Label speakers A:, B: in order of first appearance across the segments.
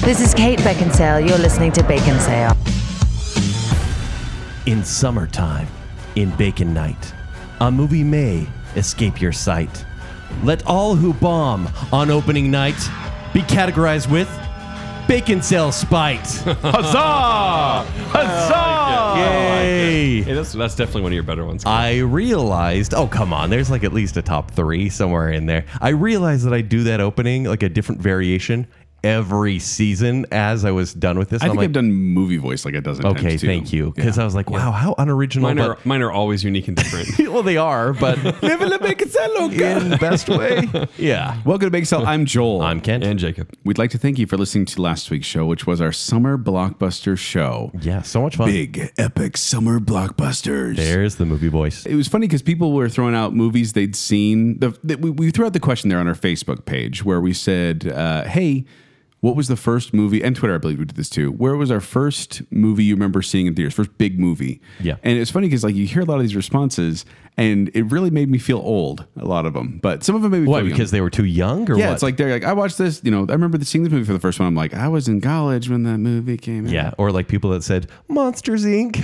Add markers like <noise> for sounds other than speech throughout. A: This is Kate Beckinsale. You're listening to Bacon Sale.
B: In summertime, in Bacon Night, a movie may escape your sight. Let all who bomb on opening night be categorized with bacon cell spite.
C: <laughs> Oh,
B: Huzzah! Huzzah! Yay!
D: Yeah, that's, that's definitely one of your better ones.
B: I realized, oh, come on, there's like at least a top three somewhere in there. I realized that I do that opening, like a different variation, every season as I was done with this.
C: I
B: and
C: think
B: I'm
C: I've done movie voice like a dozen
B: like,
C: times.
B: okay,
C: too.
B: thank you. Because I was like, wow, how unoriginal.
D: mine, are,
B: but-
D: mine are always unique
B: <laughs>
D: and different.
B: well, they are,
C: <laughs>
B: but <laughs> <laughs> living la bacon cell oh, in the best way. Yeah.
C: Welcome to Big Cell. I'm Joel.
B: I'm Kent.
D: and Jacob.
C: We'd like to thank you for listening to last week's show, which was our summer blockbuster show.
B: yeah, so much fun.
C: Big epic summer blockbusters.
B: There's the movie voice.
C: It was funny because people were throwing out movies they'd seen. The, that we, we threw out the question there on our Facebook page where we said, uh, "Hey, what was the first movie?" And Twitter, I believe we did this too. Where was our first movie you remember seeing in theaters? First big movie.
B: Yeah.
C: And it's funny because like you hear a lot of these responses, and it really made me feel old. A lot of them, but some of them made me
B: Why?
C: feel young.
B: Because they were too young, or
C: Yeah,
B: what?
C: it's like they're like, I watched this, you know, I remember seeing this movie for the first one. I'm like, I was in college when that movie came out.
B: yeah, or like people that said Monsters
C: <laughs>
B: Inc.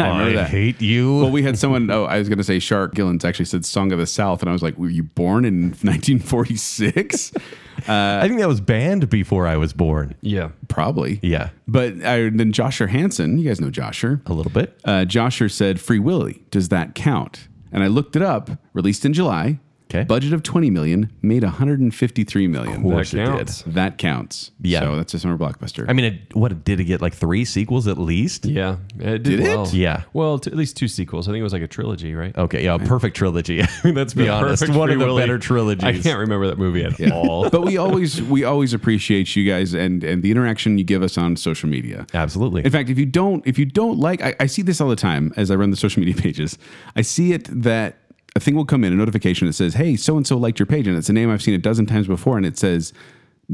B: I,
C: remember that.
B: hate you.
C: Well, we had someone, oh, I was going to say Shark Gillens actually said Song of the South. And I was like, were you born in <laughs> 1946?
B: I think that was banned before I was born.
D: Yeah.
C: Probably.
B: Yeah,
C: But I, then Josher Hansen, you guys know Josher.
B: a little bit.
C: Uh, Josher said, Free Willy, does that count? And I looked it up, released in July.
B: 'Kay.
C: Budget of 20 million, made 153 million.
D: That
B: it did.
D: counts.
C: That counts.
B: Yeah.
C: So that's a summer blockbuster.
B: I mean, it, what did it get? Like three sequels at least.
D: Yeah. It did,
C: Did it?
D: well.
B: Yeah.
D: Well, t- at least two sequels. I think it was like a trilogy, right?
B: Okay, yeah, a perfect trilogy. <laughs> Let's be
D: The
B: honest,
D: perfect
B: one of
D: Free
B: the
D: Willy.
B: better trilogies.
D: I can't remember that movie
B: <laughs>
D: at all.
C: but we always we always appreciate you guys and and the interaction you give us on social media.
B: Absolutely.
C: In fact, if you don't if you don't like, I, I see this all the time as I run the social media <laughs> pages. I see it that a thing will come in a notification that says, "Hey, so and so liked your page," and it's a name I've seen a dozen times before, and it says.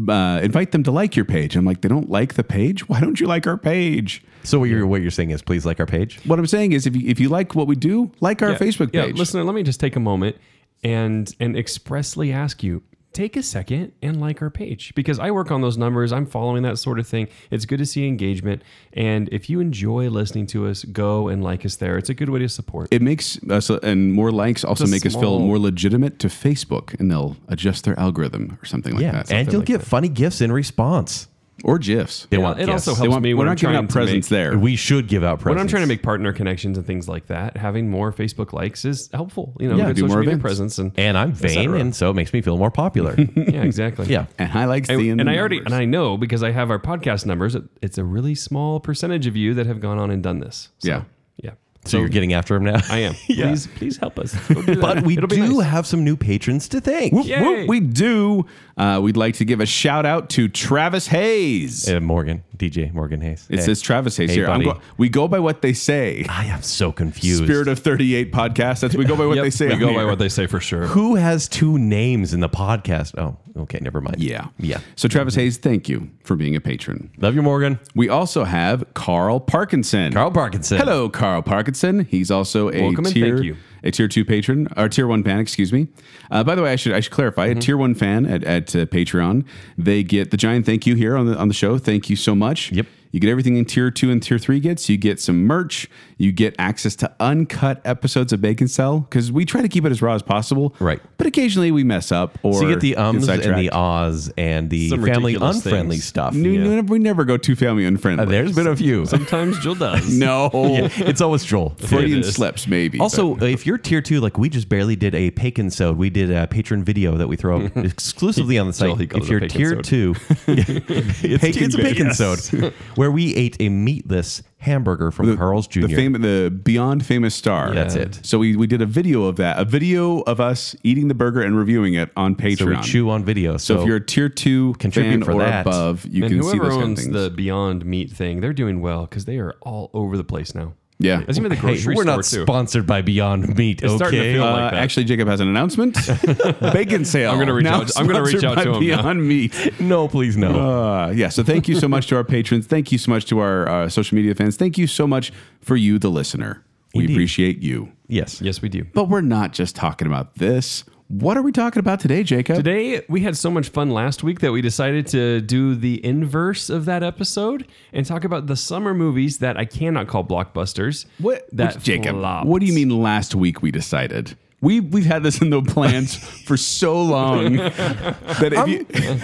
C: Uh, invite them to like your page. I'm like, they don't like the page. Why don't you like our page?
B: so what you're what you're saying is, please like our page.
C: What I'm saying is, if you if you like what we do, like our
D: Yeah.
C: Facebook
D: Yeah,
C: page.
D: listener, let me just take a moment and and expressly ask you take a second and like our page because I work on those numbers. I'm following that sort of thing. It's good to see engagement. And if you enjoy listening to us, go and like us there. It's a good way to support.
C: it makes us uh, and more likes also
D: It's a
C: make us feel
D: small-
C: more legitimate to Facebook, and they'll adjust their algorithm or something like
B: Yeah,
C: that.
B: and you'll
D: like
B: get funny gifts in response.
C: or GIFs.
B: They
D: It-
B: want
D: it
B: gifts.
D: also
B: They
D: helps
C: want-
D: me
C: we're
D: when
C: not
D: I'm
C: giving
D: trying
C: out
D: to
C: presents
D: make-
C: there.
B: We should give out presents.
D: When I'm trying to make partner connections and things like that, having more Facebook likes is helpful. You know,
C: Yeah,
D: good
C: do
D: social
C: more
D: media
C: events.
D: presence and
B: and I'm
D: et
B: vain,
D: cetera.
B: and so it makes me feel more popular.
D: yeah, exactly.
B: yeah.
C: and highlights
D: And,
C: the
D: and I already
C: numbers.
D: and I know because I have our podcast numbers. it- It's a really small percentage of you that have gone on and done this. So,
C: Yeah.
D: yeah.
B: So, you're getting after him now.
C: <laughs>
D: I am. Please, please help us. Go do that.
B: <laughs> But we
D: It'll be
B: do
D: nice.
B: have some new patrons to thank.
D: Yay.
C: Whoop, we do. Uh, we'd like to give a shout out to Travis Hayes.
B: Uh, Morgan, DJ Morgan Hayes.
C: It
B: Hey.
C: says Travis Hayes
B: Hey,
C: here. I'm
B: buddy.
C: go- we go by what they say.
B: I am so confused.
C: Spirit of 38 podcast. That's we go by what
D: Yep,
C: they say.
D: We
C: on
D: go
C: here.
D: by what they say for sure.
B: Who has two names in the podcast? Oh, okay, never mind.
C: Yeah.
B: Yeah.
C: So Travis Hayes, thank you for being a patron.
B: Love you, Morgan.
C: We also have Carl Parkinson.
B: Carl Parkinson.
C: Hello, Carl Parkinson. He's also a
D: Welcome and
C: tier
D: thank you.
C: a tier two patron or tier one fan. Excuse me. Uh, by the way, I should I should clarify.
B: Mm-hmm.
C: A tier one fan at, at uh, Patreon, they get the giant thank you here on the on the show. Thank you so much.
B: Yep.
C: You get everything in tier two and tier three gets. You get some merch. You get access to uncut episodes of Bacon Cell because we try to keep it as raw as possible.
B: Right.
C: But occasionally we mess up or
B: So you get the ums and the
C: sidetracked.
B: ahs and the
D: Some
B: family
D: ridiculous
B: unfriendly
D: things.
B: stuff.
C: We, never- we never go too family unfriendly.
B: Uh, there's been a few.
D: Sometimes Jill does.
B: <laughs>
C: <laughs> no
B: it's always Joel.
C: Freudian
D: It is.
C: slips maybe.
B: Also, if you're tier two, like we just barely did a Pakin sode, we did a patron video that we throw
D: <laughs>
B: up exclusively on the
D: Joel,
B: site.
D: he called
B: If
D: it a
B: you're
D: Pakin
B: tier
D: sode. <laughs>
B: two, <laughs> it's, it's a
C: vid.
B: Pakin
C: Yes.
B: sode where we ate a meatless hamburger from Carl's Jr.
C: The, fam- the Beyond Famous Star.
B: That's it.
C: So we, we did a video of that, a video of us eating the burger and reviewing it on Patreon.
B: so we chew on video.
C: So
B: So,
C: if you're a tier two
B: Contribute
C: fan
B: for
C: or
B: that.
C: above, you
D: and
C: can see
D: whoever
C: those kind of
D: owns
C: things.
D: the Beyond Meat thing, they're doing well because they are all over the place now.
C: Yeah.
D: That's even the
B: Hey,
D: grocery
B: we're
D: store
B: not
D: too.
B: sponsored by Beyond Meat.
D: It's starting to
B: okay,
D: feel
C: uh,
D: like- that.
C: Actually, Jacob has an announcement.
B: <laughs>
C: Bacon sale.
D: I'm gonna reach
C: Now
D: out- I'm gonna reach
C: sponsored
D: out
C: by
D: to him now.
C: Beyond Meat.
B: no, please no.
C: Uh, yeah. So thank you so much to our patrons. Thank you so much to our uh, social media fans. Thank you so much for you, the listener. We
B: Indeed.
C: appreciate you.
B: yes,
D: yes, we do.
C: But we're not just talking about this. What are we talking about today, Jacob?
D: Today, we had so much fun last week that we decided to do the inverse of that episode and talk about the summer movies that I cannot call blockbusters.
C: What
D: That
C: which- Jacob?
D: flopped.
C: What do you mean? Last week we decided. We we've had this in
D: <laughs>
C: the plans for so long that if you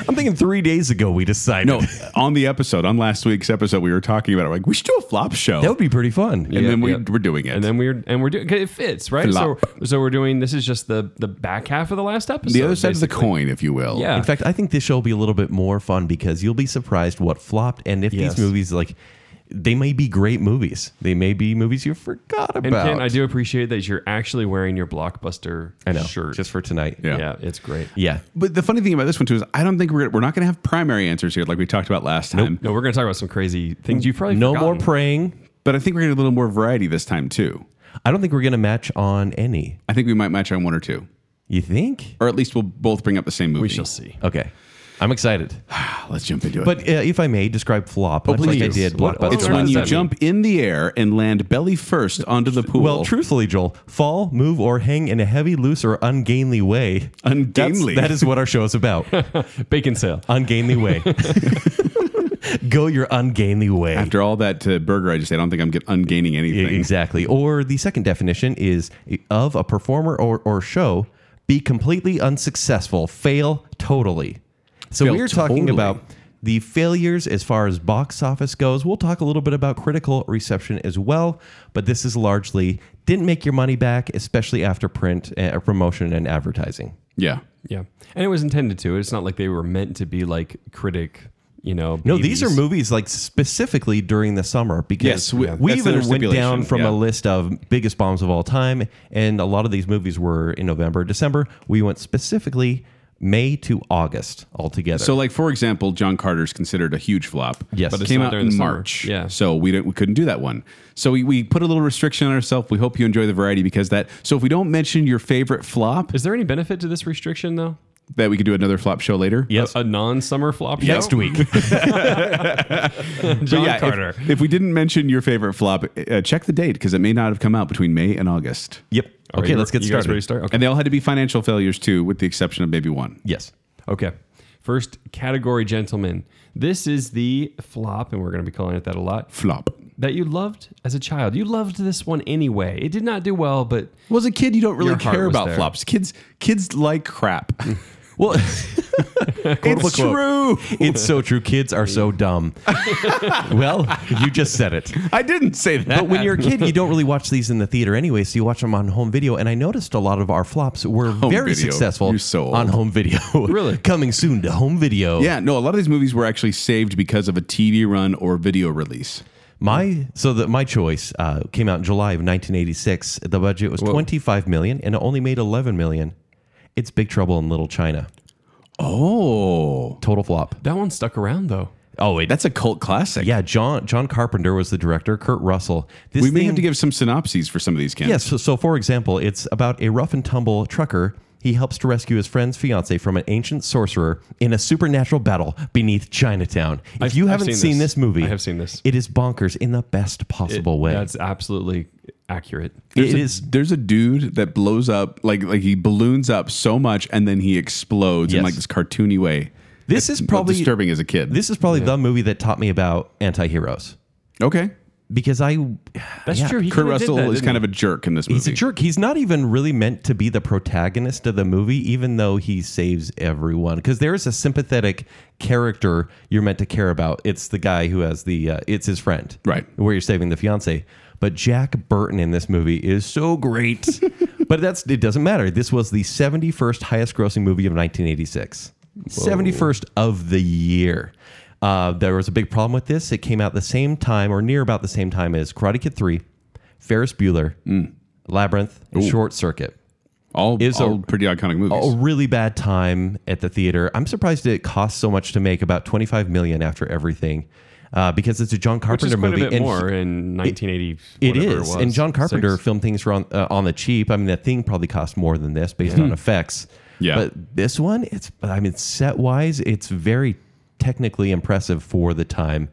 B: I'm thinking three days ago we decided. <laughs>
C: no on the episode on last week's episode we were talking about it. Like we should do a flop show,
B: That would be pretty fun.
C: and then we
D: yeah.
C: we're doing it.
D: And then we're and we're doing 'cause it fits right.
C: Flop.
D: So so we're doing this is just the the back half of the last episode.
C: the other side of the
D: basically.
C: coin, if you will.
D: Yeah.
B: In fact, I think this show will be a little bit more fun because you'll be surprised what flopped and if
D: Yes.
B: these movies like they may be great movies. They may be movies you forgot
D: And
B: about.
D: Ken, I do appreciate that you're actually wearing your blockbuster
B: I know.
D: shirt.
B: Just for tonight.
C: Yeah.
D: yeah. it's great.
B: Yeah.
C: But the funny thing about this one too is I don't think we're we're not going to have primary answers here like we talked about last time.
D: No, we're gonna talk about some crazy things you've probably
B: No more
D: forgotten.
B: praying.
C: But I think we're going to get a little more variety this time too.
B: I don't think we're gonna match on any.
C: I think we might match on one or two,
B: You think?
C: or at least we'll both bring up the same movie. Ah,
D: we shall see.
B: Okay. I'm excited.
C: Let's jump into it.
B: But uh, if I may, describe flop. much like I
C: please.
B: did
D: Oh, What-
B: blockbuster.
C: It's
D: Oh, what
C: when
D: does that
C: you
D: mean?
C: jump in the air and land belly first onto the pool.
B: Well, truthfully, Joel, fall, move, or hang in a heavy, loose, or ungainly way. That's-
C: Ungainly.
B: That is what our show is about.
D: Bacon sale.
B: ungainly
C: <laughs>
B: way. Go your ungainly way.
C: After all that uh, burger I just ate, I don't think I'm get ungaining
B: E-
C: anything.
B: Exactly. Or the second definition is of a performer or, or show be completely unsuccessful, fail totally. So
C: Fail
B: we're talking
C: totally.
B: about the failures as far as box office goes. We'll talk a little bit about critical reception as well, but this is largely didn't make your money back, especially after print uh, promotion and advertising.
C: Yeah.
D: Yeah, and it was intended to. It's not like they were meant to be like critic. You know,
B: No, these are
D: babies.
B: movies like specifically during the summer because
C: Yes,
B: we,
C: we- that's their
B: even went down
C: stipulation,
B: from a
C: yeah.
B: list of biggest bombs of all time, and a lot of these movies were in November, December. We went specifically May to August altogether.
C: So, like for example, John Carter's considered a huge flop.
B: Yes. But
C: but it
B: it's
C: came
D: not
C: out
D: during the
C: in
D: summer.
C: March.
D: Yeah.
C: so we didn't, we couldn't do that one. So we, we put a little restriction on ourselves. We hope you enjoy the variety because that. So if we don't mention your favorite flop,
D: Is there any benefit to this restriction though?
C: that we could do another flop show later.
B: yes,
D: A, a non-summer flop show?
B: next week.
C: But
D: John
C: yeah, if-
D: Carter.
C: If, we didn't mention your favorite flop, uh, check the date because it may not have come out between May and August.
B: yep.
D: Are
B: okay,
D: you-
B: let's get
D: you Guys
B: started.
D: ready to start? Okay.
C: And they all had to be financial failures too, with the exception of maybe one.
B: Yes.
D: Okay. First category, gentlemen. This is the flop, and we're going to be calling it that a lot.
C: Flop.
D: That you loved as a child. You loved this one anyway. It did not do well, but
C: Well, as a kid, you don't really
D: Your heart
C: care
D: was
C: about
D: there.
C: flops. Kids, kids like <laughs> crap.
B: Well, <laughs>
C: it's true.
B: it's so true. Kids are so dumb. well, you just said it.
C: I didn't say that.
B: But when you're a kid, you don't really watch these in the theater anyway, so you watch them on home video. And I noticed a lot of our flops were very
C: video.
B: successful
C: You're so old.
B: on home video.
D: Really?
B: <laughs> Coming soon to home video.
C: yeah, no, a lot of these movies were actually saved because of a TV run or video release.
B: My so that my choice uh, came out in July of 1986. The budget was 25 million and it only made 11 million. It's Big Trouble in Little China.
C: Oh,
B: Total flop.
D: that one stuck around though.
B: Oh, it,
C: that's a cult classic.
B: yeah. John John Carpenter was the director. Kurt Russell. This
C: we may
B: thing-
C: have to give some synopses for some of these. Ken.
B: Yes. so, so, for example, it's about a rough and tumble trucker. He helps to rescue his friend's fiance from an ancient sorcerer in a supernatural battle beneath Chinatown. If
D: I've-
B: you
D: I've
B: haven't
D: seen
B: seen
D: this.
B: this. movie,
D: I have seen this.
B: It is bonkers in the best possible way.
D: That's absolutely accurate.
C: There's
B: It
C: a,
B: is-
C: There's a dude that blows up like like he balloons up so much and then he explodes in
B: Yes.
C: like this cartoony way.
B: This
C: It's
B: is probably-
C: disturbing as a kid.
B: This is probably the movie that taught me about anti-heroes
C: okay.
B: because I
D: That's
B: yeah,
D: true. He
C: Kurt
D: kinda did
C: Russell
D: that,
C: is
D: didn't
C: kind
D: he?
C: of a jerk in this movie.
B: He's a jerk. He's not even really meant to be the protagonist of the movie, even though he saves everyone. Because there is a sympathetic character you're meant to care about. It's the guy who has the. Uh, it's his friend,
C: Right.
B: Where you're saving the fiance. But Jack Burton in this movie is so
D: <laughs>
B: great. but that's it. Doesn't matter. This was the 71st highest grossing movie of 1986. 71st of the year. Uh, there was a big problem with this. It came out the same time or near about the same time as Karate Kid 3, Ferris Bueller,
D: Mm.
B: Labyrinth, and Short Circuit.
C: All,
B: Is a-
C: all pretty iconic movies.
B: A really bad time at the theater. I'm surprised it cost so much to make about 25 million after everything, uh, because it's a John
D: Which is
B: Carpenter
D: quite
B: movie.
D: a bit
B: and
D: more
B: he-
D: in 1980.
B: it
D: whatever
B: is,
D: was.
B: and John Carpenter
D: Six.
B: filmed things for on, uh, on the cheap. I mean, that thing probably cost more than this based on effects.
C: Yeah.
B: but this one, it's I mean, set wise, it's very technically impressive for the time.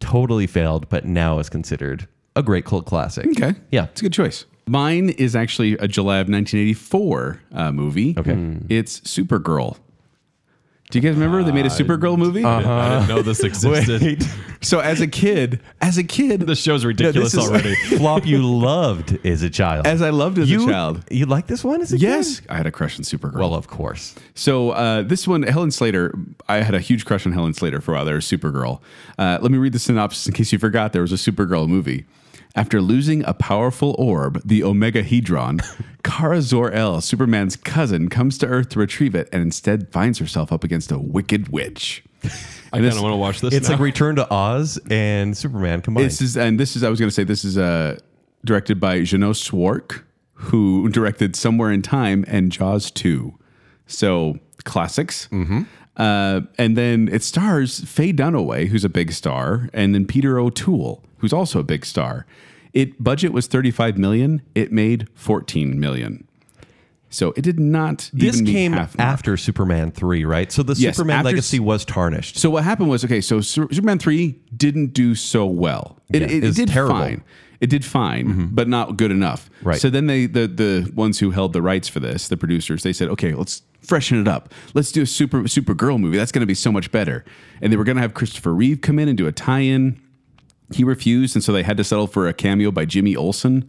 B: Totally failed, but now is considered a great cult classic.
C: okay. <laughs>
B: yeah,
C: It's a good choice. Mine is actually a July of 1984 uh, movie. Okay. It's Supergirl. Do you guys remember they made
B: Ah,
C: a Supergirl movie?
E: I
D: Uh-huh.
E: didn't
D: <laughs>
E: know this existed.
B: <laughs>
C: So as a kid, as a kid,
E: This
D: <laughs>
E: show's ridiculous
C: is-
E: already.
B: Flop you loved as a child.
C: as I loved as
B: you,
C: a child.
B: You like this one as a
C: Yes,
B: kid?
C: I had a crush on Supergirl.
B: Well, of course.
C: So uh, this one, Helen Slater, I had a huge crush on Helen Slater for a while. There was Supergirl. Uh, let me read the synopsis in case you forgot. There was a Supergirl movie. After losing a powerful orb, the Omega Hedron, Kara Zor-El, Superman's cousin, comes to Earth to retrieve it, and instead finds herself up against a wicked witch.
E: I kind of want to
D: <laughs>
E: watch this.
B: It's
E: now.
B: like Return to Oz and Superman combined.
C: This is and this is I was going to say this is uh, directed by Jeannot Swark, who directed Somewhere in Time and Jaws two, so classics. Mm-hmm. Uh, and then it stars Faye Dunaway, who's a big star, and then Peter O'Toole, who's also a big star. It budget was thirty five million. It made fourteen million. So it did not.
B: this
C: even meet
B: came
C: half mark.
B: after Superman 3, right? So the
C: Yes,
B: Superman
C: after-
B: legacy was tarnished.
C: So what happened was okay. So Su- Superman three didn't do so well. It,
B: Yeah,
C: it, it
B: it's
C: did
B: terrible. Mm-hmm.
C: fine. It did fine, but not good enough.
B: Right.
C: So then they the the ones who held the rights for this, the producers, they said, okay, let's freshen it up. Let's do a super Supergirl movie. That's going to be so much better. And they were going to have Christopher Reeve come in and do a tie-in. He refused, and so they had to settle for a cameo by Jimmy Olsen,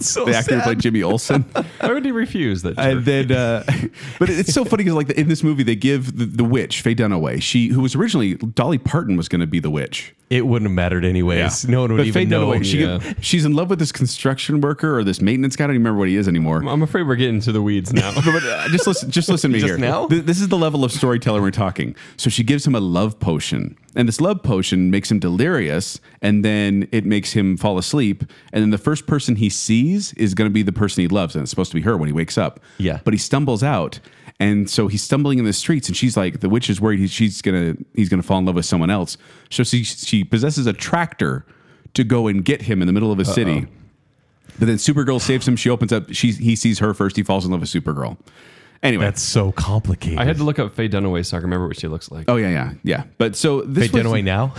B: So
C: the actor who played Jimmy Olsen.
D: Why would he refuse that?
C: And then, uh, <laughs> but it's so funny because like in this movie, they give the, the witch Faye Dunaway. She who was originally Dolly Parton was going to be the witch.
B: It wouldn't have mattered anyways. No one would
C: but
B: even
C: Faye
B: know.
C: Dunaway, she
E: yeah.
C: get- she's in love with this construction worker or this maintenance guy. I don't even remember what he is anymore.
D: I'm afraid we're getting to the weeds now.
C: But uh, <laughs> just listen, just listen to me
B: Just
C: here.
B: now?
C: Th- This is the level of storyteller we're talking. So she gives him a love potion, and this love potion makes him delirious, and then it makes him fall asleep. And then the first person he sees is going to be the person he loves, and it's supposed to be her when he wakes up.
B: Yeah.
C: but he stumbles out, and so he's stumbling in the streets, and she's like, the witch is worried he- she's gonna he's gonna fall in love with someone else. So she she possesses a tractor to go and get him in the middle of a city. But then Supergirl saves him. She opens up. She he sees her first. He falls in love with Supergirl. Anyway,
B: That's so complicated.
D: I had to look up Faye Dunaway so I can remember what she looks like.
C: oh yeah, yeah, yeah. But so this
B: Faye
C: was-
B: Dunaway now?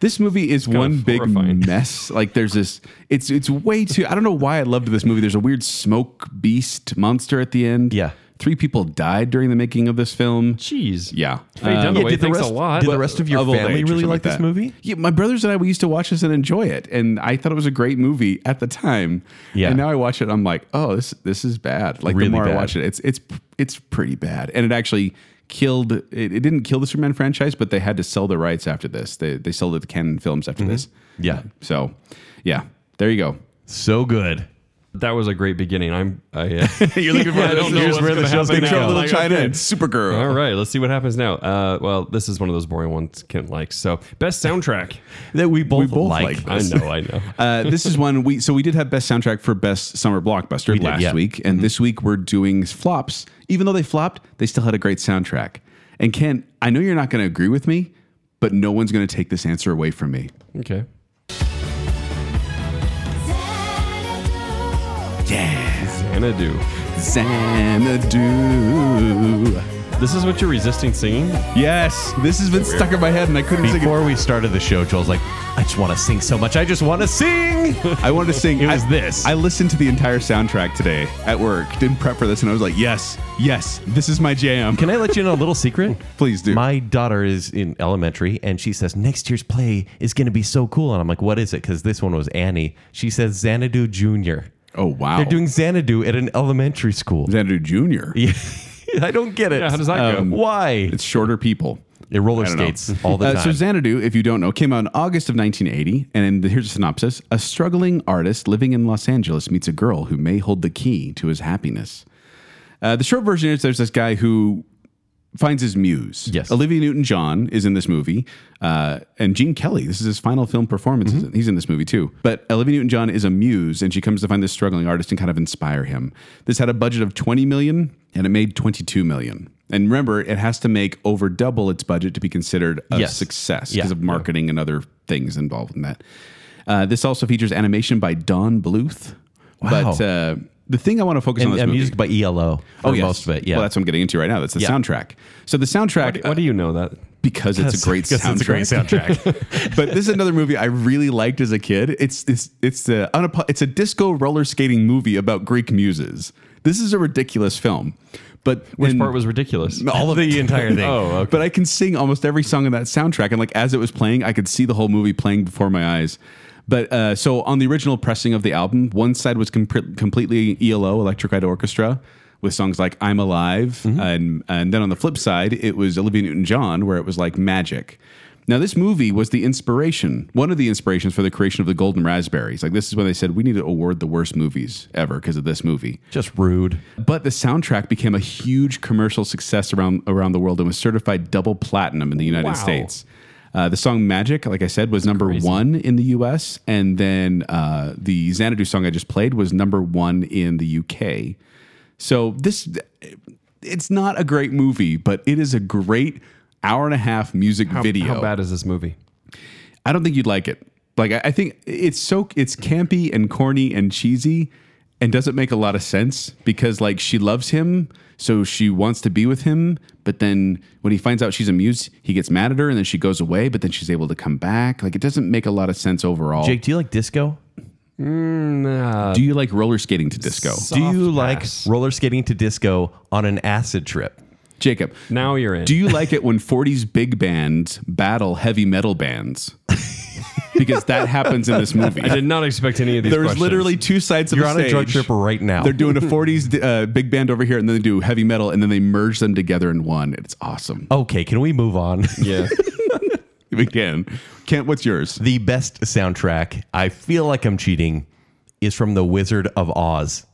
C: This movie is one big
D: horrifying.
C: mess. Like there's this. It's it's way too. I don't know why I loved this movie. There's a weird smoke beast monster at the end.
B: Yeah.
C: three people died during the making of this film.
D: Jeez.
C: Yeah.
D: Faye
C: Uh,
D: Dunaway
B: Yeah, did the
D: thanks
B: rest-
D: a lot.
B: did the rest of your
C: old
B: family
C: age or
B: really
C: something
B: like this
C: that.
B: movie?
C: Yeah, my brothers and I we used to watch this and enjoy it, and I thought it was a great movie at the time.
B: Yeah.
C: and now I watch it, I'm like, oh, this this is bad. Like
B: Really
C: the more
B: bad.
C: I watch it, it's it's it's pretty bad, and it actually killed. It, it didn't kill the Superman franchise, but they had to sell the rights after this. They they sold it to Canon Films after this.
B: <laughs> Yeah.
C: So, yeah, there you go.
B: So good.
D: That was a great beginning. I'm. I, uh, <laughs>
C: You're looking for
D: I don't know what's gonna happen now.
C: Big Trouble in
D: Like,
C: Little China
D: okay.
C: and Supergirl.
D: all right, let's see what happens now. Uh, well, this is one of those boring ones Kent likes. So, best soundtrack.
B: That we both,
C: both
B: like.
C: like
D: I know, I know.
C: Uh, this is one we so we did have best soundtrack for best summer blockbuster
B: did,
C: last
B: yeah. Mm-hmm.
C: week, and this week we're doing flops. Even though they flopped, they still had a great soundtrack. And Ken, I know you're not going to agree with me, but no one's going to take this answer away from me.
D: Okay. Xanadu.
C: Xanadu.
D: This is what you're resisting singing?
C: Yes, this has been stuck in my head, and I couldn't sing
B: Before we started the show, Joel's like, I just want to sing so much. I just want to sing.
C: it. I wanted to sing.
B: It was
C: I-
B: this.
C: I listened to the entire soundtrack today at work. Didn't prep for this, and I was like, yes, yes, this is my
B: <laughs>
C: jam.
B: Can I let you in on a little <laughs> secret?
C: Please do.
B: My daughter is in elementary and she says, Next year's play is going to be so cool. And I'm like, What is it? Because this one was Annie. She says, Xanadu Jr.
C: Oh wow,
B: They're doing Xanadu at an elementary school.
C: Xanadu Junior.
B: Yeah. <laughs> I don't get it. Um,
D: Yeah, how does that go?
B: Why?
C: It's shorter people.
B: It roller
C: I don't know.
B: skates all the
C: Uh,
B: time.
C: so Xanadu, if you don't know, came out in August of 1980, and in the, here's a synopsis: A struggling artist living in Los Angeles meets a girl who may hold the key to his happiness. Uh, the short version is there's this guy who finds his muse.
B: Yes.
C: Olivia Newton-John is in this movie, uh, and Gene Kelly. This is his final film performance.
B: Mm-hmm.
C: is in- He's in this movie too. But Olivia Newton-John is a muse, and she comes to find this struggling artist and kind of inspire him. This had a budget of 20 million, and it made 22 million. And remember, it has to make over double its budget to be considered a
B: Yes.
C: success
B: Yeah.
C: because of marketing and other things involved in that. Uh, this also features animation by Don Bluth.
B: Wow.
C: But uh, the thing I want to focus on
B: and,
C: this
B: and
C: movie, Oh,
B: music by ELO for
C: yes.
B: most of it. Yeah.
C: Well, that's what I'm getting into right now. That's the
B: Yeah.
C: soundtrack. So the soundtrack.
D: Why do you know that?
C: because it's a
B: <laughs>
C: great soundtrack.
B: It's a great soundtrack. <laughs>
C: <laughs> but this is another movie I really liked as a kid. It's it's it's the unapo- it's a disco roller skating movie about Greek muses. This is a ridiculous film, but
D: Which
C: and-
D: part was
C: <laughs>
D: ridiculous?
B: All of <laughs> the entire thing.
D: Oh, okay.
C: But I can sing almost every song in that soundtrack, and like as it was playing, I could see the whole movie playing before my eyes. But uh, so on the original pressing of the album, one side was com- completely ELO, Electric Light Orchestra, with songs like "I'm Alive,"
D: Mm-hmm.
C: and and then on the flip side, it was Olivia Newton-John, where it was like Magic. Now, this movie was the inspiration, one of the inspirations for the creation of the Golden Raspberries. Like, this is when they said, we need to award the worst movies ever because of this movie.
B: Just rude.
C: But the soundtrack became a huge commercial success around around the world and was certified double platinum in the United
D: Wow.
C: States. Uh, the song "Magic," like I said, was number one in the U.S., and then uh, the Xanadu song I just played was number one in the U.K. So this, it's not a great movie, but it is a great hour and a half music
D: How,
C: video.
D: how bad is this movie?
C: I don't think you'd like it. Like I, I think it's so it's campy and corny and cheesy and doesn't make a lot of sense because like she loves him, so she wants to be with him, but then when he finds out she's a muse, he gets mad at her and then she goes away, but then she's able to come back. Like it doesn't make a lot of sense overall. Uh,
B: Jake, do you like disco?
D: Nah.
C: do you like roller skating to disco?
B: Do you like
D: pass.
B: roller skating to disco on an acid trip?
C: Jacob,
D: Now you're in.
C: do you like it when 40s big bands battle heavy metal bands? <laughs> because that happens in this movie.
D: I did not expect any of these.
C: There's
D: questions.
C: literally two sides of
B: You're
C: the
B: on a drug
C: stage.
B: trip right now. <laughs>
C: They're doing a 40s uh, big band over here, and then they do heavy metal, and then they merge them together in one. It's awesome. <laughs>
B: Okay, can we move on?
D: <laughs>
B: <laughs>
D: Yeah.
C: We can. Kent, what's yours?
B: the best soundtrack, I feel like I'm cheating, is from The Wizard of Oz.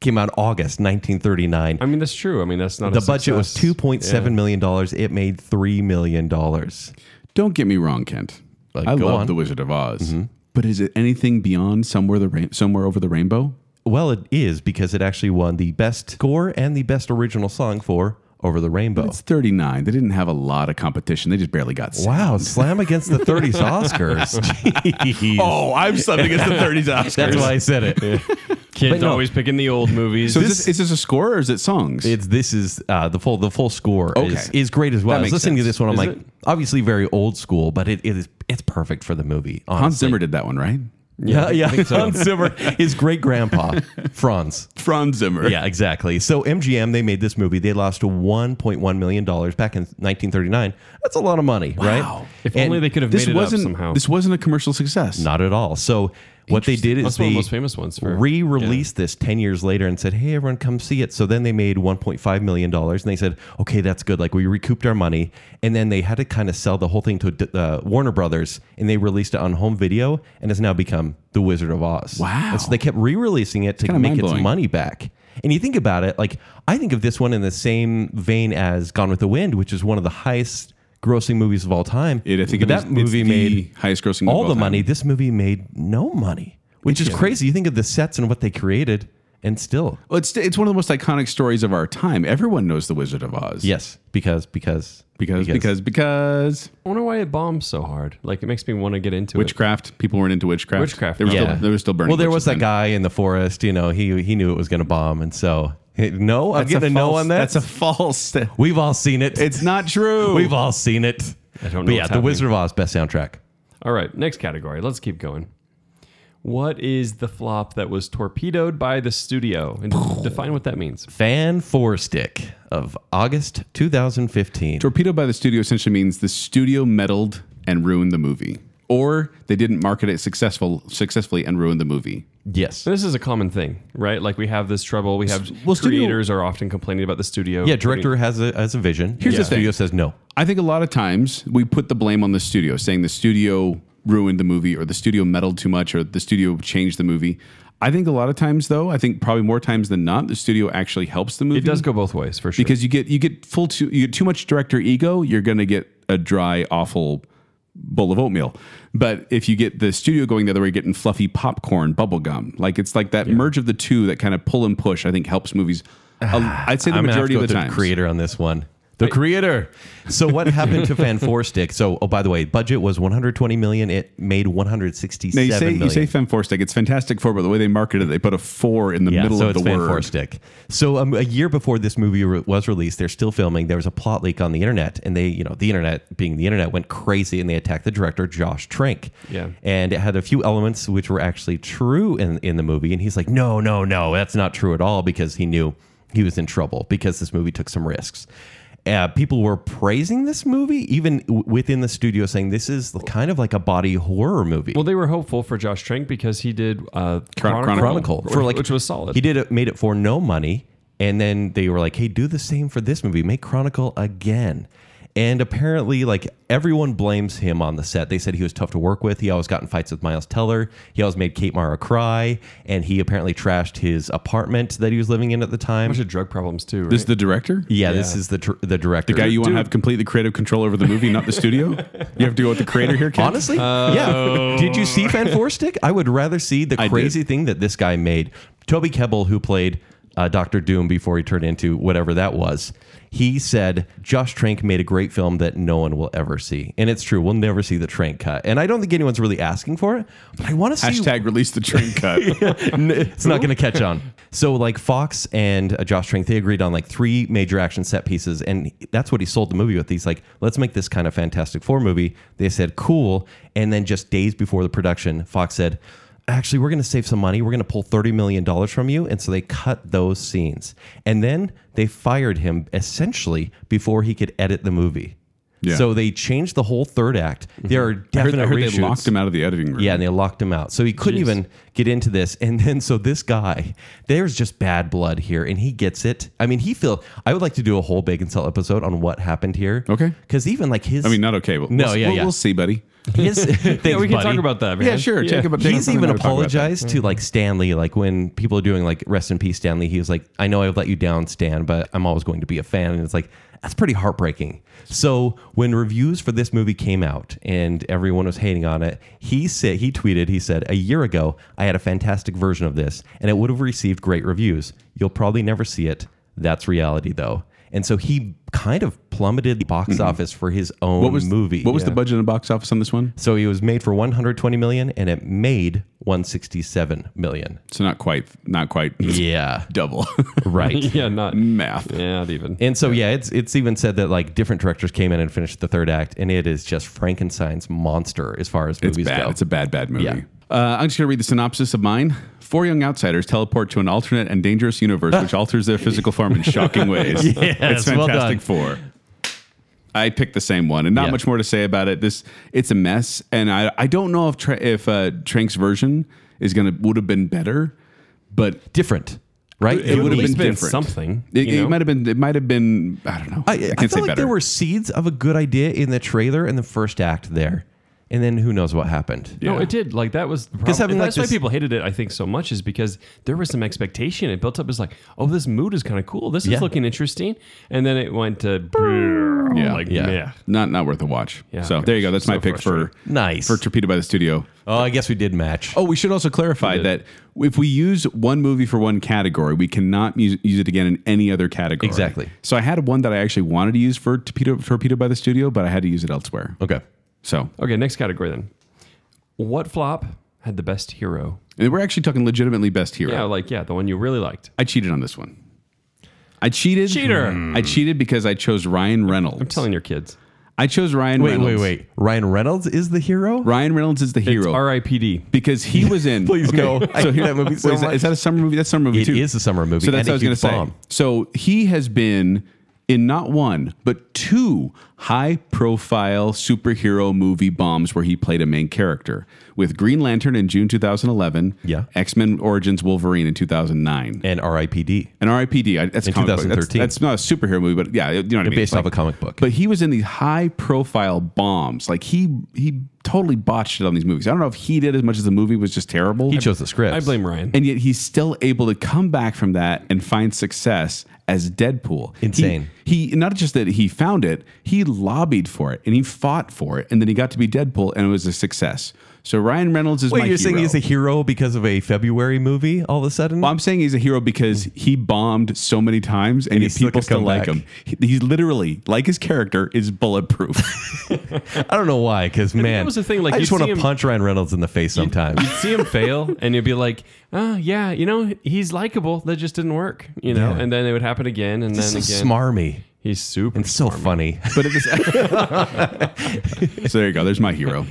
B: Came out August 1939.
D: I mean, that's true. I mean, that's not
B: the
D: a
B: budget was
D: success.
B: two point seven million dollars. It made three million dollars.
C: Don't get me wrong, Kent.
B: Like,
C: I
B: go
C: love
B: on.
C: The Wizard of Oz,
B: Mm-hmm.
C: but is it anything beyond somewhere the rain- somewhere over the rainbow?
B: Well, it is because it actually won the best score and the best original song for Over the Rainbow.
C: It's 39. They didn't have a lot of competition. They just barely got. six.
B: Wow, slam against the
C: <laughs>
B: 30s Oscars. Jeez.
C: Oh, I'm something against
B: <laughs>
C: the 30s Oscars.
B: That's why I said it.
C: <laughs>
D: Kids
B: But no.
D: always picking the old movies.
C: So is, this, is this a score or is it songs?
B: It's this is uh, the full the full score is,
C: Okay.
B: is great as well.
C: That
B: I was
C: makes
B: listening to
C: sense.
B: this one. I'm
D: Is
B: like,
D: it?
B: obviously very old school, but it, it is it's perfect for the movie.
C: Hans
B: Honestly.
C: Zimmer did that one, right?
B: yeah, yeah. Hans Zimmer, his great
C: <laughs>
B: grandpa Franz.
C: Franz Zimmer.
B: Yeah, exactly. So MGM, they made this movie. They lost 1.1 million dollars back in 1939. That's a lot of money, right?
D: if
B: And
D: only they could have
C: This
D: made it up
C: wasn't
D: somehow.
C: this wasn't a commercial success.
B: Not at all. So what they did is
D: That's
B: they
D: one of the most famous ones for-
B: re-released this 10 years later and said, "Hey, everyone, come see it." So then they made 1.5 million dollars, and they said, "Okay, that's good. Like we recouped our money." And then they had to kind of sell the whole thing to uh, Warner Brothers, and they released it on home video, and it's now become The Wizard of Oz.
C: Wow.
B: And so they kept re-releasing it to
C: kinda
B: make its
C: mind-blowing.
B: money back. And you think about it, like I think of this one in the same vein as Gone with the Wind, which is one of the highest grossing movies of all time.
C: It, I think it
B: But
C: was-
B: that
C: it's
B: movie
C: the
B: made
C: highest grossing movie
B: all
C: of
B: the
C: time.
B: money. This movie made no money, which is crazy. You think of the sets and what they created, and still,
C: Well, it's it's one of the most iconic stories of our time. Everyone knows the Wizard of Oz.
B: yes, because because
C: because because because,
D: I wonder why it bombed so hard. Like it makes me want to get into it.
C: witchcraft. People weren't into witchcraft.
D: Witchcraft,
C: They were
B: yeah,
C: still they were still burning.
B: Well, there was
C: witches
B: that
C: then.
B: guy in the forest. You know, he he knew it was going to bomb, and so no, I'm getting a, no
C: false-
B: on that.
C: That's a false.
B: <laughs> We've all seen it.
C: It's not
B: <laughs>
C: true.
B: We've all seen it.
D: I don't know
B: But yeah,
D: what's
B: The Wizard of Oz best soundtrack.
D: All right, next category. Let's keep going. What is the flop that was torpedoed by the studio?
B: <laughs>
D: And define what that means.
B: Fan Four Stick of August 2015.
C: Torpedo by the studio essentially means the studio meddled and ruined the movie, or they didn't market it successful successfully and ruined the movie.
B: Yes.
D: This is a common thing, right? Like we have this trouble. We have
C: Well, studio-
D: creators are often complaining about the studio.
B: Yeah, director has a has a vision. Here's
C: the thing.
B: studio says no.
C: I think a lot of times we put the blame on the studio, saying the studio ruined the movie or the studio meddled too much or the studio changed the movie. I think a lot of times though, I think probably more times than not, the studio actually helps the movie.
D: It does go both ways for sure.
C: because you get you get full too you get too much director ego, you're gonna get a dry, awful bowl of oatmeal. But if you get the studio going the other way, you're getting fluffy popcorn, bubblegum. Like it's like that merge of the two that kind of pull and push, I think helps movies. a- I'd say the
B: I'm gonna have
C: majority
B: to go
C: of the
B: with
C: time.
B: creator on this one. the creator. So
C: <laughs>
B: what happened to Fan Four Stick? So oh, by the way, budget was 120 million. It made 167
C: Now
B: million.
C: you say you say Fem Four Stick. It's Fantastic Four, but the way they market it, they put a four in the
B: yeah,
C: middle
B: so
C: of
B: it's
C: the word.
B: Fan Stick. So um, a year before this movie re- was released, they're still filming. There was a plot leak on the internet, and they, you know, the internet being the internet, went crazy and they attacked the director Josh Trank.
D: Yeah.
B: and it had a few elements which were actually true in in the movie, and he's like, no, no, no, that's not true at all because he knew he was in trouble because this movie took some risks. Uh, people were praising this movie, even w- within the studio, saying this is kind of like a body horror movie.
D: Well, they were hopeful for Josh Trank because he did uh,
C: Chron-
D: Chronicle,
B: Chronicle for like
D: which was solid.
B: He did it, made it for no money, and then they were like, "Hey, do the same for this movie. Make Chronicle again." And apparently, like everyone blames him on the set. They said he was tough to work with. He always got in fights with Miles Teller. He always made Kate Mara cry, and he apparently trashed his apartment that he was living in at the time.
D: a bunch of drug problems too. Right?
C: This is the director.
B: yeah, this is the tr- the director.
C: The guy you want to have completely creative control over the movie, not the studio. You have to go with the creator here. Ken?
B: Honestly, yeah. Did you see Fan Four Stick? I would rather see the
C: Uh, I did.
B: crazy thing that this guy made. Toby Kebbell, who played uh, Doctor Doom before he turned into whatever that was, he said Josh Trank made a great film that no one will ever see, and it's true. We'll never see the Trank cut, and I don't think anyone's really asking for it. But I want to see
C: hashtag release
B: <laughs>
C: the train cut. <laughs>
B: N- it's not going to catch on. So like Fox and uh, Josh Trank, they agreed on like three major action set pieces, and that's what he sold the movie with. He's like, let's make this kind of Fantastic Four movie. They said cool, and then just days before the production, Fox said. Actually, we're going to save some money. We're going to pull $30 million from you. And so they cut those scenes. And then they fired him essentially before he could edit the movie.
C: Yeah.
B: So they changed the whole third act. There are
C: I heard,
B: definite
C: I heard
B: reshoots.
C: they locked him out of the editing room.
B: Yeah, and they locked him out. So he couldn't even get into this. And then so this guy, there's just bad blood here, and he gets it. I mean, he feel I would like to do a whole bacon cell episode on what happened here.
C: Okay.
B: Because even like his
C: I mean, not okay. But
B: No,
C: we'll,
B: yeah,
C: we'll,
B: yeah.
C: we'll see, buddy. <laughs>
B: <laughs> his thanks,
D: yeah, we can
B: buddy.
D: talk about that. Man.
C: Yeah, sure. Take a, take
B: He's
C: a-
B: even
C: we'll talk about that.
B: apologized to like Stanley, like when people are doing like rest in peace Stanley, he was like, I know I've let you down, Stan, but I'm always going to be a fan. And it's like, that's pretty heartbreaking. So when reviews for this movie came out and everyone was hating on it, he said he tweeted, he said, A year ago, I had a fantastic version of this, and it would have received great reviews. You'll probably never see it. That's reality though. And so he kind of plummeted the box office for his own
C: Mm-hmm. What was
B: movie.
C: What was the budget in the box office on this one?
B: So it was made for 120 million and it made 167 million.
C: So not quite, not quite
B: Yeah.
C: <laughs> double
B: <laughs> Right.
D: <laughs> yeah, not
C: math.
D: yeah, not even.
B: And so yeah, it's it's even said that like different directors came in and finished the third act and it is just Frankenstein's monster as far as
C: It's
B: movies
C: bad.
B: go.
C: It's a bad, bad movie.
B: Yeah.
C: Uh, I'm just going to read the synopsis of mine. Four young outsiders teleport to an alternate and dangerous universe, which alters their physical form in shocking ways. it's
B: Yes, well done.
C: Fantastic Four. I picked the same one, and not
B: Yeah.
C: much more to say about it. This it's a mess, and I I don't know if tra- if uh, Trank's version is gonna would have been better, but
B: different, right?
C: It
D: At
C: would have
D: least
C: been different.
D: something.
C: it,
D: you
C: it
D: know?
C: might have been it might have been I don't know.
B: I,
C: I, can't
B: I
C: say
B: feel like
C: better.
B: there were seeds of a good idea in the trailer and the first act there. And then who knows what happened.
D: No,
C: Yeah.
D: it did. Like that was the problem.
B: 'Cause having,
D: And
B: like,
D: that's
B: this-
D: why people hated it. I think so much is because there was some expectation. It built up as like, oh, this mood is kind of cool. This
B: Yeah.
D: is looking interesting, and then it went to brrr,
C: Yeah.
D: like
B: Yeah.
D: yeah.
C: not not worth a watch.
D: Yeah.
C: so there you go. That's my
D: So
C: pick for
B: Nice.
C: for torpedo by the studio.
B: oh, I guess we did match.
C: Oh, we should also clarify that if we use one movie for one category, we cannot use, use it again in any other category.
B: Exactly.
C: So I had one that I actually wanted to use for torpedo, torpedo by the studio, but I had to use it elsewhere.
B: Okay.
C: So
D: Okay, next category then. What flop had the best hero?
C: and we're actually talking legitimately best hero.
D: Yeah, like yeah, the one you really liked.
C: I cheated on this one. I cheated.
D: Cheater.
C: I cheated because I chose Ryan Reynolds.
D: I'm telling your kids.
C: I chose Ryan.
B: Wait,
C: Reynolds.
B: wait, wait. Ryan Reynolds is the hero?
C: Ryan Reynolds is the
D: It's
C: hero
D: R.I.P.D.
C: because he was in.
B: <laughs> Please no. I hate that movie so
C: Wait, is, that,
B: much.
C: is that a summer movie? That's a summer movie
B: It
C: too.
B: is a summer movie
C: So
B: and
C: that's
B: a
C: what I was
B: huge
C: going to
B: bomb.
C: say. So he has been in not one but two high-profile superhero movie bombs where he played a main character with Green Lantern in June 2011.
B: Yeah.
C: X-Men Origins Wolverine in 2009.
B: And RIPD.
C: And R.I.P.D. I, that's
B: In
C: comic book. That's-
B: 2013.
C: That's, not a superhero movie, but yeah, you know what I mean.
B: Based
C: It's
B: off a comic book.
C: But he was in these high-profile bombs. Like he he totally botched it on these movies. I don't know if he did as much as the movie was just terrible.
B: He chose the scripts.
D: I blame Ryan.
C: And yet he's still able to come back from that and find success as Deadpool. He-
B: Insane.
C: He, not just that he found it, he lobbied for it and he fought for it, and then he got to be Deadpool, and it was a success. So Ryan Reynolds is
B: Wait,
C: my
B: you're saying
C: hero.
B: he's a hero because of a February movie all of a sudden?
C: Well, I'm saying he's a hero because he bombed so many times and,
B: he
C: yet people
B: still
C: still
B: could come
C: like
B: back.
C: him. He- He's literally, like his character,
B: <laughs>
C: is bulletproof.
B: I don't know why, because man,
D: was the thing, like,
B: I
D: you'd
B: just want
D: see
B: to
D: him-
B: punch Ryan Reynolds in the face sometimes.
D: You'd see him fail, and you'd be like, "Ah, yeah, you know, he's likable. That just didn't work, you know."
B: Yeah.
D: And then it would happen again, and
B: He's
D: then
B: so
D: again.
B: smarmy
D: He's super.
B: and so funny. <laughs>
C: but at this, <laughs> so there you go. There's my hero.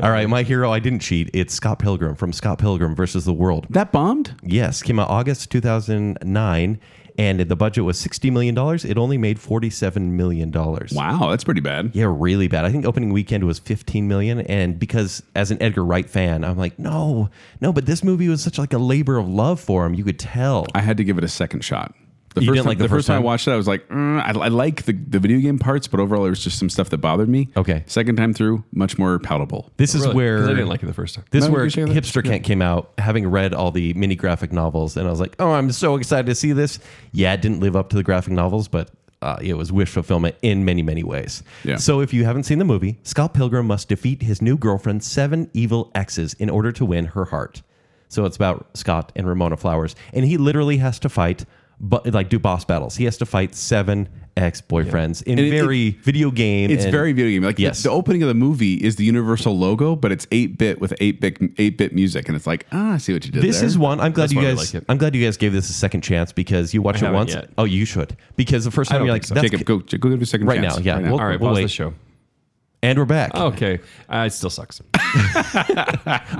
B: all right, my hero. I didn't cheat. It's Scott Pilgrim from Scott Pilgrim versus the World.
C: That bombed.
B: Yes, came out August 2009, and the budget was $60 million. It only made $47 million.
C: Wow, that's pretty bad.
B: Yeah, really bad. I think opening weekend was 15 million and because as an Edgar Wright fan, I'm like, "No. No, but this movie was such like a labor of love for him. You could tell."
C: I had to give it a second shot. The
B: You
C: first
B: didn't
C: time,
B: like the first
C: first time I
B: time?
C: watched it, I was like, "Mm, I, I like the, the video game parts, but overall, there was just some stuff that bothered me.
B: Okay.
C: Second time through, much more palatable.
B: This is
D: Really? 'Cause
B: where
D: I didn't like it the first time.
B: This is
C: No,
B: where
C: you say that?
B: Hipster Kent came out, having read all the mini graphic novels, and I was like, "Oh, I'm so excited to see this." Yeah, it didn't live up to the graphic novels, but uh, it was wish fulfillment in many, many ways.
C: Yeah.
B: So, if you haven't seen the movie, Scott Pilgrim must defeat his new girlfriend's seven evil exes in order to win her heart. So it's about Scott and Ramona Flowers, and he literally has to fight, but like do boss battles. He has to fight seven ex boyfriends in
C: And it-
B: very video game.
C: It's
B: and-
C: very video game. Like
B: Yes.
C: the, the opening of the movie is the Universal logo, but it's eight bit with eight bit eight bit music, and it's like ah, I see what you did.
B: This
C: there.
B: is one. I'm glad
D: That's
B: you
D: why we
B: guys.
D: like it.
B: I'm glad you guys gave this a second chance because you watch it
D: haven't
B: once.
D: yet.
B: Oh, you should because the first time
D: don't
B: you're
D: think
B: like,
D: so.
B: that's
C: Jacob. Go, go give it a second
B: Right
C: chance
B: now, yeah. Well-
D: All right,
B: we'll
D: pause
B: wait.
D: the show.
B: and we're back.
D: Okay, uh, it still sucks.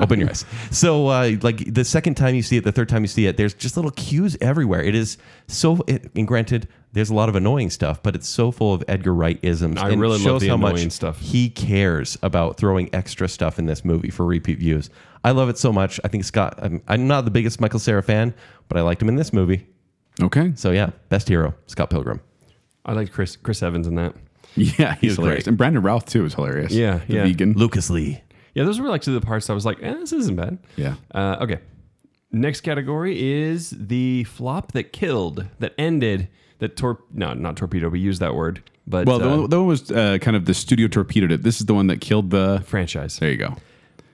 B: Open your eyes. So, uh, like the second time you see it, the third time you see it, there's just little cues everywhere. It is so. It, and granted, there's a lot of annoying stuff, but it's so full of Edgar Wright isms.
D: I really love the annoying stuff.
B: he cares about throwing extra stuff in this movie for repeat views. I love it so much. I think Scott. I'm, I'm not the biggest Michael Cera fan, but I liked him in this movie.
C: Okay.
B: So yeah, best hero, Scott Pilgrim.
D: I liked Chris Chris Evans in that.
C: <laughs> Yeah, he's hilarious,
D: great.
C: and Brandon Routh too is hilarious.
D: Yeah,
C: the
D: yeah.
C: vegan.
B: Lucas Lee.
D: Yeah, those were like two of the parts I was like, eh, this isn't bad.
C: Yeah.
D: Uh, okay. Next category is the flop that killed, that ended, that tor no, not torpedo. We use that word, but
C: Well, the,
D: uh,
C: one, the one was uh, kind of the studio torpedoed it. This is the one that killed the.
D: franchise.
C: There you go.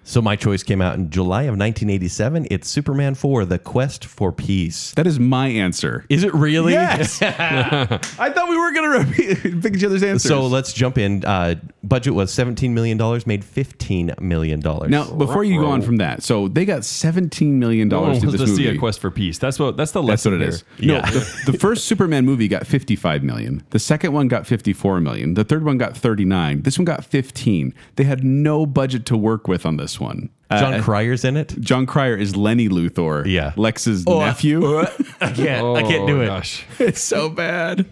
B: So my choice came out in July of 1987. It's Superman 4: The Quest for Peace.
C: That is my answer.
B: Is it really? <laughs>
C: Yes. I thought we were going to <laughs> pick each other's answers.
B: So let's jump in. Uh, budget was 17 million dollars, made 15 million dollars.
C: now, before you go on from that, so they got seventeen million
D: No
C: <laughs>
D: one
C: dollars to
D: was
C: this
D: to Oh, see
C: movie.
D: a quest for peace. That's what. That's the
C: That's
D: lesson.
C: what it
D: here.
C: is. No, <laughs> the, the first Superman movie got fifty-five million. The second one got fifty-four million. The third one got thirty-nine. This one got fifteen. They had no budget to work with on this one. Uh,
B: John Cryer's in it.
C: John Cryer is Lenny Luthor.
B: Yeah.
C: Lex's nephew. <laughs>
B: I can't.
D: Oh,
B: I can't do it.
D: Gosh.
C: Oh, It's so bad.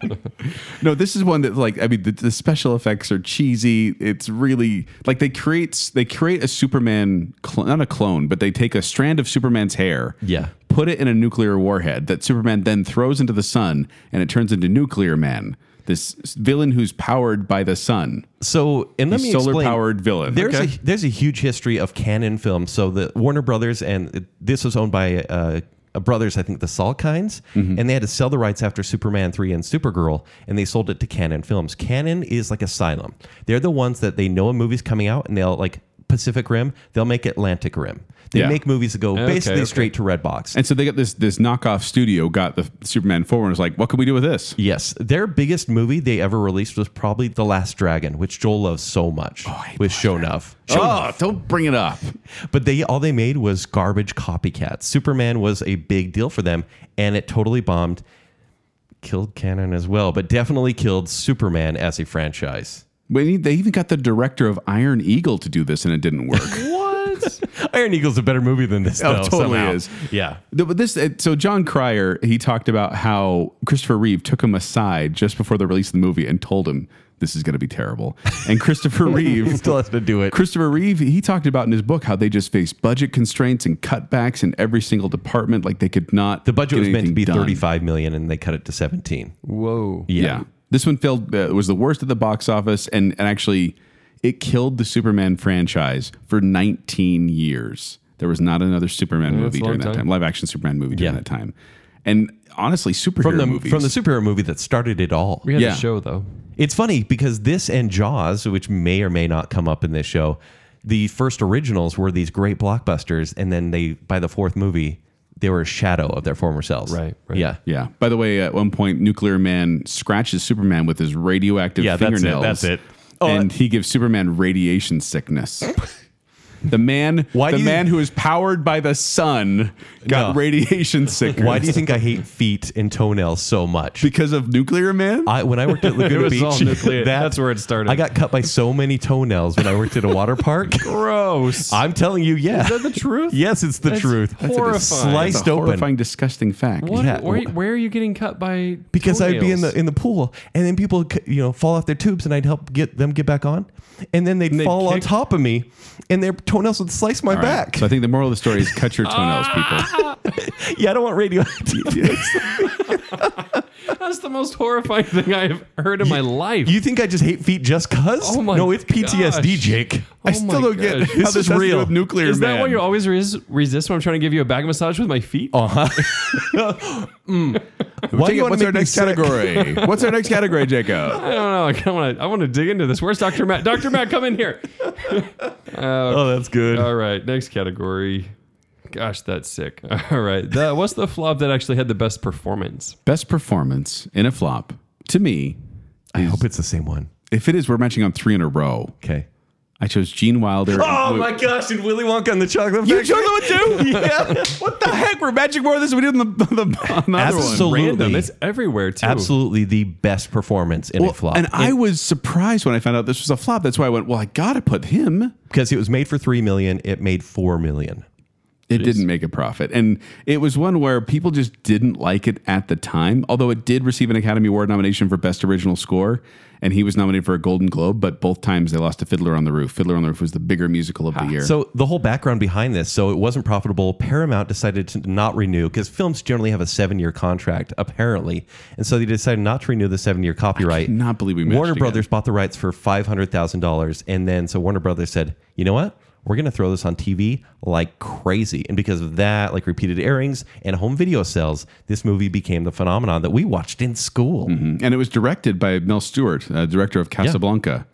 C: no, this is one that like I mean the, the special effects are cheesy. It's really like they create they create a Superman cl- not a clone, but they take a strand of Superman's hair.
B: Yeah.
C: Put it in a nuclear warhead that Superman then throws into the sun and it turns into Nuclear Man. This villain who's powered by the sun.
B: So, and let
C: He's
B: me
C: solar
B: explain.
C: powered villain.
B: There's
C: Okay.
B: a there's a huge history of canon films. So the Warner Brothers and it- this was owned by uh, a brothers, I think the Salkinds,
C: Mm-hmm.
B: and they had to sell the rights after Superman three and Supergirl, and they sold it to Canon Films. Canon is like Asylum. They're the ones that they know a movie's coming out, and they'll like Pacific Rim. They'll make Atlantic Rim. They
C: Yeah.
B: make movies that go
D: Okay,
B: basically
D: okay.
B: straight to Redbox.
C: And so they got this this knockoff studio got the Superman forward and was like, what can we do with this?
B: Yes, their biggest movie they ever released was probably The Last Dragon, which Joel loves so much, with Shonuff.
C: Oh, don't bring it up.
B: But they all they made was garbage copycats. Superman was a big deal for them, and it totally bombed. Killed canon as well, but definitely killed Superman as a franchise. <laughs>
C: When they even got the director of Iron Eagle to do this and it
B: <laughs>
C: didn't work.
D: What?
B: Iron Eagle's a better movie than this.
C: Oh,
B: though,
C: totally
B: somehow.
C: is.
B: Yeah.
C: No, But this, it- so John Cryer, he talked about how Christopher Reeve took him aside just before the release of the movie and told him this is going to be terrible. And Christopher
B: <laughs> He
C: Reeve,
B: still has to do it.
C: Christopher Reeve, he talked about in his book how they just faced budget constraints and cutbacks in every single department. Like they could not.
B: The budget
C: get
B: was meant to
C: anything
B: be
C: done.
B: thirty-five million, and they cut it to seventeen.
D: Whoa.
C: Yeah. This one failed. Uh, was the worst at the box office, and and actually, it killed the Superman franchise for 19 years. There was not another Superman movie
D: a
C: during
D: long time.
C: that time. Live action Superman movie during
B: Yeah.
C: that time, and honestly, superhero
B: From the
C: movies
B: from the superhero movie that started it all.
D: We had
C: Yeah.
D: the show though.
B: It's funny because this and Jaws, which may or may not come up in this show, the first originals were these great blockbusters, and then they by the fourth movie they were a shadow of their former selves.
D: Right, right.
B: Yeah.
C: Yeah. By the way, at one point, Nuclear Man scratches Superman with his radioactive
E: Yeah, that's it,
C: fingernails.
E: that's it.
B: Oh,
C: and he gives Superman radiation sickness. the man,
B: Why
C: the
B: do you-
C: man who is powered by the sun, got
B: No.
C: radiation sickness.
B: Why do you think I hate feet and toenails so much?
C: Because of Nuclear Man.
B: I, when I worked
D: <laughs>
B: at Laguna
D: It was
B: Beach,
D: all nuclear. That's where it started.
B: I got cut by so many toenails when I worked at a water
D: <laughs>
B: park.
D: Gross.
B: I'm telling you, yeah.
D: Is that the truth?
B: Yes, it's the
D: That's
B: truth.
D: horrifying.
B: Sliced
C: That's a
B: open.
C: horrifying, disgusting fact.
D: What,
B: Yeah.
D: where, where are you getting cut by?
B: because I'd be in the
D: toenails?
B: in the pool, and then people would c- you know fall off their tubes, and I'd help get them get back on, and then they'd,
D: they'd
B: fall on
D: kick?
B: top of me, and their toenails would slice my
C: All right.
B: back.
C: So I think the moral of the story is cut your toenails, people.
B: <laughs> yeah, I don't want <laughs> radioactive.
D: <laughs> That's the most horrifying thing I've heard in my life.
B: you think I just hate feet just cuz?
D: Oh my
B: no, it's PTSD,
D: gosh.
B: Jake.
C: I
D: Oh
C: still
D: my
C: don't get
D: gosh.
B: This
C: how this
B: is
C: has to do
B: real.
C: with Nuclear
D: is
C: Man.
D: that why you always res- resist when I'm trying to give you a back massage with my feet?
B: Uh-huh. Why do you
C: Jacob,
B: wanna
C: what's our
B: make me
C: next
B: sick?
C: category? <laughs> what's our next category, Jacob?
D: I don't know. I kind of want to. I want to dig into this. Where's Doctor Matt? Doctor Matt, come in here.
B: <laughs> Oh, that's good.
D: <laughs> All right, next category. Gosh, that's sick. <laughs> All right, the, what's the flop that actually had the best performance?
C: Best performance in a flop to me.
B: I hope it's the same one.
C: If it is, we're matching on three in a row.
B: Okay.
C: I chose Gene Wilder. and
B: Oh
C: Blue-
B: my gosh! And Willy Wonka and the Chocolate
C: You
B: Factory.
C: chose that one <laughs> too.
B: yeah.
C: What the heck? We're matching more of this than we did on the, <laughs> on the, on the other one.
B: Absolutely.
D: Random. It's everywhere too.
B: Absolutely the best performance in
C: Well,
B: a flop.
C: And I was surprised when I found out this was a flop. That's why I went, well, I got to put him.
B: because it was made for three million, it made four million.
C: It didn't make a profit. And it was one where people just didn't like it at the time, although it did receive an Academy Award nomination for Best Original Score. And he was nominated for a Golden Globe, but both times they lost to Fiddler on the Roof. Fiddler on the Roof was the bigger musical of the year.
B: So the whole background behind this, so it wasn't profitable. Paramount decided to not renew because films generally have a seven-year contract, apparently, and so they decided not to renew the seven-year copyright.
C: cannot believe we matched
B: Warner
C: again.
B: Brothers bought the rights for five hundred thousand dollars, and then so Warner Brothers said, you know what? We're going to throw this on TV like crazy. And because of that, like repeated airings and home video sales, this movie became the phenomenon that we watched in school.
C: Mm, and it was directed by Mel Stewart, uh, director of Casablanca,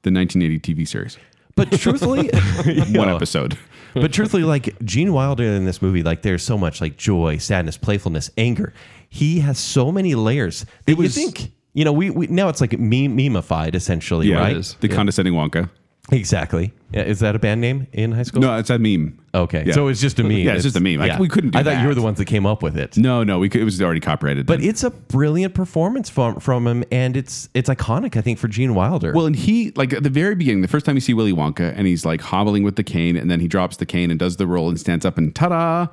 C: the 1980 TV series.
B: But
C: <laughs>
B: truthfully, <laughs>
C: One
B: Yeah.
C: episode.
B: but truthfully, like Gene Wilder in this movie, like there's so much like joy, sadness, playfulness, anger. He has so many layers that you
C: was-
B: think. You know, we, we now it's like meme, memeified essentially,
C: Yeah,
B: right?
D: it is.
C: The condescending Wonka.
B: Exactly. Yeah, Is that a band name in high school?
C: No, it's a meme.
B: Okay,
C: Yeah.
B: so it's just a meme.
C: Yeah, it's just a meme. I- we couldn't do
B: I thought you were
C: that.
B: the ones that came up with it.
C: No, no, we could, it was already copyrighted.
B: But it's a brilliant performance from from him, and it's it's iconic, I think, for Gene Wilder.
C: Well, and he like at the very beginning, the first time you see Willy Wonka, and he's like hobbling with the cane, and then he drops the cane and does the roll and stands up and ta-da!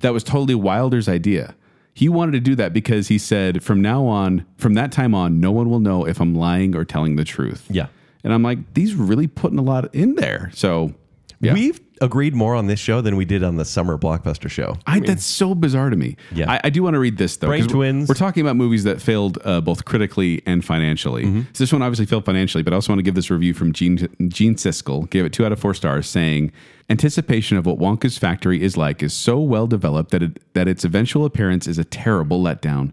C: That was totally Wilder's idea. He wanted to do that because he said, from now on, from that time on, no one will know if I'm lying or telling the truth.
B: yeah.
C: And I'm like, these really putting a lot in there. So yeah.
B: We've agreed more on this show than we did on the summer blockbuster show.
C: I, that's so bizarre to me.
B: Yeah.
C: I, I do want to read this though.
B: Brain
C: 'cause we're-
B: twins.
C: We're talking about movies that failed uh, both critically and financially.
B: Mm-hmm.
C: So this one obviously failed financially, but I also want to give this review from Gene Gene Siskel. Gave it two out of four stars, saying anticipation of what Wonka's factory is like is so well developed that it, that its eventual appearance is a terrible letdown.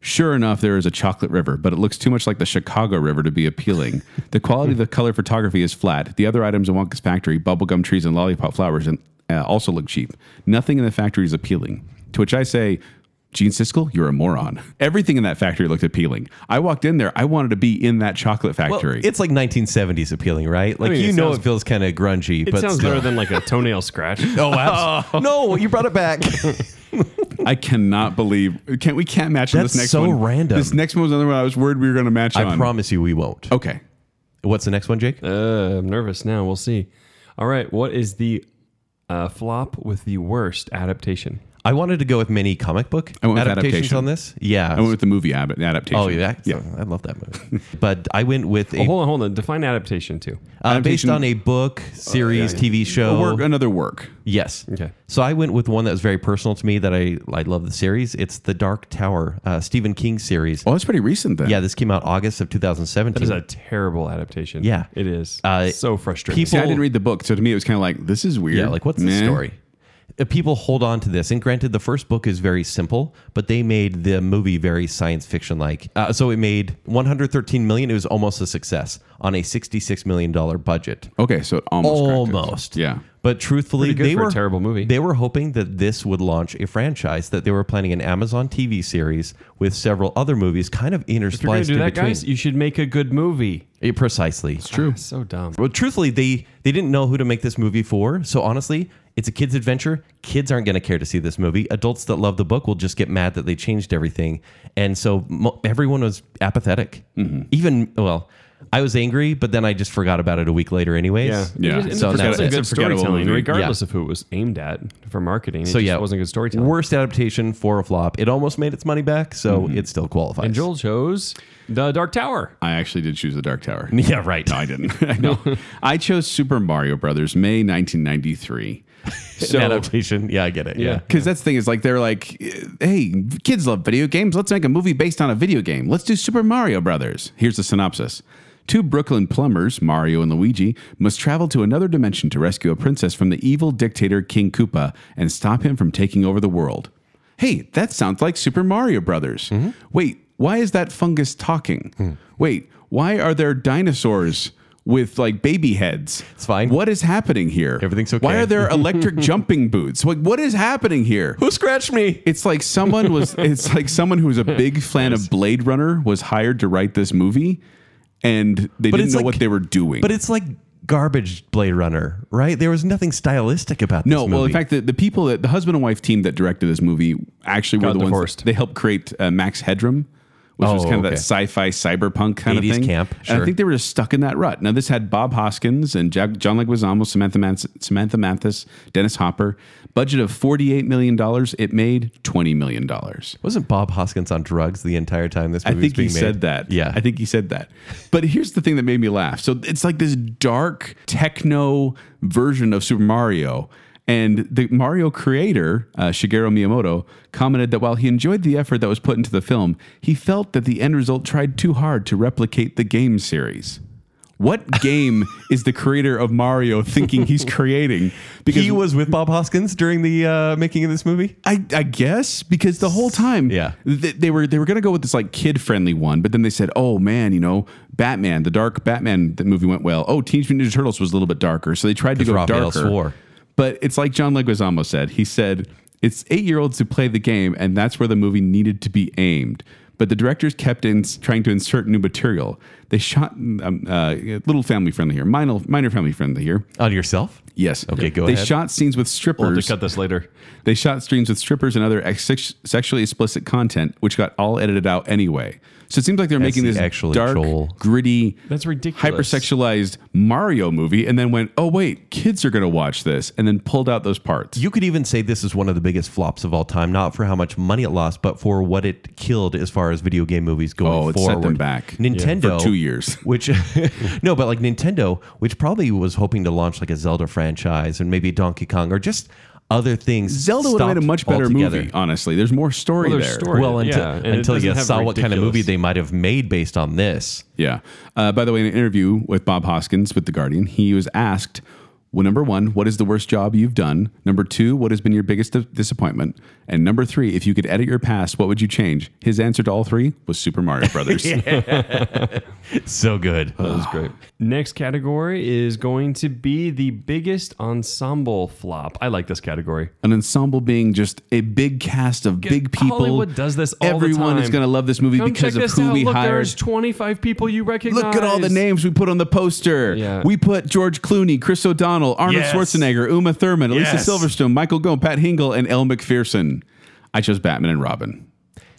C: Sure enough, there is a chocolate river, but it looks too much like the Chicago River to be appealing. The quality of the color photography is flat. The other items in Wonka's factory, bubblegum trees and lollipop flowers, and, uh, also look cheap. Nothing in the factory is appealing. To which I say, Gene Siskel, you're a moron. Everything in that factory looked appealing. I walked in there, I wanted to be in that chocolate
B: Well,
C: factory.
B: it's like 1970s appealing, right? Like
D: mean,
B: you
D: it
B: know,
D: sounds-
B: it feels kind of grungy,
D: It
B: but
D: sounds
B: still.
D: <laughs> better than like a toenail scratch. <laughs>
B: Oh, abs- no, you brought it
C: <laughs>
B: back.
C: I cannot believe can't we can't match on this
B: That's
C: next
B: so
C: one.
B: random.
C: This next one was another one I was worried we were gonna match
B: I
C: on.
B: promise you, we won't.
C: Okay.
B: What's the next one, Jake?
D: Uh, I'm nervous now. We'll see. All right, what is the uh, flop with the worst adaptation?
B: I wanted to go with many comic book
C: I went with
B: adaptations
C: adaptation.
B: on this.
C: I went
B: Yeah.
C: with the movie ab- adaptation.
B: Oh, yeah.
C: Yeah.
B: I love that movie.
C: <laughs>
B: but I went with a
D: Oh, hold on, hold on. Define adaptation too.
B: uh, based
C: Adaptation- Oh,
B: on a book, series, TV show.
C: A work another work.
B: Yes.
D: Okay.
B: So I went with one that was very personal to me that I I love the series. It's the Dark Tower, uh, Stephen King series.
C: Oh, that's pretty recent then.
B: Yeah, this came out August of
D: That
B: 2017.
D: is a terrible adaptation.
B: Yeah.
D: it is.
B: Uh,
D: so frustrating.
C: See, I
B: people-
C: didn't read the book, so to me it was kind of like this is weird.
B: Yeah, like what's the
C: Meh.
B: story? uh, people hold on to this. And granted, the first book is very simple, but they made the movie very science fiction like. Uh, so it made 113 million. It was almost a success on a 66 million dollar budget.
C: Okay, so it almost cracked it.
B: Almost.
C: Yeah.
B: But truthfully,
D: Pretty good
B: they
D: for a
B: were
D: terrible movie.
B: They were hoping that this would launch a franchise. That they were planning an Amazon TV series with several other movies, kind of
D: If you're gonna
B: interspliced
D: do
B: in
D: that,
B: between.
D: guys, you should make a good movie. Ah,
B: Yeah, precisely.
C: It's true.
D: So dumb.
B: Well, truthfully, they they didn't know who to make this movie for. So honestly, it's a kids' adventure. Kids aren't going to care to see this movie. Adults that love the book will just get mad that they changed everything, and so mo- everyone was apathetic.
D: Mm-hmm.
B: Even well, I was angry, but then I just forgot about it a week later, anyways.
C: Yeah.
D: It,
B: So
D: so
B: now
D: that's
B: it's-
D: good
C: it's a forgettable
D: storytelling,
C: movie.
D: regardless of who it was aimed at for marketing. It
B: So
D: just
B: yeah,
D: wasn't good storytelling.
B: Worst adaptation for a flop. It almost made its money back, so it still qualifies.
D: Mm-hmm. and Joel chose the Dark Tower.
C: I actually did choose the
B: <laughs>
C: Dark Tower.
B: <laughs> yeah,
D: <laughs>
B: right.
C: No, I didn't. <laughs> I know. I chose Super Mario Brothers, May
B: <laughs>
C: 1993.
B: An
C: So.
B: adaptation. Yeah, I get it. yeah.
C: Because that's the thing is like they're like, hey, kids love video games. Let's make a movie based on a video game. Let's do Super Mario Brothers. Here's the synopsis. Two Brooklyn plumbers, Mario and Luigi, must travel to another dimension to rescue a princess from the evil dictator King Koopa and stop him from taking over the world. Hey, that sounds like Super Mario Brothers.
B: Mm-hmm.
C: Wait, why is that fungus talking?
B: Hmm.
C: Wait, why are there dinosaurs with like baby heads?
B: It's fine.
C: What is happening here?
B: Everything's
C: Why
B: okay.
C: are there
B: <laughs>
C: they're electric jumping boots. Like, what is happening here?
B: Who scratched me?
C: It's like
B: <laughs>
C: someone was. It's like someone who was a big fan of Blade Runner was hired to write this movie, and they
B: But
C: didn't
B: it's
C: know
B: like-
C: what they were doing.
B: But it's like garbage Blade Runner, right? There was nothing stylistic about
C: no,
B: this
C: well,
B: movie.
C: in fact, the, the people that the husband and wife team that directed this movie actually were
D: Got
C: the ones
D: divorced.
C: that- they helped create uh, Max Headroom, which was
B: Oh,
C: kind of
B: okay.
C: that sci-fi cyberpunk kind
B: 80s
C: of thing.
B: camp,
C: And
B: sure.
C: I think they were just stuck in that rut. Now this had Bob Hoskins and Jack, John Leguizamo, Samantha Mans- Samantha Mathis, Dennis Hopper. Budget of forty-eight million dollars. It made twenty million dollars.
B: Wasn't Bob Hoskins on drugs the entire time this
C: I
B: movie was
C: think he
B: being made?
C: said that.
B: Yeah.
C: I think he said that. But here's the thing that made me laugh. So it's like this dark techno version of Super Mario. And the Mario creator, uh, Shigeru Miyamoto, commented that while he enjoyed the effort that was put into the film, he felt that the end result tried too hard to replicate the game series. What
B: <laughs>
C: game is the creator of Mario thinking he's creating?
B: he was with Bob Hoskins during the uh, making of this movie.
C: I, I guess because the whole time,
B: Yeah.
C: th- they were they were gonna go with this like kid friendly one, but then they said, oh man, you know, Batman, the dark Batman, the movie went well. Oh, Teenage Mutant Ninja Turtles was a little bit darker, so they tried to
B: 'Cause
C: go
B: Raphael
C: darker.
B: swore.
C: But it's like John Leguizamo said. He said it's eight year olds who play the game, and that's where the movie needed to be aimed. But the directors kept in, trying to insert new material. They shot um, uh, little family friendly here, minor minor family friendly here.
B: On yourself?
C: Yes.
B: Okay, go
C: they
B: ahead.
C: shot scenes with strippers.
E: We'll have to cut this later.
C: They shot streams with strippers and other ex- sex- sexually explicit content, which got all edited out anyway. So it seems like they're making
B: the
C: this
B: actual
C: dark,
B: Joel.
C: gritty,
D: That's ridiculous.
C: hypersexualized Mario movie, and then went, "Oh wait, kids are going to watch this," and then pulled out those parts.
B: You could even say this is one of the biggest flops of all time, not for how much money it lost, but for what it killed as far as video game movies going
C: Oh, it set them
B: forward.
C: back.
B: Nintendo
C: Yeah, for two
B: <laughs>
C: years.
B: which no, but like Nintendo, which probably was hoping to launch like a Zelda franchise and maybe Donkey Kong or just other things.
C: Zelda would have made a
B: stopped
C: much better
B: altogether.
C: movie. Honestly, there's more story
D: Well, there's
C: there.
D: story.
B: Well, until,
D: Yeah, and it
B: until you
D: doesn't have
B: saw what kind of
D: ridiculous-
B: movie they might have made based on this.
C: Yeah. Uh, by the way, in an interview with Bob Hoskins with The Guardian, he was asked, well, number one, what is the worst job you've done? Number two, what has been your biggest dis- disappointment? And number three, if you could edit your past, what would you change? His answer to all three was Super
D: <laughs>
C: Mario Brothers.
B: So good.
D: That was great. Next category is going to be the biggest ensemble flop. I like this category.
C: An ensemble being just a big cast of big people.
D: Hollywood does this all the
C: Everyone is
D: time.
C: going to love this movie
D: Come
C: because
D: check
C: of
D: this
C: who
D: out.
C: we
D: Look,
C: hired.
D: There's 25 people you recognize.
C: Look at all the names we put on the poster.
D: Yeah.
C: We put George Clooney, Chris O'Donnell, Arnold
B: Yes.
C: Schwarzenegger, Uma Thurman, Alicia
B: Yes.
C: Silverstone, Michael Gove, Pat Hingle, and Elle McPherson. I chose Batman and Robin.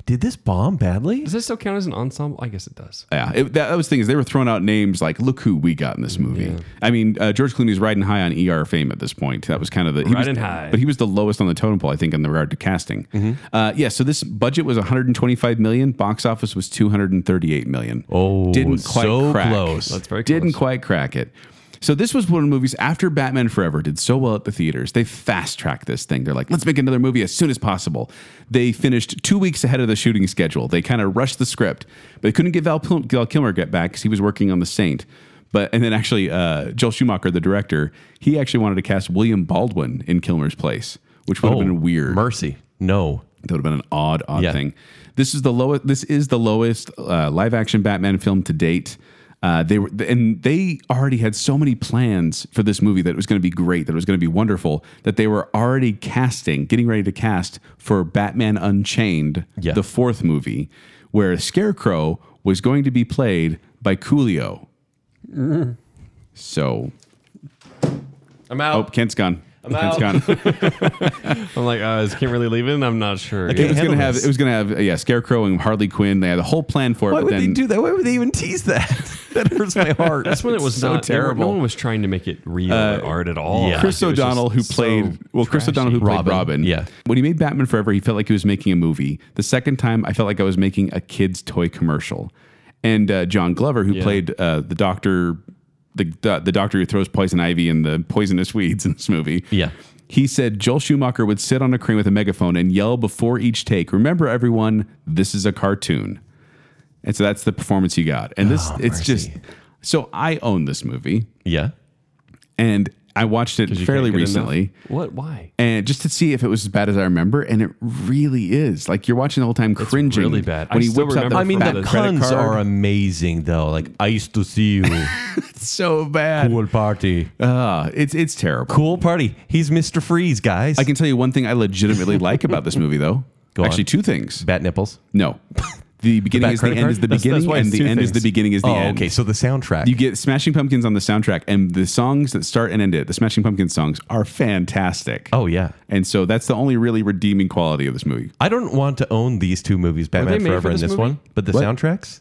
B: Did this bomb badly?
D: Does this still count as an ensemble? I guess it does.
C: Yeah, it, that, that was the thing is they were throwing out names like, look who we got in this movie. I mean, uh, George Clooney's riding high on ER fame at this point. That was kind of the he was-
D: Riding high.
C: but he was the lowest on the totem pole, I think, in regard to casting.
B: Mm-hmm.
C: Uh, yeah, so this budget was 125 million. Box office was 238 million.
B: Oh,
C: didn't quite
B: so
C: crack.
B: close.
D: That's very
C: didn't
D: close.
C: quite crack it. So this was one of the movies after Batman Forever did so well at the theaters. They fast tracked this thing. They're like, let's make another movie as soon as possible. They finished two weeks ahead of the shooting schedule. They kind of rushed the script, but they couldn't get Val, Pil- Val Kilmer get back because he was working on The Saint. But and then actually, uh, Joel Schumacher, the director, he actually wanted to cast William Baldwin in Kilmer's place, which
D: Oh,
C: would have been weird.
B: Oh, Mercy. No.
C: That would have been an odd, odd
B: Yeah.
C: thing. This is the lowest. This is the lowest uh, live action Batman film to date. Uh, they were, and they already had so many plans for this movie that it was going to be great, that it was going to be wonderful, that they were already casting, getting ready to cast for Batman Unchained,
B: Yeah.
C: the fourth movie, where Scarecrow was going to be played by Coolio. So,
B: I'm
C: oh,
B: out.
C: Kent's gone. Kent's
B: <laughs> out.
C: gone.
D: I'm like, uh, is Kimberly leaving? I'm not sure.
B: can't
C: it was
B: handle
C: gonna have
B: this.
C: it was gonna have uh, yeah Scarecrow and Harley Quinn. They had a whole plan for it.
B: Why
C: but
B: would
C: then,
B: they do that? Why would they even tease that? <laughs> that hurts my heart.
D: That's when it
C: It's
D: was
C: <laughs> so
D: not they were-
C: terrible. Uh,
D: No one was trying to make it real or art at all.
B: yeah.
C: Chris
D: It was just
C: O'Donnell, who
D: so
C: played well, Chris
D: trashy.
C: O'Donnell, who
B: Robin,
C: played Robin.
B: yeah.
C: When he made Batman Forever, he felt like he was making a movie. The second time, I felt like I was making a kid's toy commercial. And uh, John Glover, who played uh, the doctor, the, the the doctor who throws poison ivy and the poisonous weeds in this movie.
B: Yeah.
C: He said Joel Schumacher would sit on a crane with a megaphone and yell before each take. Remember, everyone, this is a cartoon. And so that's the performance you got. And this, it's just so I own this movie,
B: Yeah.
C: and I watched it
D: 'Cause you
C: fairly
D: can't get enough.
C: recently
D: What? Why?
C: and just to see if it was as bad as I remember, and it really is. Like you're watching the whole time cringing.
D: really bad.
C: When
D: I
C: he
D: still
C: whips out
D: remember
C: the
B: I mean,
D: from
C: fat
B: the
D: the
C: credit
B: cons
C: card.
B: are amazing, though. Like, I used to see you.
C: so bad.
B: cool party.
C: Ah, it's it's terrible.
B: Cool party. He's Mr. Freeze, guys.
C: I can tell you one thing I legitimately like about this movie, though.
B: <laughs> Go on.
C: Actually, two things.
B: Bat nipples.
C: no, the beginning
B: back
C: is the
B: credit
C: end
B: card?
C: is the
B: That's- that's
C: beginning,
B: why
C: and
B: it's
C: the
B: two
C: end is the
B: things.
C: beginning is the
B: Oh,
C: end.
B: okay. So the soundtrack.
C: You get Smashing Pumpkins on the soundtrack, and the songs that start and end it, the Smashing Pumpkins songs, are fantastic.
B: oh yeah.
C: And so that's the only really redeeming quality of this movie.
B: I don't want to own these two movies,
D: they
B: Batman
D: made for
B: Forever and
D: this
B: this
D: movie?
B: one, but the
C: What?
B: soundtracks.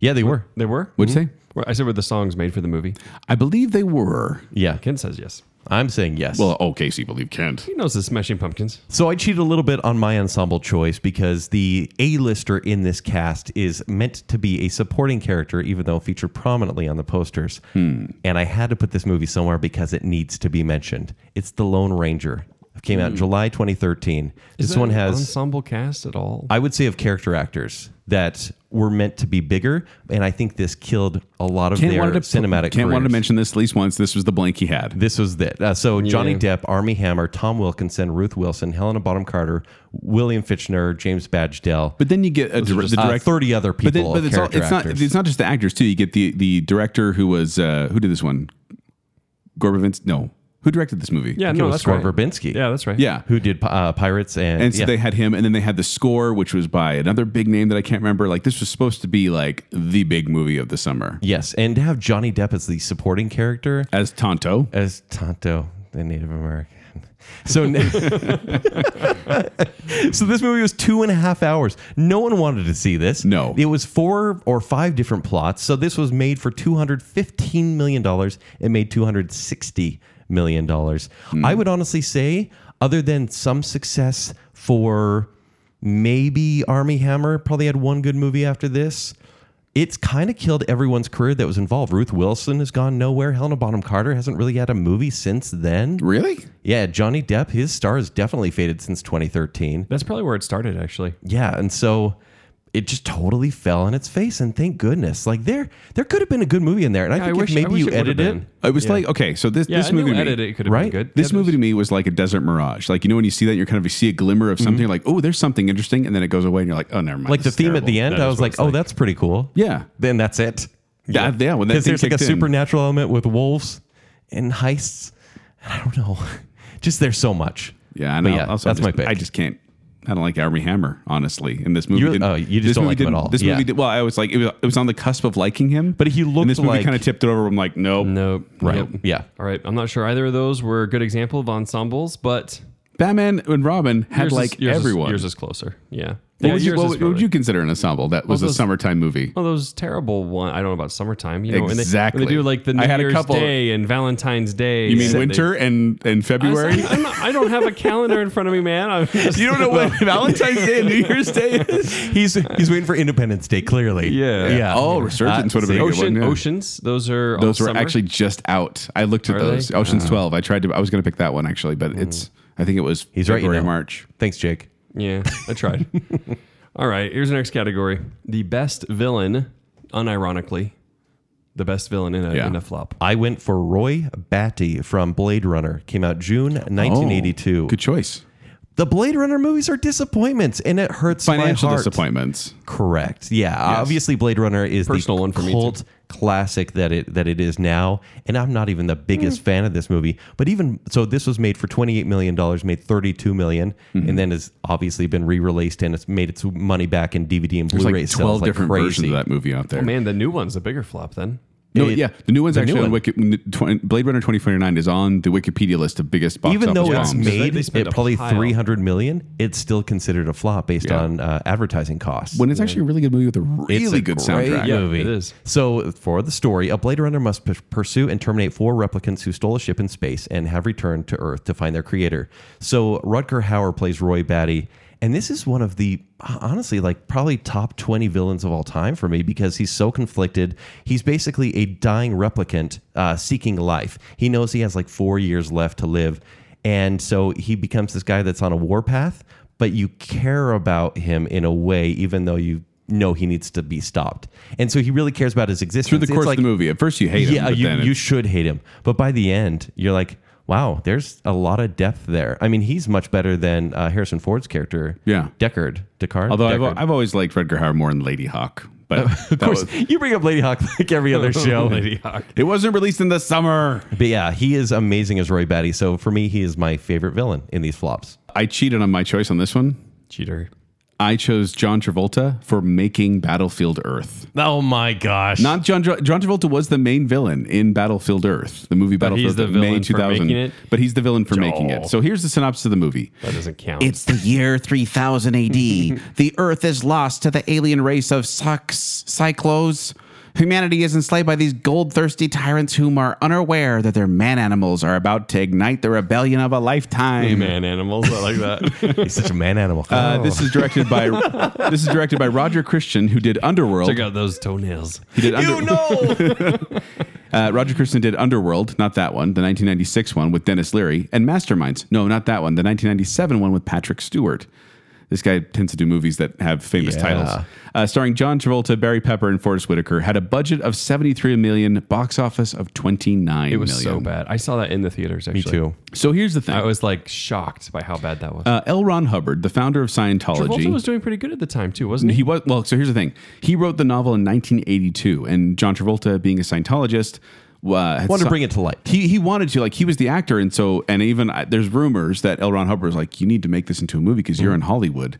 B: Yeah, they were.
D: They were.
C: What'd
B: Hmm?
C: you say?
D: Well, I said were the songs made for the movie?
C: I believe they were.
B: Yeah.
D: Ken says yes.
B: I'm saying yes.
C: Well, oh, Casey, believe Kent.
D: He knows the Smashing Pumpkins.
B: So I cheated a little bit on my ensemble choice because the A-lister in this cast is meant to be a supporting character, even though featured prominently on the posters. And I had to put this movie somewhere because it needs to be mentioned. It's The Lone Ranger. It came out July 2013.
D: Is
B: this
D: that
B: one
D: an
B: has
D: ensemble cast at all.
B: I would say of character actors that were meant to be bigger, and I think this killed a lot of
C: Kent
B: their
C: wanted to-
B: cinematic.
C: Kent wanted to
B: careers.
C: mention this at least once. This was the blank he had.
B: This was it. Uh, so Johnny
D: Yeah.
B: Depp, Army Hammer, Tom Wilkinson, Ruth Wilson, Helena Bonham Carter, William Fitchner, James Badgedell,
C: But then you get a dir- the
B: uh,
C: direct,
B: 30 other people.
C: But, then, but
B: of
C: it's, all,
B: character
C: it's not
B: actors.
C: it's not just the actors too. You get the the director who was uh, who did this one, Gore Vince. No, who directed this movie?
D: yeah,
B: think it
D: no,
B: was
D: that's
B: Gore
D: right.
B: Verbinski.
D: Yeah, that's right.
C: yeah.
B: who did uh, Pirates and,
C: And so
B: yeah.
C: they had him, and then they had the score, which was by another big name that I can't remember. Like this was supposed to be like the big movie of the summer
B: yes, and to have Johnny Depp as the supporting character
C: as Tonto.
B: as Tonto, the Native American. <laughs> So, so this movie was two and a half hours. No one wanted to see this.
C: No.
B: it was four or five different plots. So this was made for two hundred fifteen million dollars. It made two hundred sixty million dollars. I would honestly say, other than some success for maybe Army Hammer, probably had one good movie after this. It's kind of killed everyone's career that was involved. Ruth Wilson has gone nowhere. Helena Bonham Carter hasn't really had a movie since then.
C: Really?
B: Yeah, Johnny Depp, his star has definitely faded since 2013.
D: That's probably where it started, actually.
B: Yeah, and so it just totally fell on its face, and thank goodness. Like there, there could have been a good movie in there, and I
D: I
B: think if
D: wish- I
B: maybe
D: wish
B: you
D: it would've
B: edited it.
D: been.
C: It was like okay, so this
D: Yeah,
C: this
D: I
C: movie
D: knew
C: to me-
D: edit it could have
B: Right?
D: been good.
C: This
D: Yeah,
C: movie to me was like a desert mirage. Like you know when you see that you're kind of you see a glimmer of something, you're like oh there's something interesting, and then it goes away, and you're like oh never mind.
B: Mm-hmm. Like the
C: this is
B: theme at
C: terrible.
B: the end,
E: That
B: I
E: is
B: was
E: what
B: like,
E: it's
B: oh,
E: like.
B: that's pretty cool.
C: Yeah.
B: Then that's it.
C: Yeah, yeah. When that
B: Because
C: thing
B: there's like a
C: kicked in.
B: supernatural element with wolves and heists. And I don't know. <laughs> Just there's so much.
C: Yeah, I
B: But
C: know.
B: yeah,
C: Also, I
B: that's my
C: just-
B: pick.
C: I just can't. I don't like Army Hammer, honestly. In this movie,
B: You-
C: didn't-
B: oh, you just
C: this
B: don't
C: movie
B: like him at
C: didn't-
B: all.
C: This
B: Yeah.
C: movie, did, well, I was like, it was, it was on the cusp of liking him,
B: But he looked
C: And this movie
B: like-
C: kind of tipped it over. I'm like, nope,
D: Nope.
B: Right. Yeah.
D: All right. I'm not sure either of those were a good example of ensembles, but
C: Batman and Robin had
D: yours is-
C: like
D: yours is-
C: everyone.
D: yours is closer. Yeah.
C: what
D: yeah,
C: would you,
D: yours
C: what
D: is
C: would- what would
D: probably-
C: you consider an ensemble that was
D: Well,
C: a
D: those-
C: summertime movie?
D: Oh, those terrible one. I don't know about summertime. You know, when they-
C: Exactly.
D: When they, do like the New
C: I had a
D: Year's
C: couple-
D: Day and Valentine's Day.
C: you mean
D: and
C: winter and and
D: They, I, was-
C: February?
D: I'm- I'm not- I don't have a calendar in front of me, man.
C: <laughs>
D: I'm just,
B: You don't know what Valentine's Day and New Year's Day is. <laughs> He's he's waiting for Independence Day, clearly.
D: Yeah.
B: Yeah. Uh,
C: Oh, Resurgence would have been a good
D: <laughs> ocean,
C: one. yeah.
D: oceans. Those are all
C: Those were
D: summer.
C: actually just out. I looked at
D: Are
C: those.
D: they?
C: Ocean's
B: Oh.
C: Twelve. I tried to. I was going to pick that one actually, but it's. I think it was.
B: Mm. He's right, you
C: February,
B: know.
C: March.
B: Thanks, Jake.
D: Yeah, I tried. All right, here's the next category: the best villain, unironically, the best villain in a,
C: Yeah.
D: in a flop.
B: I went for Roy Batty from Blade Runner. Came out June
C: Oh,
B: 1982.
C: Good choice.
B: The Blade Runner movies are disappointments, and it hurts
C: Financial
B: my heart.
C: disappointments.
B: Correct. Yeah. Obviously, Blade Runner is
E: Personal
B: the
E: one for me,
B: cult classic that it that it is now, and I'm not even the
C: Mm.
B: biggest fan of this movie. But even so, this was made for 28 million dollars, made 32 million,
C: Mm-hmm.
B: and then has obviously been re-released and it's made its money back in DVD and
C: There's
B: Blu-ray
C: like
B: sales
C: 12
B: like
C: different
B: crazy.
C: versions of that movie out there.
D: Oh man, the new one's a bigger flop then.
C: No,
B: It-
C: yeah, the new one's
B: the new
C: actually on
B: one.
C: Wiki, n- twen- Blade Runner 2049 is on the Wikipedia list of biggest box
B: even though it's
C: office bombs.
D: Because they-
B: made
D: they spent
B: at
D: a
B: probably
D: pile.
B: 300 million, it's still considered a flop based
C: Yeah.
B: on uh, advertising costs.
C: when it's actually a really good movie with a really
B: It's a
C: good
B: great
C: soundtrack.
D: Yeah.
B: movie.
D: it is.
B: So, for the story, a Blade Runner must p- pursue and terminate four replicants who stole a ship in space and have returned to Earth to find their creator. So, Rutger Hauer plays Roy Batty, and this is one of the honestly, like probably top twenty villains of all time for me because he's so conflicted. He's basically a dying replicant uh, seeking life. He knows he has like four years left to live, and so he becomes this guy that's on a warpath. But you care about him in a way, even though you no, he needs to be stopped. And so he really cares about his existence.
C: Through the
B: It's
C: course
B: like,
C: of the movie, at first you hate him,
B: yeah,
C: but
B: you,
C: then
B: you
C: it's-
B: should hate him. But by the end, you're like, wow, there's a lot of depth there. I mean, he's much better than uh, Harrison Ford's character.
C: Yeah.
B: Deckard. Deckard.
C: although I've,
B: Deckard.
C: I've always liked Rutger Hauer more than Lady Hawk, but <laughs> of
B: of course, you bring up Lady Hawk like every
C: <laughs>
B: other show.
D: Lady Hawk.
C: it wasn't released in the summer.
B: But yeah, he is amazing as Roy Batty. So for me, he is my favorite villain in these flops.
C: I cheated on my choice on this one.
D: Cheater.
C: I chose John Travolta for making Battlefield Earth.
B: Oh my gosh.
C: Not John. Tra- John Travolta was the main villain in Battlefield Earth, the movie Battlefield
D: he's the
C: Earth,
D: villain
C: May
D: for
C: 2000.
D: making it?
C: But he's the villain for making it. So here's the synopsis of the movie.
D: That doesn't count.
F: It's the year 3000 AD.
C: <laughs>
F: the Earth is lost to the alien race of Sox Cyclos. Humanity is enslaved by these gold-thirsty tyrants whom are unaware that their man animals are about to ignite the rebellion of a lifetime.
D: man animals. I like
B: <laughs>
D: that.
B: he's such a man animal.
C: <laughs> Uh, This is directed by this is directed by Roger Christian, who did Underworld.
D: Check out those toenails.
C: He did Under-
B: know.
C: <laughs> uh, Roger Christian did Underworld, not that one, the 1996 one with Dennis Leary, and Masterminds. No, not that one, the 1997 one with Patrick Stewart. This guy tends to do movies that have famous
B: Yeah.
C: titles. Uh, starring John Travolta, Barry Pepper, and Forrest Whitaker, had a budget of 73 million, box office of 29 million.
D: It was so bad. I saw that in the theaters. Actually.
B: Me <laughs> too.
C: So here's the thing.
D: I was like shocked by how bad that was.
C: uh, L. Ron Hubbard, the founder of Scientology,
D: Travolta was doing pretty good at the time too, wasn't he?
C: He was well. So here's the thing: he wrote the novel in 1982, and John Travolta, being a Scientologist, uh, had
B: Wanted to
C: si-
B: bring it to light.
C: He he wanted to like he was the actor, and so and even I, there's rumors that L. Ron Hubbard was like, "You need to make this into a movie because
B: Mm-hmm.
C: you're in Hollywood."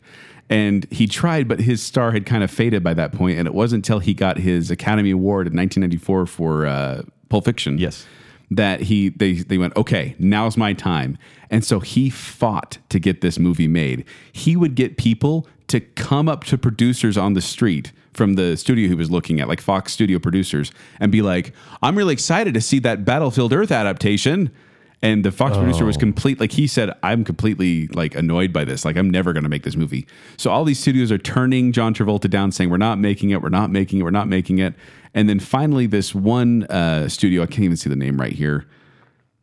C: And he tried, but his star had kind of faded by that point, and it wasn't until he got his Academy Award in 1994 for uh, Pulp Fiction,
B: Yes.
C: that he they they went okay now's my time and so he fought to get this movie made he would get people to come up to producers on the street from the studio he was looking at like fox studio producers and be like i'm really excited to see that battlefield earth adaptation and the fox producer
B: Oh.
C: was complete like he said i'm completely like annoyed by this like i'm never going to make this movie so all these studios are turning john travolta down saying we're not making it we're not making it we're not making it and then finally this one uh, studio i can't even see the name right here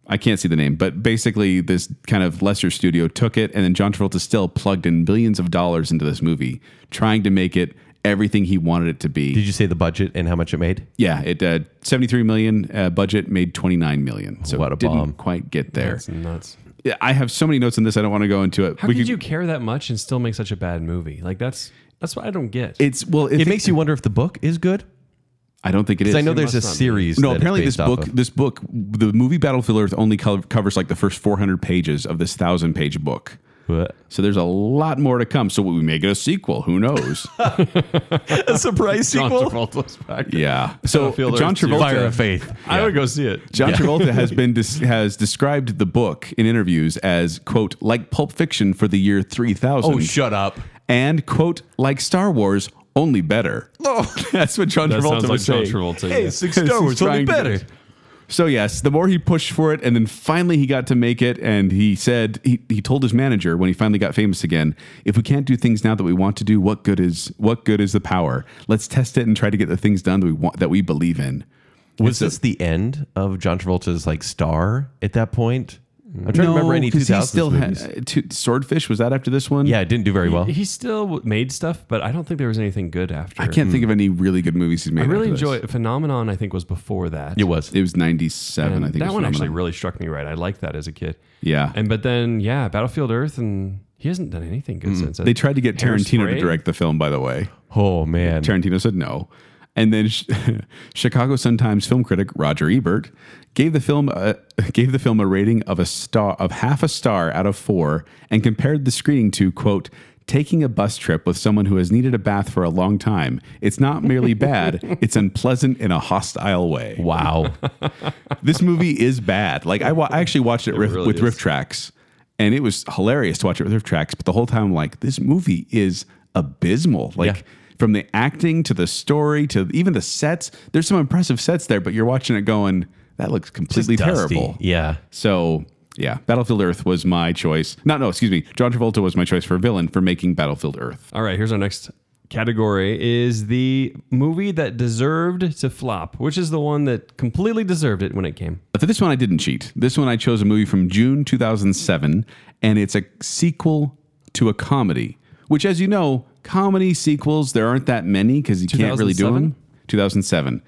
C: I can't see the name, but basically this kind of lesser studio took it, and then John Travolta still plugged in billions of dollars into this movie, trying to make it everything he wanted it to be.
B: Did you say the budget and how much it made?
C: yeah, it uh, seventy three million uh, budget made twenty nine million, so
B: What a
C: didn't
B: bomb.
C: quite get there.
D: That's nuts.
C: Yeah, I have so many notes on this, I don't want to go into it.
D: How
C: We
D: could
C: could-
D: you care that much and still make such a bad movie? Like that's that's what I don't get.
C: It's well,
B: It makes you wonder if the book is good.
C: I don't think it is.
B: Because I know there's a
D: must not be.
B: series.
C: No,
B: that it's
C: apparently this
B: based off
C: book,
B: of.
C: this book, the movie Battlefield Earth only co- covers like the first 400 pages of this thousand page book. So there's a lot more to come. So we may get a sequel. Who
B: <laughs>
C: knows?
B: <laughs>
C: <laughs>
B: a surprise
D: John
B: sequel.
D: Travolta's back.
C: yeah. So
D: Battlefield
C: <laughs> John
D: Earth two.
C: Travolta,
B: Fire of Faith.
D: I would go see it.
C: John
B: <laughs>
C: Travolta has been dis- has described the book in interviews as quote like Pulp Fiction for the year 3000.
B: Oh, up.
C: And quote like Star Wars only better. <laughs> that's what John
E: That
C: Travolta
E: sounds like
C: was
E: John
C: saying.
E: Travolta. yeah.
B: six
C: Because <laughs> he's trying to do it. So yes, the more he pushed for it, and then finally he got to make it, and he said he, he told his manager when he finally got famous again, if we can't do things now that we want to do, what good is what good is the power? Let's test it and try to get the things done that we want that we believe in.
B: Was this the end of John Travolta's like star at that point? I'm trying to remember any
C: 'cause he
B: 2000s
C: still
B: movies.
C: had uh, two- Swordfish. Was that after this one?
B: yeah, it didn't do very well.
D: He, he still w- made stuff, but I don't think there was anything good after.
C: I can't think of any really good movies he's made.
D: I really
C: after this.
D: enjoy Phenomenon. I think was before that.
B: it was.
C: It was '97.
D: And
C: I think
D: that
C: was
D: one actually
C: Phenomenon.
D: really struck me right. I liked that as a kid.
C: Yeah.
D: And but then yeah, Battlefield Earth, and he hasn't done anything good since.
C: Mm. They tried to get Tarantino
D: Hairspray?
C: to direct the film, by the way.
B: oh man.
C: Tarantino said no. And then sh- <laughs> Chicago Sun Times film critic Roger Ebert gave the film a, <laughs> gave the film a rating of a star of half a star out of four, and compared the screening to quote taking a bus trip with someone who has needed a bath for a long time. It's not merely bad; it's unpleasant in a hostile way.
B: Wow.
C: This movie is bad. Like I, wa- I actually watched it, riff,
D: really
C: with
D: is.
C: riff tracks, and it was hilarious to watch it with riff tracks. But the whole time, I'm like, this movie is abysmal. Like
B: Yeah.
C: from the acting to the story to even the sets. There's some impressive sets there, but you're watching it going, that looks <laughs> completely
B: Dusty.
C: terrible.
B: Yeah.
C: So yeah, Battlefield Earth was my choice. No, no, excuse me. John Travolta was my choice for villain for making Battlefield Earth.
D: All right, here's our next category is the movie that deserved to flop, which is the one that completely deserved it when it came.
C: But Uh, for this one, I didn't cheat. This one, I chose a movie from June 2007, and it's a sequel to a comedy, which, as you know, comedy sequels, there aren't that many because you can't really do
D: 2007?
C: them. 2007.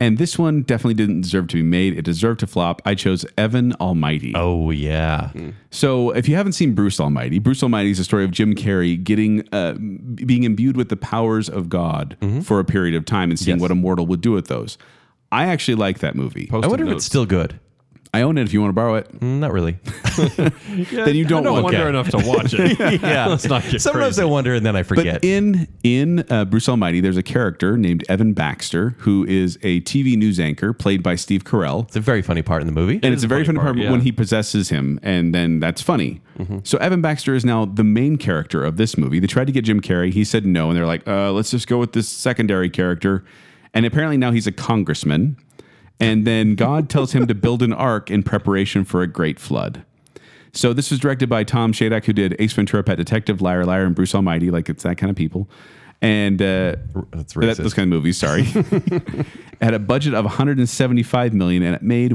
C: And this one definitely didn't deserve to be made. It deserved to flop. I chose Evan Almighty.
B: Oh yeah.
C: Hmm. So, if you haven't seen Bruce Almighty, Bruce Almighty is a story of Jim Carrey getting uh, being imbued with the powers of God for a period of time and seeing what a mortal would do with those. I actually like that movie.
B: I wonder if
D: notes.
B: it's still good.
C: I own it if you want to borrow it.
B: Mm, Not
C: <laughs>
B: really.
C: then you don't,
D: I don't
C: want
D: wonder
B: Okay.
D: enough to watch
B: <laughs>
D: it.
C: <laughs>
B: yeah.
E: Let's not get
B: Sometimes
E: crazy.
B: I wonder and then I
C: But
B: forget.
C: in in uh, Bruce Almighty, there's a character named Evan Baxter who is a TV news anchor played by Steve Carell.
B: it's a very funny part in the movie.
C: And it's a very funny part Mm-hmm.
D: yeah.
C: when he possesses him, and then that's funny. So Evan Baxter is now the main character of this movie. They tried to get Jim Carrey, he said no, and they're like, uh, let's just go with this secondary character. And apparently now he's a congressman. And then God tells him to build an ark in preparation for a great flood. So this was directed by Tom Shadak, who did Ace Ventura, Pet Detective, Liar Liar, and Bruce Almighty. Like it's that kind of people. And uh,
B: That's
C: that-
B: racist.
C: those kind of movies. Sorry. <laughs> Had a budget of 175 million, and it made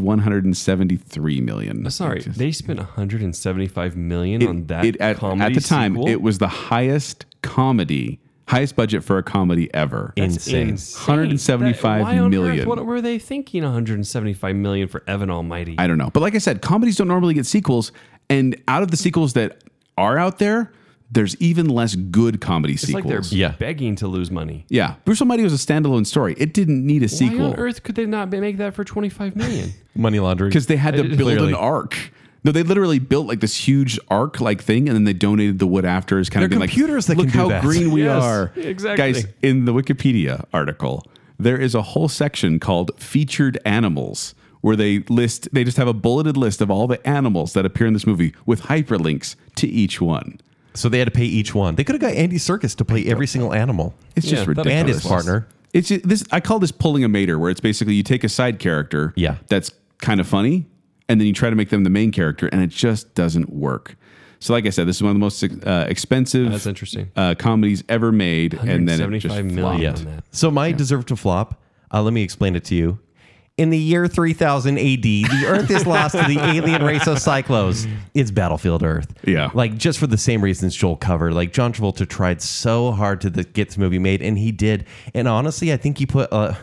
C: 173 million.
D: Sorry, they spent 175 million on that
C: It- at,
D: comedy
C: at the time,
D: sequel?
C: it was the highest comedy, highest budget for a comedy ever.
B: In-
D: That's
B: insane.
C: 175
D: That- why on
C: million.
D: Earth, what were they thinking? 175 million for Evan Almighty.
C: I don't know. But like I said, comedies don't normally get sequels, and out of the sequels that are out there, there's even less good comedy
D: it's like
C: sequels.
D: they're
B: Yeah.
D: begging to lose money.
C: Yeah, Bruce Almighty was a standalone story. It didn't need a
D: Why
C: sequel
D: on earth could they not ma- make that for 25
C: <laughs>
D: million?
B: Money laundering.
C: because they had to build
B: Clearly.
C: an ark. No, they literally built like this huge ark like thing, and then they donated the wood after as kind of
B: They're
C: being like,
B: computers that
C: look
B: can do
C: how
B: that."
C: green we
D: Yes,
C: are.
D: exactly.
C: guys. In the Wikipedia article, there is a whole section called featured animals. Where they list, they just have a bulleted list of all the animals that appear in this movie with hyperlinks to each one.
B: so they had to pay each one. They could have got Andy Circus to play every single animal.
C: It's
D: Yeah,
C: just
D: that
C: ridiculous.
B: and his partner.
C: It's ju- this. I call this pulling a mater, where it's basically you take a side character,
B: Yeah.
C: that's kind of funny, and then you try to make them the main character, and it just doesn't work. So, like I said, this is one of the most uh, expensive
D: That's interesting.
C: uh, comedies ever made, and then it just
D: 175 million.
C: flopped.
B: Yeah.
D: on that.
B: So my deserve to flop. Uh, let me explain it to you. In the year 3000 AD, the Earth is lost to
C: <laughs>
B: the alien race of Cyclos. It's Battlefield Earth.
C: Yeah.
B: Like, just for the same reasons Joel covered. Like, John Travolta tried so hard to th- get this movie made, and he did. And honestly, I think he put, uh,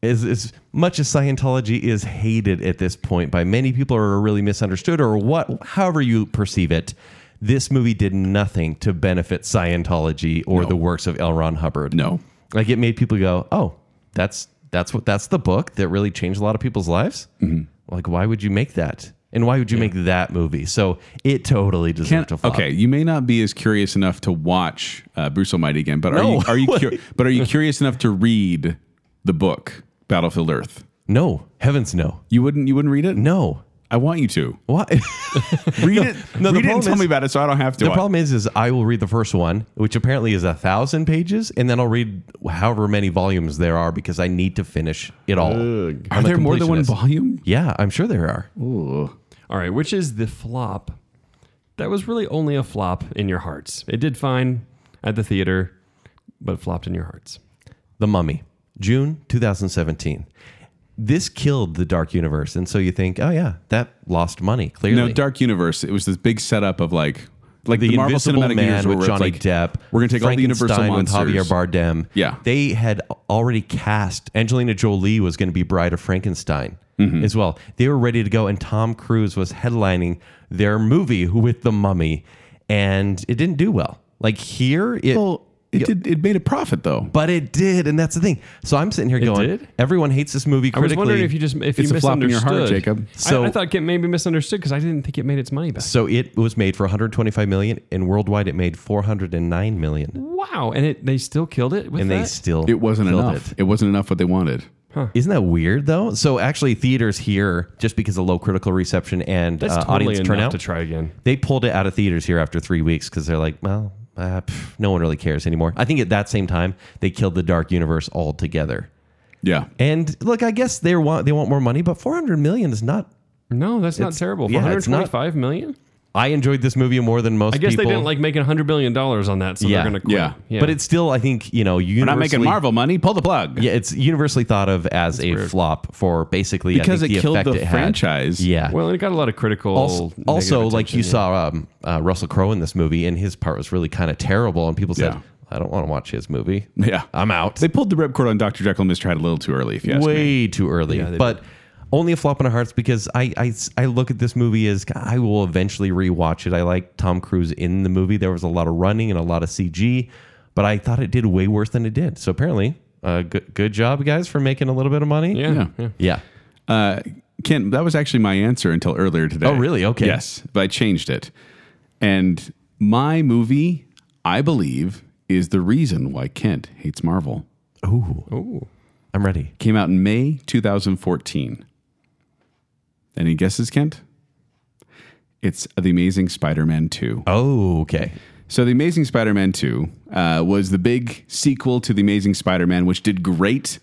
B: as, as much as Scientology is hated at this point by many people or really misunderstood or what, however you perceive it, this movie did nothing to benefit Scientology or the works of L. Ron Hubbard.
C: No.
B: Like it made people go, "Oh, that's that's what that's the book that really changed a lot of people's lives."
C: Mm-hmm.
B: Like, why would you make that? And why would you make that movie? So it totally deserved
C: Can't-
B: to flop.
C: okay, you may not be as curious enough to watch uh, Bruce Almighty again, but are
B: No.
C: you are you
B: <laughs>
C: cur- but are you curious enough to read the book Battlefield Earth?
B: No, heavens no,
C: You wouldn't you wouldn't read it?
B: no.
C: I want you to
B: <laughs> What?
C: read it.
B: no, the
C: read it
B: problem
C: and tell
B: is-
C: me about it, so I don't have to.
B: the
C: I-
B: problem is, is I will read the first one, which apparently is a thousand pages, and then I'll read however many volumes there are because I need to finish it all.
C: Are
B: I'm a
C: there more than one
B: completionist.
C: volume?
B: Yeah, I'm sure there are.
D: All right, which is the flop that was really only a flop in your hearts. It did fine at the theater, but flopped in your hearts.
B: The Mummy, June 2017. this killed the dark universe, and so you think, oh yeah, that lost money clearly.
C: No, Dark Universe. It was this big setup of like, like the,
B: the,
C: Marvel
B: Invisible
C: Cinematic Universe
B: Man
C: where
B: with
C: it's
B: Johnny
C: like,
B: Depp.
C: We're gonna take all the Universal
B: Frankenstein
C: monsters.
B: with Javier Bardem.
C: Yeah.
B: they had already cast Angelina Jolie was going to be Bride of Frankenstein
C: Mm-hmm.
B: as well. They were ready to go, and Tom Cruise was headlining their movie with the Mummy, and it didn't do well. Like here, it.
C: Well, it did. It made a profit though.
B: but it did, and that's the thing. So I'm sitting here going,
D: did?
B: everyone hates this movie
D: I was
B: critically.
D: wondering if you just if
C: It's
D: you
C: a flop in your heart,
D: misunderstood.
C: Jacob.
D: I-
B: So-
D: I, thought it maybe misunderstood because I didn't think it made its money back.
B: so it was made for 125 million, and worldwide it made 409 million,
D: Wow, and it, they still killed it. With
B: and they
D: that?
B: still
C: It wasn't
B: killed
C: enough.
B: it.
C: It. wasn't enough what they wanted.
B: Isn't that weird though? So actually, theaters here, just because of low critical reception and
D: That's
B: uh,
D: totally
B: audience
D: enough
B: turnout,
D: to try again.
B: they pulled it out of theaters here after three weeks because they're like, well, uh, pff, no one really cares anymore. I think at that same time, they killed the Dark Universe altogether.
C: Yeah.
B: And look, I guess they want they want more money, but 400 million is not.
D: No, that's not terrible.
B: yeah,
D: One hundred
B: it's not-
D: twenty-five million.
B: I enjoyed this movie more than most.
D: I guess
B: people.
D: they didn't like making hundred billion dollars on that, so
B: Yeah.
D: they're gonna quit.
C: Yeah.
B: but it's still, I think, you know, universally,
C: We're not making Marvel money. Pull the plug.
B: Yeah, it's universally thought of as a flop for basically I
C: Because
B: think
C: it
B: the
C: killed
B: effect
C: the
B: it had.
C: franchise.
B: Yeah,
D: well, and it got a lot of critical.
B: also,
D: negative
B: also like
D: attention,
B: you
D: yeah.
B: saw um, uh, Russell Crowe in this movie, and his part was really kind of terrible. And people said,
C: Yeah.
B: "I don't want to watch his
C: <laughs>
B: movie.
C: Yeah.
B: I'm out."
C: They pulled the ripcord on Dr. Jekyll and Mr. Hyde a little too early, if you ask me.
B: Way too early,
D: they
B: but only a flop in our hearts because I, I I look at this movie as I will eventually rewatch it. I like Tom Cruise in the movie. There was a lot of running and a lot of CG, but I thought it did way worse than it did. So apparently, uh, good good job guys for making a little bit of money.
D: Yeah.
C: Yeah.
D: yeah.
B: yeah.
C: Uh, Ken, that was actually my answer until earlier today.
B: Oh, really? Okay.
C: Yes, but I changed it. And my movie, I believe, is the reason why Kent hates Marvel.
B: I'm ready.
C: Came out in May 2014. Any guesses, Kent? It's The Amazing Spider Man 2.
B: Oh, okay.
C: So, The Amazing Spider Man 2 uh, was the big sequel to The Amazing Spider Man, which did great.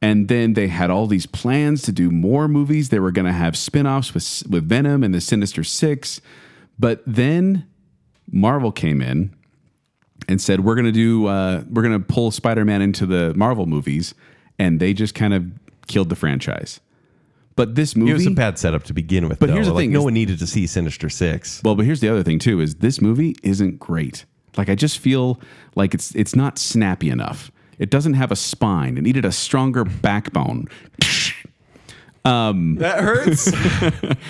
C: And then they had all these plans to do more movies. They were going to have spin offs with, with Venom and the Sinister Six. But then Marvel came in and said, We're going to do, uh, we're going to pull Spider Man into the Marvel movies. And they just kind of killed the franchise. But this movie.
B: It was a bad setup to begin with.
C: But
B: though.
C: here's the
B: Like,
C: thing
B: no
C: is-
B: one needed to see Sinister Six.
C: Well, but here's the other thing too: is this movie isn't great. Like I just feel like it's it's not snappy enough. It doesn't have a spine. It needed a stronger backbone. <laughs>
B: That <laughs> hurts.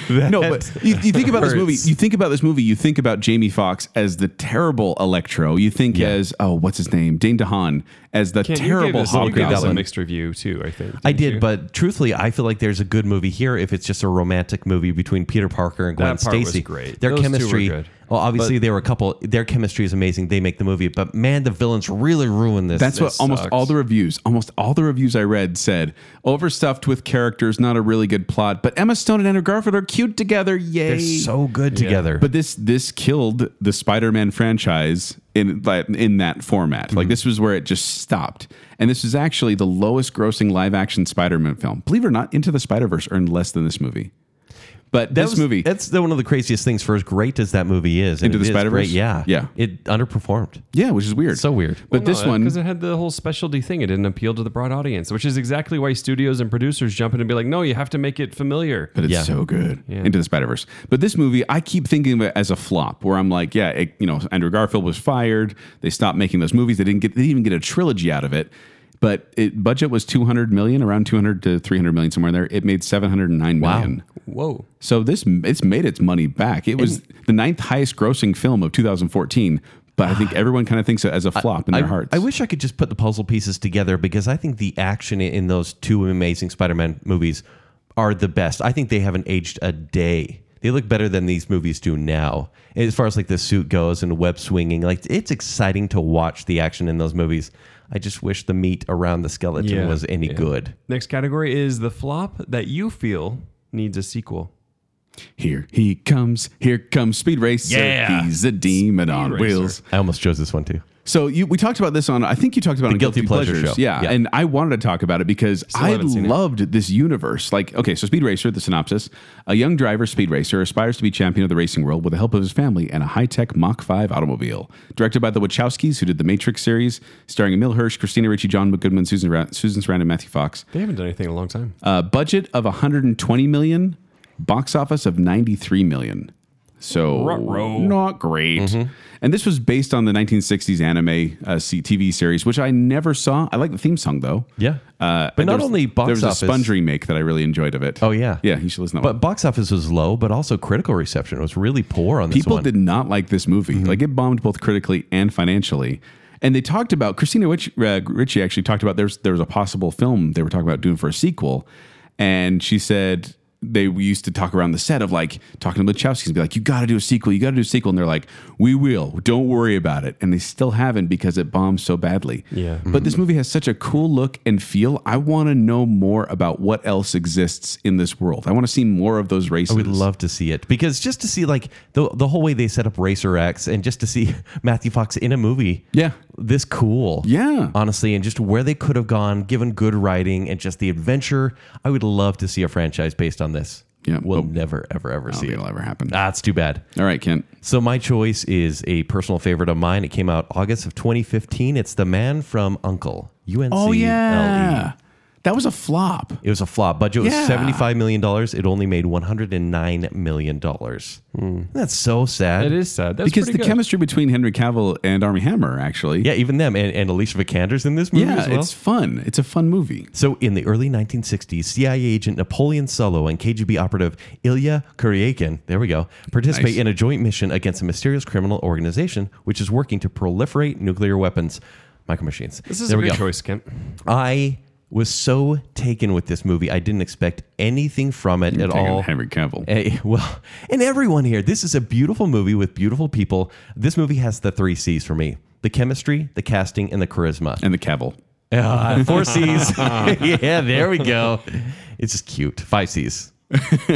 C: No, but you, you think about this movie. You think about this movie. You think about Jamie Foxx as the terrible Electro. You think as oh, what's his name, Dane DeHaan as the
D: Kent, you gave
C: terrible
D: this- you gave this a
C: Hobgoblin.
D: mixed review too. I think
B: I
D: didn't
B: did,
D: you?
B: but truthfully, I feel like there's a good movie here if it's just a romantic movie between Peter Parker and Gwen
D: That part was
B: Stacy.
D: great.
B: Their
D: Those two were
B: chemistry.
D: good.
B: Well, obviously they were a couple. Their chemistry is amazing. They make the movie, but man, the villains really ruin this.
C: That's what
D: This
C: almost
D: sucks.
C: all the reviews, almost all the reviews I read said overstuffed with characters, not a really good plot. But Emma Stone and Andrew Garfield are cute together. Yay!
B: they're so good together.
C: But this this killed the Spider-Man franchise in like, in that format. Like
B: Mm-hmm.
C: this was where it just stopped. And this is actually the lowest grossing live action Spider-Man film. Believe it or not, Into the Spider-Verse earned less than this movie.
B: That
C: But this
B: was-
C: movie
B: That's the, one of the craziest things. For as great as that movie is, and
C: Into
B: it
C: the
B: is great,
C: Spider-Verse?
B: yeah,
C: Yeah.
B: it underperformed.
C: yeah, which is weird.
B: So weird.
C: But this one
D: because uh, it had the whole specialty thing. It didn't appeal to the broad audience, which is exactly why studios and producers jump in and be like, "No, you have to make it familiar."
C: but it's
B: Yeah.
C: so good into the Spider Verse. But this movie, I keep thinking of it as a flop, where I'm like, yeah, it, you know, Andrew Garfield was fired. They stopped making those movies. They didn't get, they didn't even get a trilogy out of it. But it budget was 200 million, around 200 to 300 million somewhere in there. It made 709 million.
D: Whoa!
C: So this it's made its money back. It was the ninth highest grossing film of 2014. But I think everyone kind of thinks it as a flop in
B: Ah. I,
C: their hearts.
B: I wish I could just put the puzzle pieces together because I think the action i- in those two amazing Spider-Man movies are the best. I think they haven't aged a day. They look better than these movies do now. As far as like the suit goes and web swinging, like it's exciting to watch the action in those movies. I just wish the meat around the skeleton
D: Yeah,
B: was any
D: yeah.
B: good.
D: Next category is the flop that you feel needs a sequel.
C: Here he comes. Here comes Speed Racer.
D: Yeah.
C: He's a demon on
D: Racer.
C: wheels.
B: I almost chose this one too.
C: So you, we talked about this on. I think you talked about it on
B: Guilty Pleasure Show.
C: Yeah,
B: Yeah.
C: and I wanted to talk about it because I
D: haven't seen it.
C: loved this universe. Like, okay, so Speed Racer, the synopsis: A young driver, Speed Racer, aspires to be champion of the racing world with the help of his family and a high-tech Mach 5 automobile. Directed by the Wachowskis, who did the Matrix series, starring Emil Hirsch, Christina Ricci, John McGoodman, Susan Ra- Susan Sarandon, Matthew Fox.
D: They haven't done anything in a long time.
C: Uh, budget of 120 million, box office of 93 million. So
D: Ruh-roh.
C: not great.
B: Mm-hmm.
C: And this was based on the 1960s anime uh, C- TV series, which I never saw. I like the theme song though.
B: Yeah.
C: Uh,
B: But
C: and
B: not
C: there was-
B: only box
C: There was
B: office.
C: a sponge remake that I really enjoyed of it.
B: Oh, yeah.
C: yeah. You should listen to that.
B: But
C: one.
B: box office was low, but also critical reception was really poor on this
C: People
B: one. Mm-hmm.
C: did not like this movie. Like it bombed both critically and financially. And they talked about Christina Rich, uh, Ritchie actually talked about there's there was a possible film they were talking about doing for a sequel, and she said they used to talk around the set of like talking to the Chowskis and be like, "You got to do a sequel. You got to do a sequel." And they're like, "We will. Don't worry about it." And they still haven't because it bombed so badly.
D: Yeah.
C: But
B: Mm-hmm.
C: this movie has such a cool look and feel. I want to know more about what else exists in this world. I want to see more of those
B: I
C: races.
B: would love to see it because just to see like the the whole way they set up Racer X and just to see <laughs> Matthew Fox in a movie.
C: Yeah.
B: This cool.
C: Yeah.
B: Honestly, and just where they could have gone given good writing and just the adventure. I would love to see a franchise based on this.
C: Yeah.
B: We'll
C: Oh.
B: never ever ever
C: I don't
B: see
C: think
B: it.
C: it'll ever happen.
B: That's too bad.
C: All right, Kent.
B: So my choice is a personal favorite of mine. It came out August of 2015. It's The Man from Uncle. UNCLE.
C: Oh, that was a flop.
B: It was a flop. Budget was
C: Yeah.
B: $75 million. It only made $109 million. That's so sad.
D: Hmm. That is sad. That's
C: because the
D: pretty good.
C: chemistry between Henry Cavill and Army Hammer actually,
B: Yeah, even them. And, and Alicia Vikander's in this movie
C: yeah,
B: as well.
C: it's fun. It's a fun movie.
B: So, in the early 1960s, CIA agent Napoleon Solo and KGB operative Ilya Kuryakin, there we go, participate
C: Nice.
B: in a joint mission against a mysterious criminal organization which is working to proliferate nuclear weapons, micro machines.
D: This is
B: there
D: a
B: we
D: good
B: go.
D: choice, Kent.
B: I was so taken with this movie. I didn't expect anything from it at
C: taking
B: all.
C: Henry Cavill.
B: Eh, <laughs> well, and everyone here. This is a beautiful movie with beautiful people. This movie has the three C's for me: the chemistry, the casting, and the charisma.
C: <laughs> And the Cavill.
B: Uh, four C's. <laughs> yeah, there we go. It's just cute. Five C's.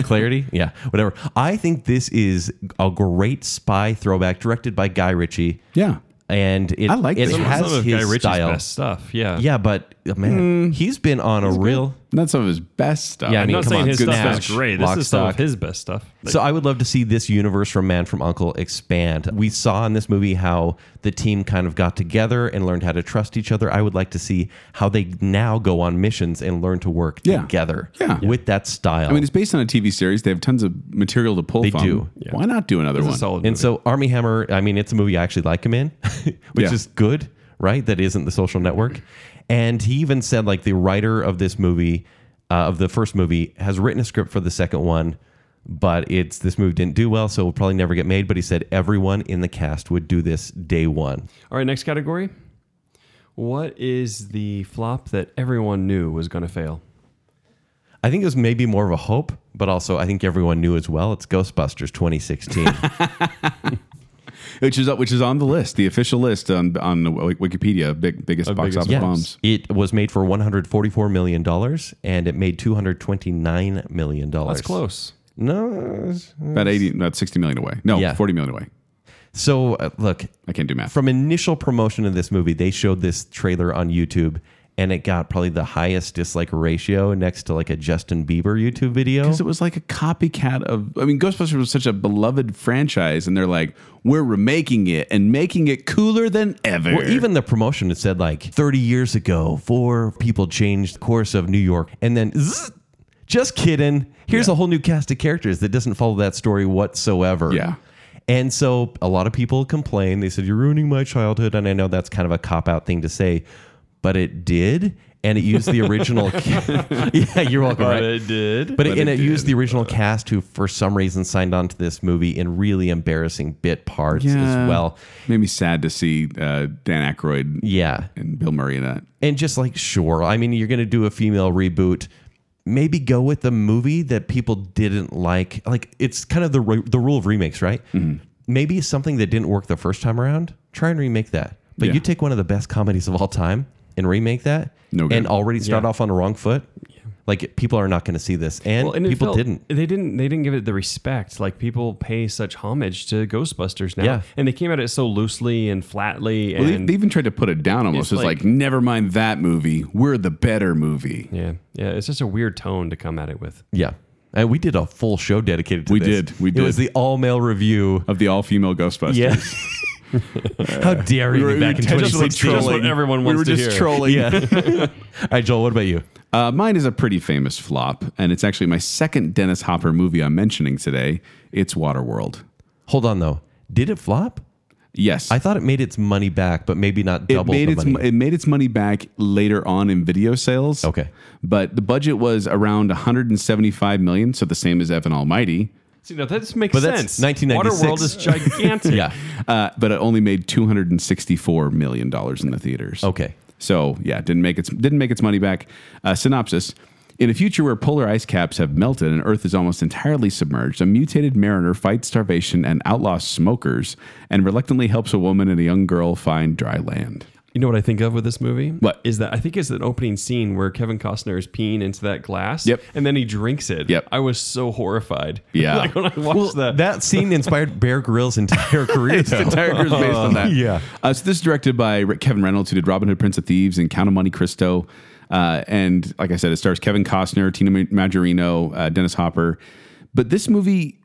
B: Clarity? Yeah, whatever. I think this is a great spy throwback directed by Guy Ritchie.
C: Yeah,
B: And it,
C: I like
B: it
C: this one.
B: has
D: Some of
B: his
D: Guy Ritchie's
B: style.
D: best stuff. Yeah.
B: Yeah, but uh, man, he's been on a real.
C: not some of his best stuff.
B: Yeah, I
D: I'm
B: mean,
D: not
B: come
D: saying
B: on,
D: his
B: good
D: stuff
B: match,
D: is great. This
B: lock,
D: is some of
B: stock.
D: his best stuff. Like,
B: So I would love to see this universe from Man from Uncle expand. We saw in this movie how the team kind of got together and learned how to trust each other. I would like to see how they now go on missions and learn to work
C: Yeah.
B: together
C: Yeah.
B: with that style.
C: I mean, it's based on a TV series. They have tons of material to pull
B: They
C: from.
B: do.
C: Why not do another
D: this is
C: one?
D: a solid.
B: and so Army Hammer, I mean, it's a movie I actually like him in, <laughs> which
C: Yeah.
B: is good, right? That isn't the social network. And he even said, like, the writer of this movie, uh, of the first movie, has written a script for the second one, but it's this movie didn't do well, so it'll probably never get made. But he said everyone in the cast would do this day one.
D: All right, next category. What is the flop that everyone knew was going to fail?
B: I think it was maybe more of a hope, but also I think everyone knew as well. It's Ghostbusters 2016.
C: Which is which is on the list, the official list on on the Wik- Wikipedia, big, biggest box
D: biggest
C: office
B: Yes.
C: bombs.
B: It was made for 144 million dollars, and it made 229 million dollars.
D: That's close.
B: No.
C: About eighty, about sixty million away. No,
B: Yeah.
C: forty million away.
B: So uh, look,
C: I can't do math.
B: from initial promotion of this movie, they showed this trailer on YouTube, and it got probably the highest dislike ratio next to like a Justin Bieber YouTube video.
C: because it was like a copycat of. I mean, Ghostbusters was such a beloved franchise, and they're like, we're remaking it and making it cooler than ever.
B: Well, even the promotion it said like 30 years ago, four people changed the course of New York, and then zzz, just kidding. Here's
C: Yeah.
B: a whole new cast of characters that doesn't follow that story whatsoever.
C: Yeah.
B: And so a lot of people complain. They said, You're ruining my childhood. And I know that's kind of a cop out thing to say, but it did. And it used the original. <laughs> yeah, you're welcome. right?
D: did.
B: But, it, and it, used the original cast who, for some reason, signed on to this movie in really embarrassing bit parts
C: Yeah.
B: as well.
C: made me sad to see uh, Dan Aykroyd
B: Yeah.
C: and Bill Murray in that.
B: And just like, sure, I mean, you're going to do a female reboot. Maybe go with the movie that people didn't like. Like, it's kind of the, ru- the rule of remakes, right?
C: Mm-hmm.
B: Maybe something that didn't work the first time around, try and remake that. But
C: Yeah.
B: you take one of the best comedies of all time and remake that
C: No good.
B: and already start
D: Yeah.
B: off on the wrong foot. Like people are not going to see this, and,
D: Well, and it
B: people
D: felt-
B: didn't.
D: They didn't. They didn't give it the respect. Like people pay such homage to Ghostbusters now,
B: Yeah.
D: and they came at it so loosely and flatly.
C: Well, they,
D: and
C: they even tried to put it down almost.
D: It's
C: It's like,
D: like-
C: never mind that movie. We're the better movie.
D: yeah, yeah. It's just a weird tone to come at it with.
B: Yeah, and we did a full show dedicated to
C: We
B: this.
C: did, we
B: It was
C: did.
B: the all male review.
C: Of the all female Ghostbusters.
B: Yeah. How dare you? be back in
C: Uh, intentionally
B: 2016.
D: Just what everyone wants
C: we were
D: to
C: just
D: hear.
C: trolling.
B: Yeah. <laughs> all right, Joel. What about you?
C: Uh, mine is a pretty famous flop, and it's actually my second Dennis Hopper movie I'm mentioning today. It's Waterworld.
B: Hold on though. Did it flop?
C: Yes,
B: I thought it made its money back, but maybe not
C: it
B: double
C: made
B: the
C: its
B: money.
C: it made its money back later on in video sales.
B: <laughs> Okay.
C: but the budget was around 175 million, so the same as Evan Almighty.
D: <laughs> See, now that makes
B: But that's
D: sense.
B: 1996. <laughs>
D: Waterworld is gigantic.
B: yeah.
C: Uh, but it only made 264 million dollars in the theaters.
B: Okay.
C: So yeah, didn't make its didn't make its money back. Uh, synopsis: In a future where polar ice caps have melted and Earth is almost entirely submerged, a mutated mariner fights starvation and outlaws smokers, and reluctantly helps a woman and a young girl find dry land.
D: You know what I think of with this movie?
C: What?
D: is that? I think it's an opening scene where Kevin Costner is peeing into that glass.
C: Yep.
D: And then he drinks it.
C: Yep.
D: I was so horrified. <laughs>
C: Yeah.
D: like when I watched that.
B: That scene
C: <laughs>
B: inspired Bear Grylls' entire career.
C: It's entire career's based on
B: <laughs>
C: that.
B: Yeah.
C: Uh, so this is directed by Rick Kevin Reynolds, who did Robin Hood, Prince of Thieves, and Count of Monte Cristo. Uh, and like I said, it stars Kevin Costner, Tina Ma- Majorino, uh, Dennis Hopper. But this movie,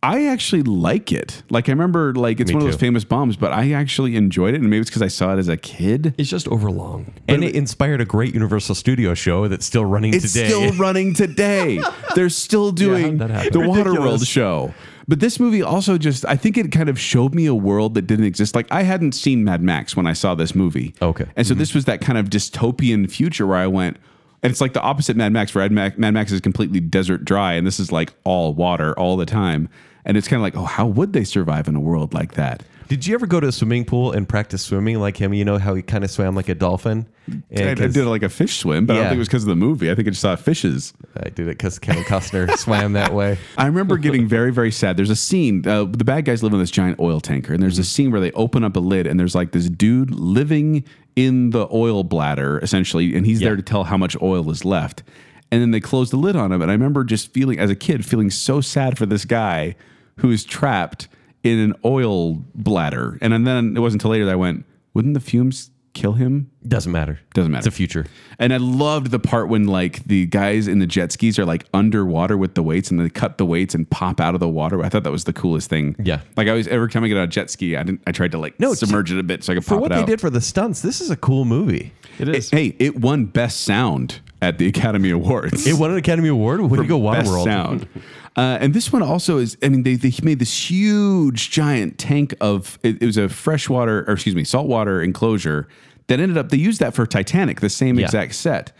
C: I actually like it. Like I remember, like it's one of those
B: too.
C: famous bombs, but I actually enjoyed it, and maybe it's because I saw it as a kid.
D: It's just overlong.
B: and it inspired a great Universal Studio show that's still running
C: It's
B: today.
C: still
B: <laughs>
C: running today. They're still doing
D: that happened?
C: the Waterworld show. But this movie also just, I think it kind of showed me a world that didn't exist. Like, I hadn't seen Mad Max when I saw this movie.
B: Okay. Mm-hmm.
C: And so this was that kind of dystopian future where I went, and it's like the opposite Mad Max, where Mad Max, Mad Max is completely desert dry, and this is like all water all the time. And it's kind of like, oh, how would they survive in a world like that?
B: Did you ever go to a swimming pool and practice swimming like him? You know how he kind of swam like a dolphin?
C: I, I
B: And 'cause-
C: did like a fish swim, but I don't
B: Yeah.
C: think it was because of the movie. I think I just saw fishes.
B: I did it because Kevin
C: <laughs>
B: Costner swam that way.
C: I remember getting very, very sad. There's a scene. Uh, the bad guys live on this giant oil tanker, and there's a scene where they open up a lid, and there's like this dude living in the oil bladder, essentially, and he's there to tell how much oil is left. And then they close the lid on him, and I remember just feeling, as a kid, feeling so sad for this guy who is trapped in an oil bladder. And then it wasn't until later that I went, "Wouldn't the fumes kill him?"
B: Doesn't matter.
C: Doesn't matter.
B: It's the future.
C: And I loved the part when like the guys in the jet skis are like underwater with the weights and they cut the weights and pop out of the water. I thought that was the coolest thing.
B: Yeah.
C: Like I always every time I get on a jet ski, I didn't I tried to like
B: No,
C: submerge it a bit so I could
B: For
C: pop
B: what
C: it
B: they
C: out.
B: did for the stunts, this is a cool movie.
D: It
C: It-
D: is.
C: hey, it won best sound at the Academy Awards.
B: It won an Academy Award. Way to go,
C: best
B: Waterworld. <laughs>
C: sound. Uh, and this one also is. I mean, they, they made this huge giant tank of. It, it was a freshwater, or excuse me, saltwater enclosure that ended up. They used that for Titanic, the same
B: Yeah.
C: exact set.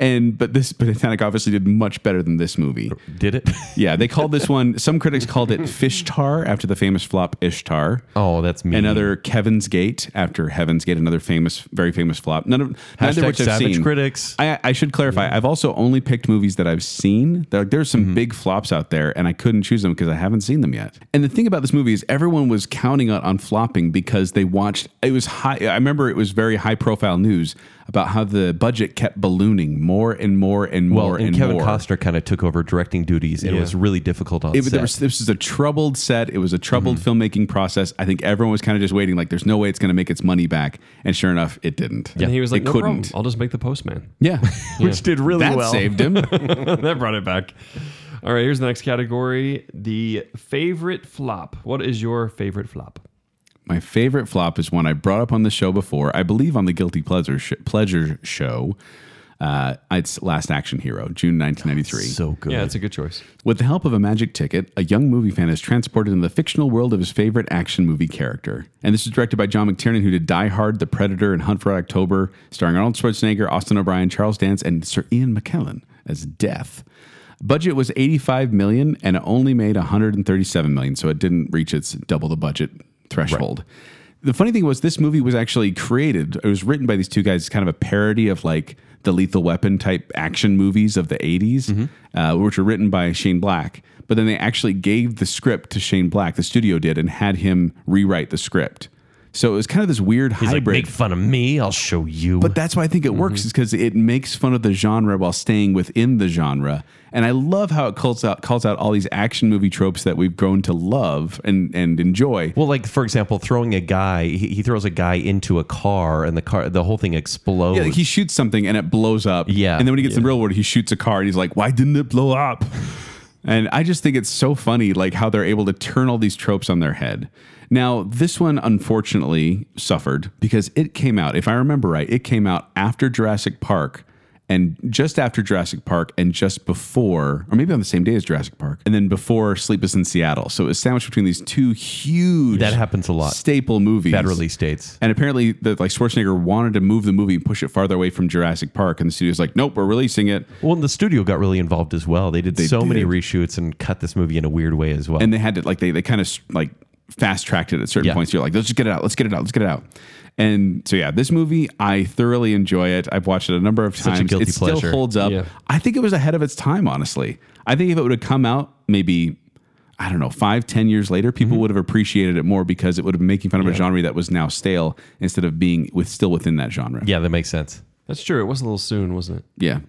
C: And but this, but Titanic obviously did much better than this movie.
B: Did it? <laughs>
C: Yeah, they called this one. Some critics called it Fishtar after the famous flop Ishtar.
B: Oh, that's mean.
C: Another Kevin's Gate after Heaven's Gate, another famous, very famous flop. None of neither
B: Hashtag
C: of which I've
B: savage
C: seen.
B: critics.
C: I, I should clarify. I've also only picked movies that I've seen. There, there's
B: Mm-hmm.
C: some big flops out there, and I couldn't choose them because I haven't seen them yet. And the thing about this movie is, everyone was counting on, on flopping because they watched. It was high. I remember it was very high profile news about how the budget kept ballooning more and more and
B: Well,
C: more
B: and,
C: and
B: Kevin
C: more.
B: Costner kind of took over directing duties, and it
D: Yeah.
B: was really difficult on
C: It,
B: set. Mm-hmm.
C: there was, this is a troubled set. It was a troubled filmmaking process. I think everyone was kind of just waiting, like, there's no way it's going to make its money back. And sure enough, it didn't.
D: and he was like,
C: it
D: no problem.
C: couldn't.
D: I'll just make the postman. <laughs>
C: Yeah.
B: which did really
C: that saved him.
D: that brought it back. All right, here's the next category the favorite flop. What is your favorite flop?
C: My favorite flop is one I brought up on the show before. I believe on the Guilty Pleasure sh- Pleasure show. Uh, it's Last Action Hero, June 1993.
B: So good.
D: Yeah, it's a good choice.
C: With the help of a magic ticket, a young movie fan is transported into the fictional world of his favorite action movie character. And this is directed by John McTiernan, who did Die Hard, The Predator, and Hunt for October, starring Arnold Schwarzenegger, Austin O'Brien, Charles Dance, and Sir Ian McKellen as Death. Budget was 85 million and it only made 137 million, so it didn't reach its double the budget threshold. The funny thing was, this movie was actually created. It was written by these two guys, kind of a parody of like the Lethal Weapon type action movies of the 80s,
B: Mm-hmm.
C: uh, which were written by Shane Black. But then they actually gave the script to Shane Black, the studio did, and had him rewrite the script. So it was kind of this weird
B: He's like, Mm-hmm.
C: hybrid.
B: make fun of me. I'll show you.
C: But that's why I think it works is because it makes fun of the genre while staying within the genre. And I love how it calls out calls out all these action movie tropes that we've grown to love and and enjoy.
B: Well, like for example, throwing a guy, he, he throws a guy into a car, and the car, the whole thing explodes.
C: Yeah, like he shoots something and it blows up.
B: Yeah.
C: And then when he gets in the real world, he shoots a car and he's like, why didn't it blow up? And I just think it's so funny, like how they're able to turn all these tropes on their head. Now, this one unfortunately suffered because it came out, if I remember right, it came out after Jurassic Park and just after Jurassic Park and just before, or maybe on the same day as Jurassic Park, and then before Sleepless in Seattle. So it was sandwiched between these two huge
B: That happens a lot.
C: staple movies
B: bad release dates.
C: and apparently, the, like Schwarzenegger wanted to move the movie and push it farther away from Jurassic Park, and the studio's like, "Nope, we're releasing it."
B: Well, and the studio got really involved as well. They did so many
C: did.
B: reshoots and cut this movie in a weird way as well.
C: And they had to like they they kind of like fast tracked it at certain
B: Yeah.
C: points. You're like, "Let's just get it out. Let's get it out. Let's get it out." And so yeah, this movie I thoroughly enjoy it. I've watched it a number of
B: a
C: times.
B: guilty
C: it still
B: pleasure.
C: holds up.
D: Yeah.
C: I think it was ahead of its time. Honestly, I think if it would have come out maybe. I don't know, five, ten years later, people
B: Mm-hmm.
C: would have appreciated it more because it would have been making fun of a genre that was now stale instead of being with still within that genre.
B: yeah, that makes sense.
D: That's true. It was a little soon, wasn't it?
C: Yeah.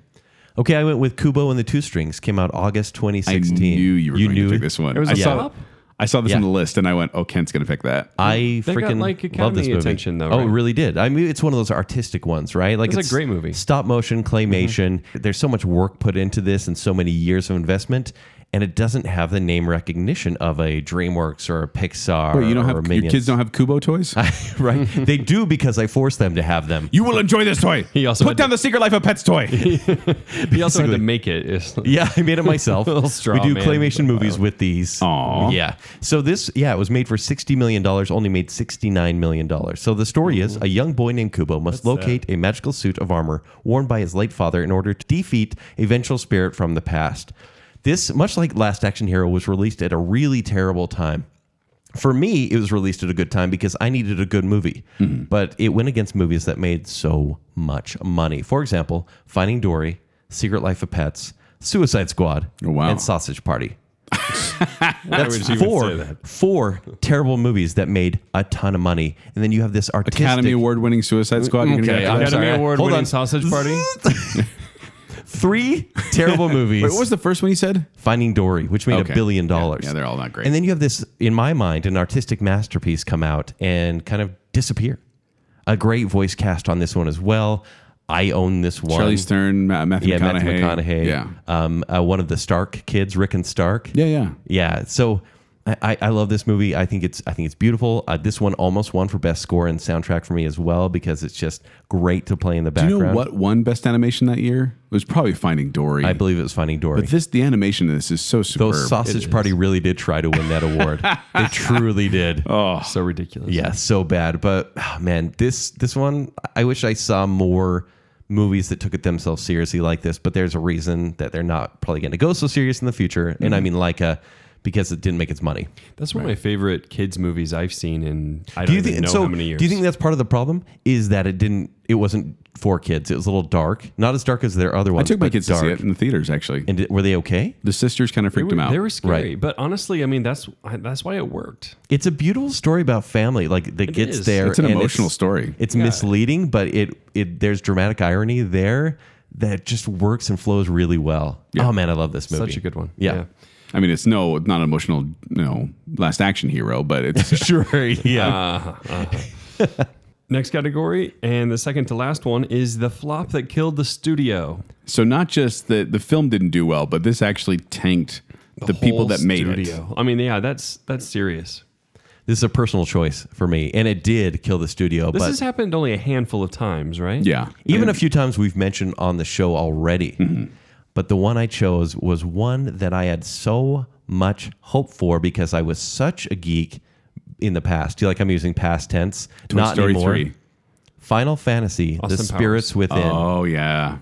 B: Okay, I went with Kubo and the Two Strings. Came out August 2016.
C: I knew you were going
B: knew
C: to pick this one.
D: There was
C: I
D: a
C: saw,
D: sub?
C: I saw this
B: Yeah. Uh,
C: on the list, and I went, "Oh, Kent's going to pick that."
B: I
D: They
B: freaking
D: got, like,
B: love this
D: Academy
B: movie.
D: attention, though,
B: Oh, it
D: right?
B: really did. I mean, it's one of those artistic ones, right? Like
D: It's a great movie. Mm-hmm.
B: Stop motion claymation. There's so much work put into this and so many years of investment, and it doesn't have the name recognition of a DreamWorks or a Pixar.
C: Wait, Oh, you don't
B: or
C: have
B: a
C: your
B: Minions. <laughs>
C: kids don't have Kubo toys?
B: right?
C: <laughs>
B: they do because I force them to have them.
C: you will enjoy this toy.
D: He also
C: put
D: had
C: down the Secret Life of Pets toy.
D: He also had to make it. It's- <laughs>
B: Yeah, I made it myself.
D: straw
B: we do
D: man. Uh,
B: claymation movies with these.
C: Aw.
B: Yeah. So this, yeah, it was made for sixty million dollars. Only made sixty-nine million dollars. So the story is a young boy named Kubo must locate a magical suit of armor worn by his late father in order to defeat a vengeful spirit from the past. This, much like Last Action Hero, was released at a really terrible time. For me, it was released at a good time because I needed a good movie. But it went against movies that made so much money. For example, Finding Dory, Secret Life of Pets, Suicide Squad,
C: Oh, wow.
B: and Sausage Party.
E: would
B: That's
E: you even
B: four,
E: say that?
B: four terrible movies that made a ton of money. And then you have this artistic
C: Academy Award winning Suicide Squad. You're gonna
D: Okay,
C: go after that?
D: Academy
C: Sorry.
D: Award
B: Hold
D: winning
B: on.
D: sausage party.
B: <laughs> Three terrible movies.
C: Wait, what was the first one you said?
B: Finding Dory, which made
C: Okay.
B: a billion
C: Yeah,
B: dollars.
C: yeah, they're all not great.
B: And then you have this, in my mind, an artistic masterpiece come out and kind of disappear. A great voice cast on this one as well. I own this one.
C: Charlie Stern, Ma- Matthew
B: yeah,
C: McConaughey.
B: Matthew McConaughey.
C: Yeah,
B: Um, uh, one of the Stark kids, Rick and Stark.
C: yeah, yeah.
B: Yeah. So I, I, I love this movie. I think it's I think it's beautiful. Uh, this one almost won for best score and soundtrack for me as well because it's just great to play in the
C: Do
B: background.
C: you know what won Best Animation that year? It was probably Finding Dory.
B: I believe it was Finding Dory.
C: but this, the animation in this is so superb.
B: Those sausage party really did try to win that award. they truly did.
D: so ridiculous.
B: Yeah, so bad. But ah, man, this this one, I wish I saw more movies that took it themselves seriously like this. But there's a reason that they're not probably going to go so serious in the future. And I mean, like a because it didn't make its money.
D: That's one of my favorite kids movies I've seen in I don't
B: Do you
D: even
B: think
D: know
B: so?
D: how many years.
B: Do you think that's part of the problem? Is that it didn't? It wasn't for kids. It was a little dark, not as dark as their other
C: I
B: ones.
C: took my
B: but
C: kids
B: dark.
C: to see it in the theaters. Actually,
B: And did- were they okay?
C: the sisters kind of
D: they
C: freaked
D: were,
C: them out.
D: they were scary,
B: Right.
D: but honestly, I mean that's I- that's why it worked.
B: It's a beautiful story about family, like that gets
D: is.
B: there.
C: it's an
B: and
C: emotional story.
B: It's misleading, but it it there's dramatic irony there that just works and flows really well. Oh man, I love this movie.
D: Such a good one.
B: Yeah.
C: <laughs> I mean, it's no, not an emotional, you know, last action hero, but it's
B: Sure. <laughs> Yeah.
D: Next category and the second to last one is the flop that killed the studio.
C: so not just that the film didn't do well, but this actually tanked the, people
D: Whole
C: that made it.
D: studio. I mean, yeah, that's that's serious.
B: this is a personal choice for me, and it did kill the studio.
D: This
B: but
D: has happened only a handful of times, right?
C: Yeah.
B: even a few times we've mentioned on the show already.
C: Mm-hmm.
B: But the one I chose was one that I had so much hope for because I was such a geek in the past. Do you like I'm using past tense?
C: Toy
B: Not
C: Story
B: anymore.
C: 3.
B: Final Fantasy: The
D: Austin
B: Spirits Within.
C: Oh yeah.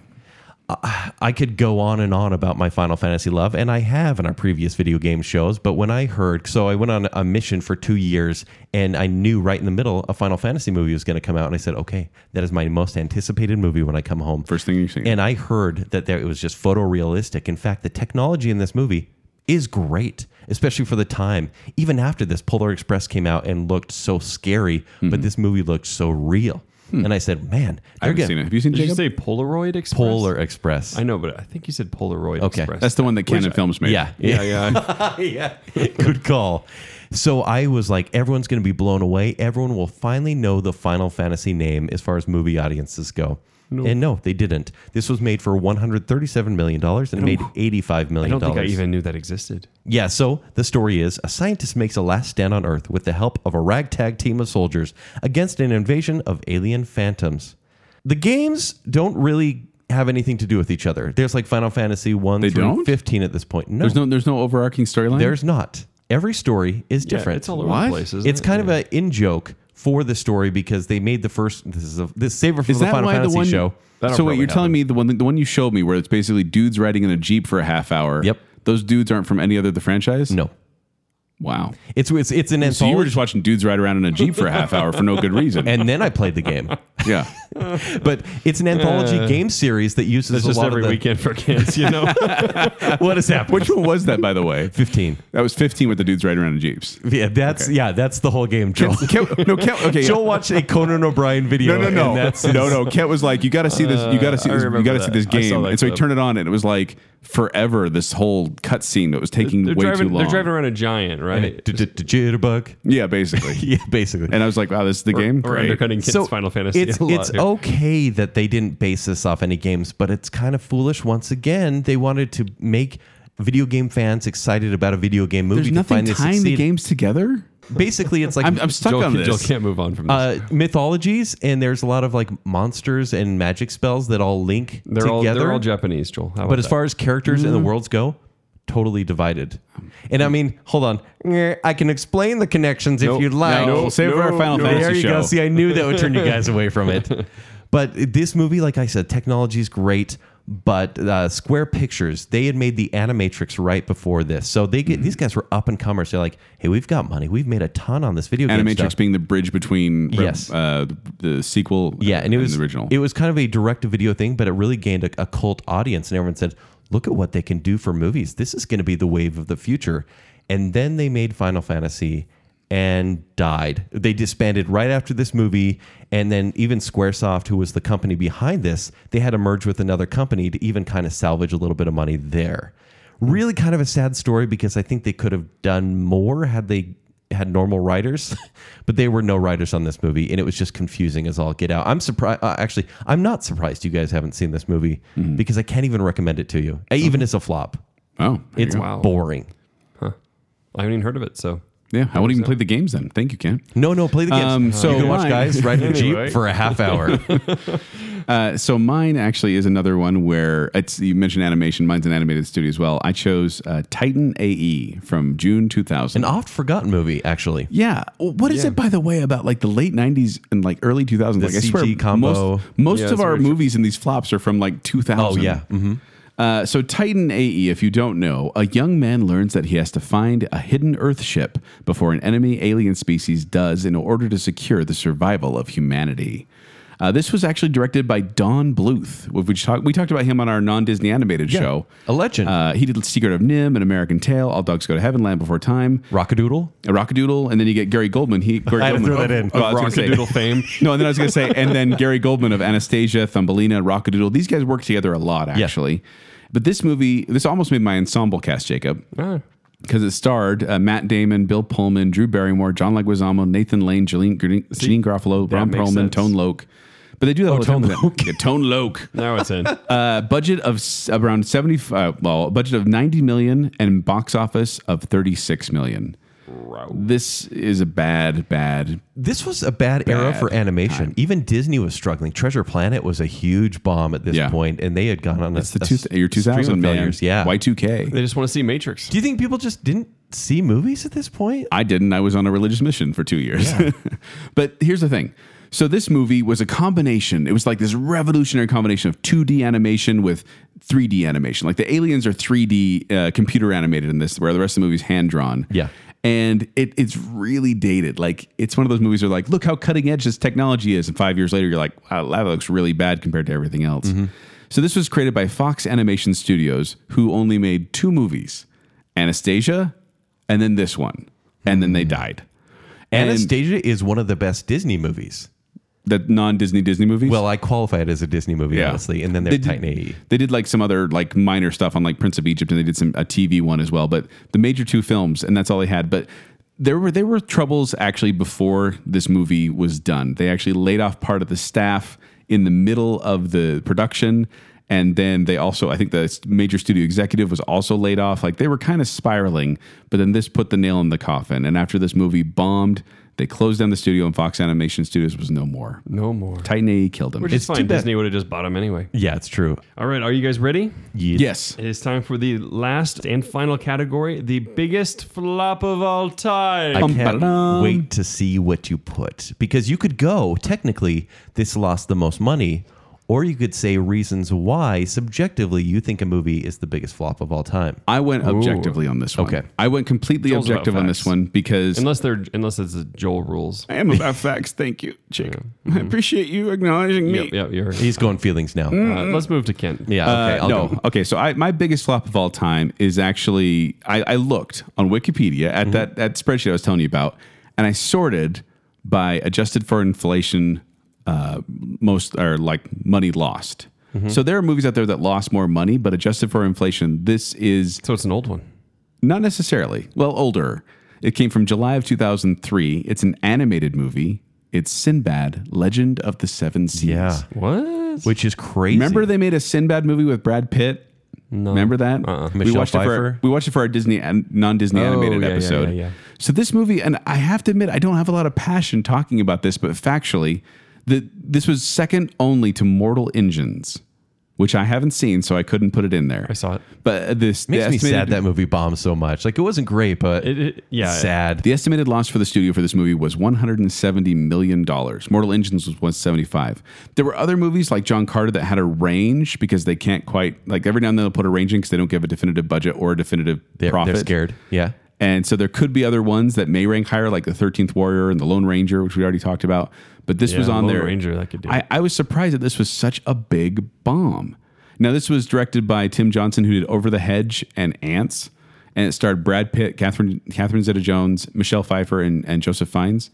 B: I could go on and on about my Final Fantasy love, and I have in our previous video game shows. But when I heard, so I went on a mission for two years, and I knew right in the middle a Final Fantasy movie was going to come out, and I said, "Okay, that is my most anticipated movie when I come home."
C: First thing you see.
B: and I heard that there, it was just photorealistic. In fact, the technology in this movie is great, especially for the time. Even after this, Polar Express came out and looked so scary,
D: Mm-hmm.
B: but this movie looked so real.
D: Hmm.
B: And I said, man,
C: I
B: they're
C: haven't
B: getting
C: seen it. Have you seen
D: Did you
C: Jacob?
D: say Polaroid Express?
B: Polar Express.
D: I know, but I think you said Polaroid
B: Okay.
D: Express.
C: That's the one that Canon Films made.
B: yeah.
D: yeah, yeah.
B: <laughs> yeah. Good call. So I was like, everyone's going to be blown away. Everyone will finally know the Final Fantasy name as far as movie audiences go. And no, they didn't. This was made for $137 million and it made $85
D: I
B: million.
D: don't think I even knew that existed.
B: Yeah, so the story is a scientist makes a last stand on Earth with the help of a ragtag team of soldiers against an invasion of alien phantoms. The games don't really have anything to do with each other. There's like Final Fantasy 1
C: They
B: through
C: don't?
B: 15 at this point. No.
C: There's no there's no overarching storyline.
B: There's not. Every story is different.
D: Yeah, it's all over
C: What?
D: the place. Isn't
B: It's
D: it?
B: kind of an in joke for the story because they made the first. This is a this saver for
C: is
B: the
C: that
B: Final
C: why
B: Fantasy
C: the one
B: show.
C: So wait, you're telling me the one the one you showed me where it's basically dudes riding in a jeep for a half hour.
B: Yep.
C: Those dudes aren't from any other of the franchise.
B: No,
C: Wow.
B: it's it's it's an
C: So you were
B: anthology.
C: just watching dudes ride around in a jeep for a half hour for no good
B: <laughs>
C: reason.
B: and
C: <laughs>
B: then I played the game,
C: yeah.
B: <laughs> but it's an anthology game series that uses
D: It's
B: a
D: just
B: lot
D: every
B: of the,
D: weekend for kids, you know?
B: <laughs> What is
C: <laughs>
B: happening?
C: Which one was that, by the way?
B: Fifteen.
C: <laughs> That was 15 with the dudes riding around in jeeps.
B: Yeah, that's yeah, that's the whole game, Joel.
C: Kent, no, Kent, okay.
B: <laughs>
C: yeah.
B: Joel watched a Conan O'Brien video.
C: No, no, no,
B: and that's
C: no,
B: <laughs>
C: no. Kent was like, "You got to see this. You got to see
D: Uh, I
C: this. You
D: remember
C: got to see
D: that.
C: this
D: I saw
C: game."
D: that
C: And so he
D: clip.
C: turned it on, and it was like forever. This whole cutscene that was taking
D: they're,
C: way
D: driving,
C: too long.
D: they're driving around a
B: <laughs>
D: giant, right?
B: D- d- d- Jitterbug.
C: <laughs> Yeah,
D: <laughs>
C: basically.
B: Yeah, basically.
C: and I was like, "Wow, this is the game."
D: Or
C: Great.
D: undercutting kids' Final Fantasy.
C: <laughs>
B: It's,
D: a lot
B: it's oh,
D: here.
B: okay that they didn't base this off any games, but it's kind of foolish. Once again, they wanted to make video game fans excited about a video game movie.
C: There's
B: to
C: nothing
B: find they
C: tying the
B: succeed.
C: games together.
B: Basically, it's like
C: I'm, I'm stuck
D: Joel,
C: on
D: can't-
C: this.
D: Joel can't move on from this.
B: uh, mythologies, and there's a lot of like monsters and magic spells that all link
D: they're, all,
B: together.
D: they're all Japanese, Joel. How
B: but
D: about
B: as far as characters and the
C: Mm-hmm.
B: worlds go, totally divided. And I mean, hold on, I can explain the connections if you'd like.
C: no, save it for our Final
D: no.
C: Fantasy
B: There you
C: show.
B: go. See, I knew that would turn you guys away from
D: <laughs>
B: it. But this movie, like I said, technology is great. But uh, Square Pictures, they had made the Animatrix right before this, so they
D: Mm-hmm.
B: get these guys were up and comers. They're like, "Hey, we've got money. We've made a ton on this video game stuff."
C: Animatrix being the bridge between re-
B: Yes.
C: uh, the, the sequel
B: yeah, and it was
C: the original.
B: It was kind of a direct-to-video thing, but it really gained a, a cult audience, and everyone said, "Look at what they can do for movies. This is going to be the wave of the future." And then they made Final Fantasy and died. They disbanded right after this movie, and then even SquareSoft, who was the company behind this, they had to merge with another company to even kind of salvage a little bit of money there. Really, kind of a sad story because I think they could have done more had they had normal writers, <laughs> but they were no writers on this movie, and it was just confusing as all get out. I'm surprised. Uh, actually, I'm not surprised you guys haven't seen this movie
C: Mm-hmm.
B: because I can't even recommend it to you, Uh, even as a flop.
C: oh, Mm-hmm. there
B: It's
C: you go.
D: Wow.
B: boring.
D: I haven't even heard of it, so.
C: yeah. I wouldn't even play the games then. Thank you, Ken.
B: No, no, play the games.
C: Um, so
B: you can watch
C: mine-
B: guys ride
C: <laughs>
B: in a
D: Anyway.
B: jeep for a half hour.
C: Uh, so mine actually is another one where it's you mentioned animation. Mine's an animated studio as well. I chose uh, Titan AE from June 2000.
B: An oft forgotten movie, actually.
C: Yeah. Well, What is it, by the way, about like the late '90s and like early 2000s? like
B: CG combo.
C: most, most
D: Yeah,
C: of
D: that's
C: our
D: what you're-
C: movies in these flops are from like 2000.
B: Oh, yeah. Mhm.
C: Uh, so Titan AE, if you don't know, a young man learns that he has to find a hidden Earth ship before an enemy alien species does in order to secure the survival of humanity. Uh, this was actually directed by Don Bluth, which talk, we talked about him on our non-Disney animated
B: Yeah.
C: show.
B: A legend.
C: Uh, he did Secret of Nim, An American Tale, All Dogs Go to Heaven, Land Before Time
B: Rockadoodle.
C: a rockadoodle, and then you get Gary Goldman. He Gary
B: I had to
C: Goldman
B: throw that in.
C: Oh, I was gonna say-
D: Rockadoodle fame.
C: <laughs> No, and then I was going to say, and then Gary Goldman of Anastasia, Thumbelina, Rockadoodle. These guys work together a lot, actually. But this movie, this almost made my ensemble cast, Jacob,
D: Ah,
C: because it starred uh, Matt Damon, Bill Pullman, Drew Barrymore, John Leguizamo, Nathan Lane, Jeline, Jeanine Garofalo, Ron
D: makes
C: Perlman,
D: sense.
C: Tone Loke. But they do that all the
B: Oh, Tone
C: time. Loke. Yeah, Tone Loke.
D: now
B: <laughs>
D: it's in.
C: Uh, budget of s- around 70 uh, well a budget of 90 million and box office of 36 million this is a bad bad
B: This was a bad, era
C: Bad
B: for animation. Even Disney was struggling. Treasure Planet was a huge bomb at this
C: Yeah.
B: point, and they had gone on
C: it's
B: a,
C: the
B: a
C: two,
B: s-
C: year
B: stream of
C: 2000 man
B: failures. Yeah,
D: They
C: y2k
D: just want to see Matrix.
B: Do you think people just didn't see movies at this point?
C: i didn't i was on a religious mission for two years <laughs> but here's the thing so this movie was a combination it was like this revolutionary combination of 2d animation with 3d animation like the aliens are 3d uh, computer animated in this where the rest of the movie's hand drawn
B: Yeah.
C: and it, it's really dated. Like it's one of those movies where like, look how cutting edge this technology is, and five years later you're like, wow, that looks really bad compared to everything
B: Mm-hmm.
C: else. So this was created by Fox Animation Studios, who only made two movies, Anastasia, and then this one, and then they
B: Hmm.
C: died. And-
B: Anastasia is one of the best Disney movies.
C: The non-Disney Disney movies.
B: Well, I qualify it as a Disney movie,
C: Yeah.
B: honestly. And then
C: They
B: they're
C: did-
B: Titan E. AE.
C: They did like some other like minor stuff on like Prince of Egypt, and they did some a TV one as well. But the major two films, and that's all they had. But there were there were troubles actually before this movie was done. They actually laid off part of the staff in the middle of the production. And then they also, I think the s- major studio executive was also laid off. Like they were kind of spiraling, but then this put the nail in the coffin. And after this movie bombed, they closed down the studio and Fox Animation Studios was no more.
D: No more.
C: Titan AE killed them.
D: Which is
B: too
D: fine.
B: bad.
D: Disney would have just bought them anyway.
B: Yeah, it's true.
D: All right, are you guys ready?
C: yes.
D: It is time for the last and final category the biggest flop of all time.
B: I
C: Bum,
B: can't
C: ba-dum.
B: wait to see what you put because you could go technically this lost the most money, or you could say reasons why subjectively you think a movie is the biggest flop of all time.
C: I went objectively on this one.
B: Okay.
C: I went completely
D: Joel's
C: objective
D: about
C: on this
D: facts.
C: one because
D: <laughs> unless they're unless it's Joel rules.
C: I
D: <laughs>
C: am about facts. Thank you, chick. <laughs> I
B: Mm-hmm.
C: appreciate you acknowledging me.
D: Yep, yep, you're. right.
B: He's going feelings now.
D: Uh, let's move to Kent.
B: Mm. Yeah,
C: Mm. Uh,
B: okay, I'll
C: no.
B: go.
C: Okay. So I, my biggest flop of all time is actually I, I looked on Wikipedia
B: Mm-hmm.
C: at that that spreadsheet I was telling you about, and I sorted by adjusted for inflation, uh, most or like money lost.
B: Mm-hmm.
C: So there are movies out there that lost more money, but adjusted for inflation, this is
D: So it's an old one.
C: Not necessarily. Well, older. It came from July of 2003. It's an animated movie. It's Sinbad, Legend of the Seven Seas.
B: Yeah,
D: What?
B: which is crazy.
C: Remember they made a Sinbad movie with Brad Pitt? No. Remember that? We
B: Michelle
C: watched it for
B: Pfeiffer?
C: we watched it for our Disney and non-Disney
D: Oh,
C: animated
D: yeah, yeah,
C: episode.
D: yeah, yeah.
C: So this movie, and I have to admit, I don't have a lot of passion talking about this, but factually, the, this was second only to Mortal Engines, which I haven't seen, so I couldn't put it in there.
D: I saw it.
C: But uh, this
B: makes
C: the
B: me sad
C: estimated-
B: that movie bombed so much. Like it wasn't great, but
D: It- it- yeah.
B: sad.
C: The estimated loss for the studio for this movie was 170 million dollars. Mortal Engines was 175. There were other movies like John Carter that had a range because they can't quite like every now and then they'll put a range in because they don't give a definitive budget or a definitive
B: they're,
C: profit.
B: they're scared. Yeah,
C: And so there could be other ones that may rank higher, like the Thirteenth Warrior and the Lone Ranger, which we already talked about. But this
D: Yeah,
C: was on
D: Lone
C: there.
D: Ranger, that could do
C: I,
D: it.
C: I was surprised that this was such a big bomb. Now this was directed by Tim Johnson, who did Over the Hedge and Ants, and it starred Brad Pitt, Catherine Catherine Zeta-Jones, Michelle Pfeiffer, and, and Joseph Fiennes.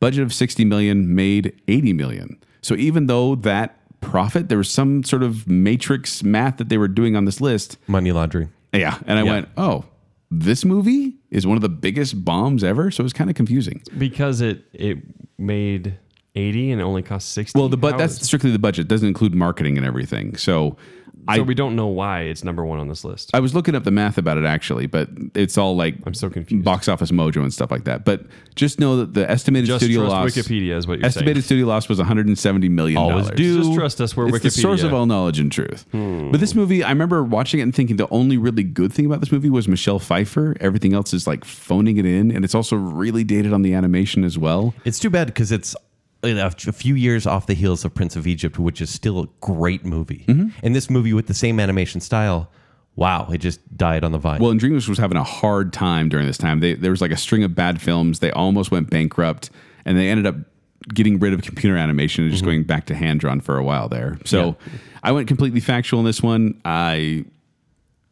C: Budget of sixty million, made eighty million. So even though that profit, there was some sort of matrix math that they were doing on this list.
B: money laundering.
C: Yeah. And I
B: Yeah.
C: went, oh, this movie is one of the biggest bombs ever. So it was kind of confusing.
D: Because it it made eighty and it only cost sixty.
C: Well, the but
D: How
C: that's
D: is-
C: strictly the budget. It doesn't include marketing and everything. So, I
D: so we don't know why it's number one on this list.
C: I was looking up the math about it actually, but it's all like
D: I'm so confused.
C: Box office mojo and stuff like that. But just know that the estimated
D: Just
C: studio
D: trust
C: loss
D: Wikipedia is what you're
C: estimated studio loss was 170 million.
B: Always
C: dollars.
B: do.
D: Just trust us. We're
C: it's
D: Wikipedia.
C: the source of all knowledge and truth. But this movie, I remember watching it and thinking the only really good thing about this movie was Michelle Pfeiffer. Everything else is like phoning it in, and it's also really dated on the animation as well.
B: It's too bad because it's you know, a few years off the heels of Prince of Egypt, which is still a great movie.
C: Mm-hmm.
B: And this movie with the same animation style, wow, it just died on the vine.
C: Well, and DreamWorks was having a hard time during this time. They, there was like a string of bad films. They almost went bankrupt, and they ended up getting rid of computer animation and
B: Mm-hmm.
C: just going back to hand drawn for a while there. So, I went completely factual in this one. I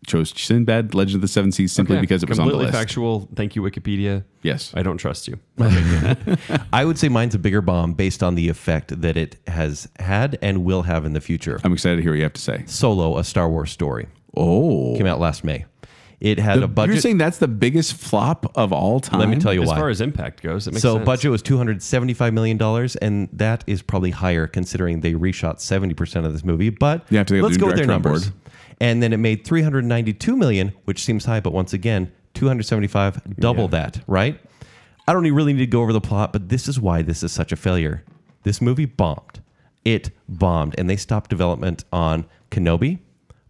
C: chose Sinbad, Legend of the Seven Seas, simply
D: Yeah,
C: because it was on the
D: completely
C: list.
D: factual. Thank you, Wikipedia.
C: Yes.
D: I don't trust you.
B: I would say mine's a bigger bomb based on the effect that it has had and will have in the future.
C: I'm excited to hear what you have to say.
B: Solo, a Star Wars story,
C: Oh,
B: came out last May. It had a budget.
C: You're saying that's the biggest flop of all time.
B: let me tell you
D: As
B: why.
D: far as impact goes, it makes
B: so
D: sense.
B: budget was 275 million dollars and that is probably higher considering they reshot 70% of this movie but
C: You have to get the
B: let's
C: new
B: go with their
C: director on
B: numbers
C: board.
B: and then it made 392 million which seems high but once again 275 double that right i don't e-, really need to go over the plot but this is why this is such a failure this movie bombed it bombed and they stopped development on kenobi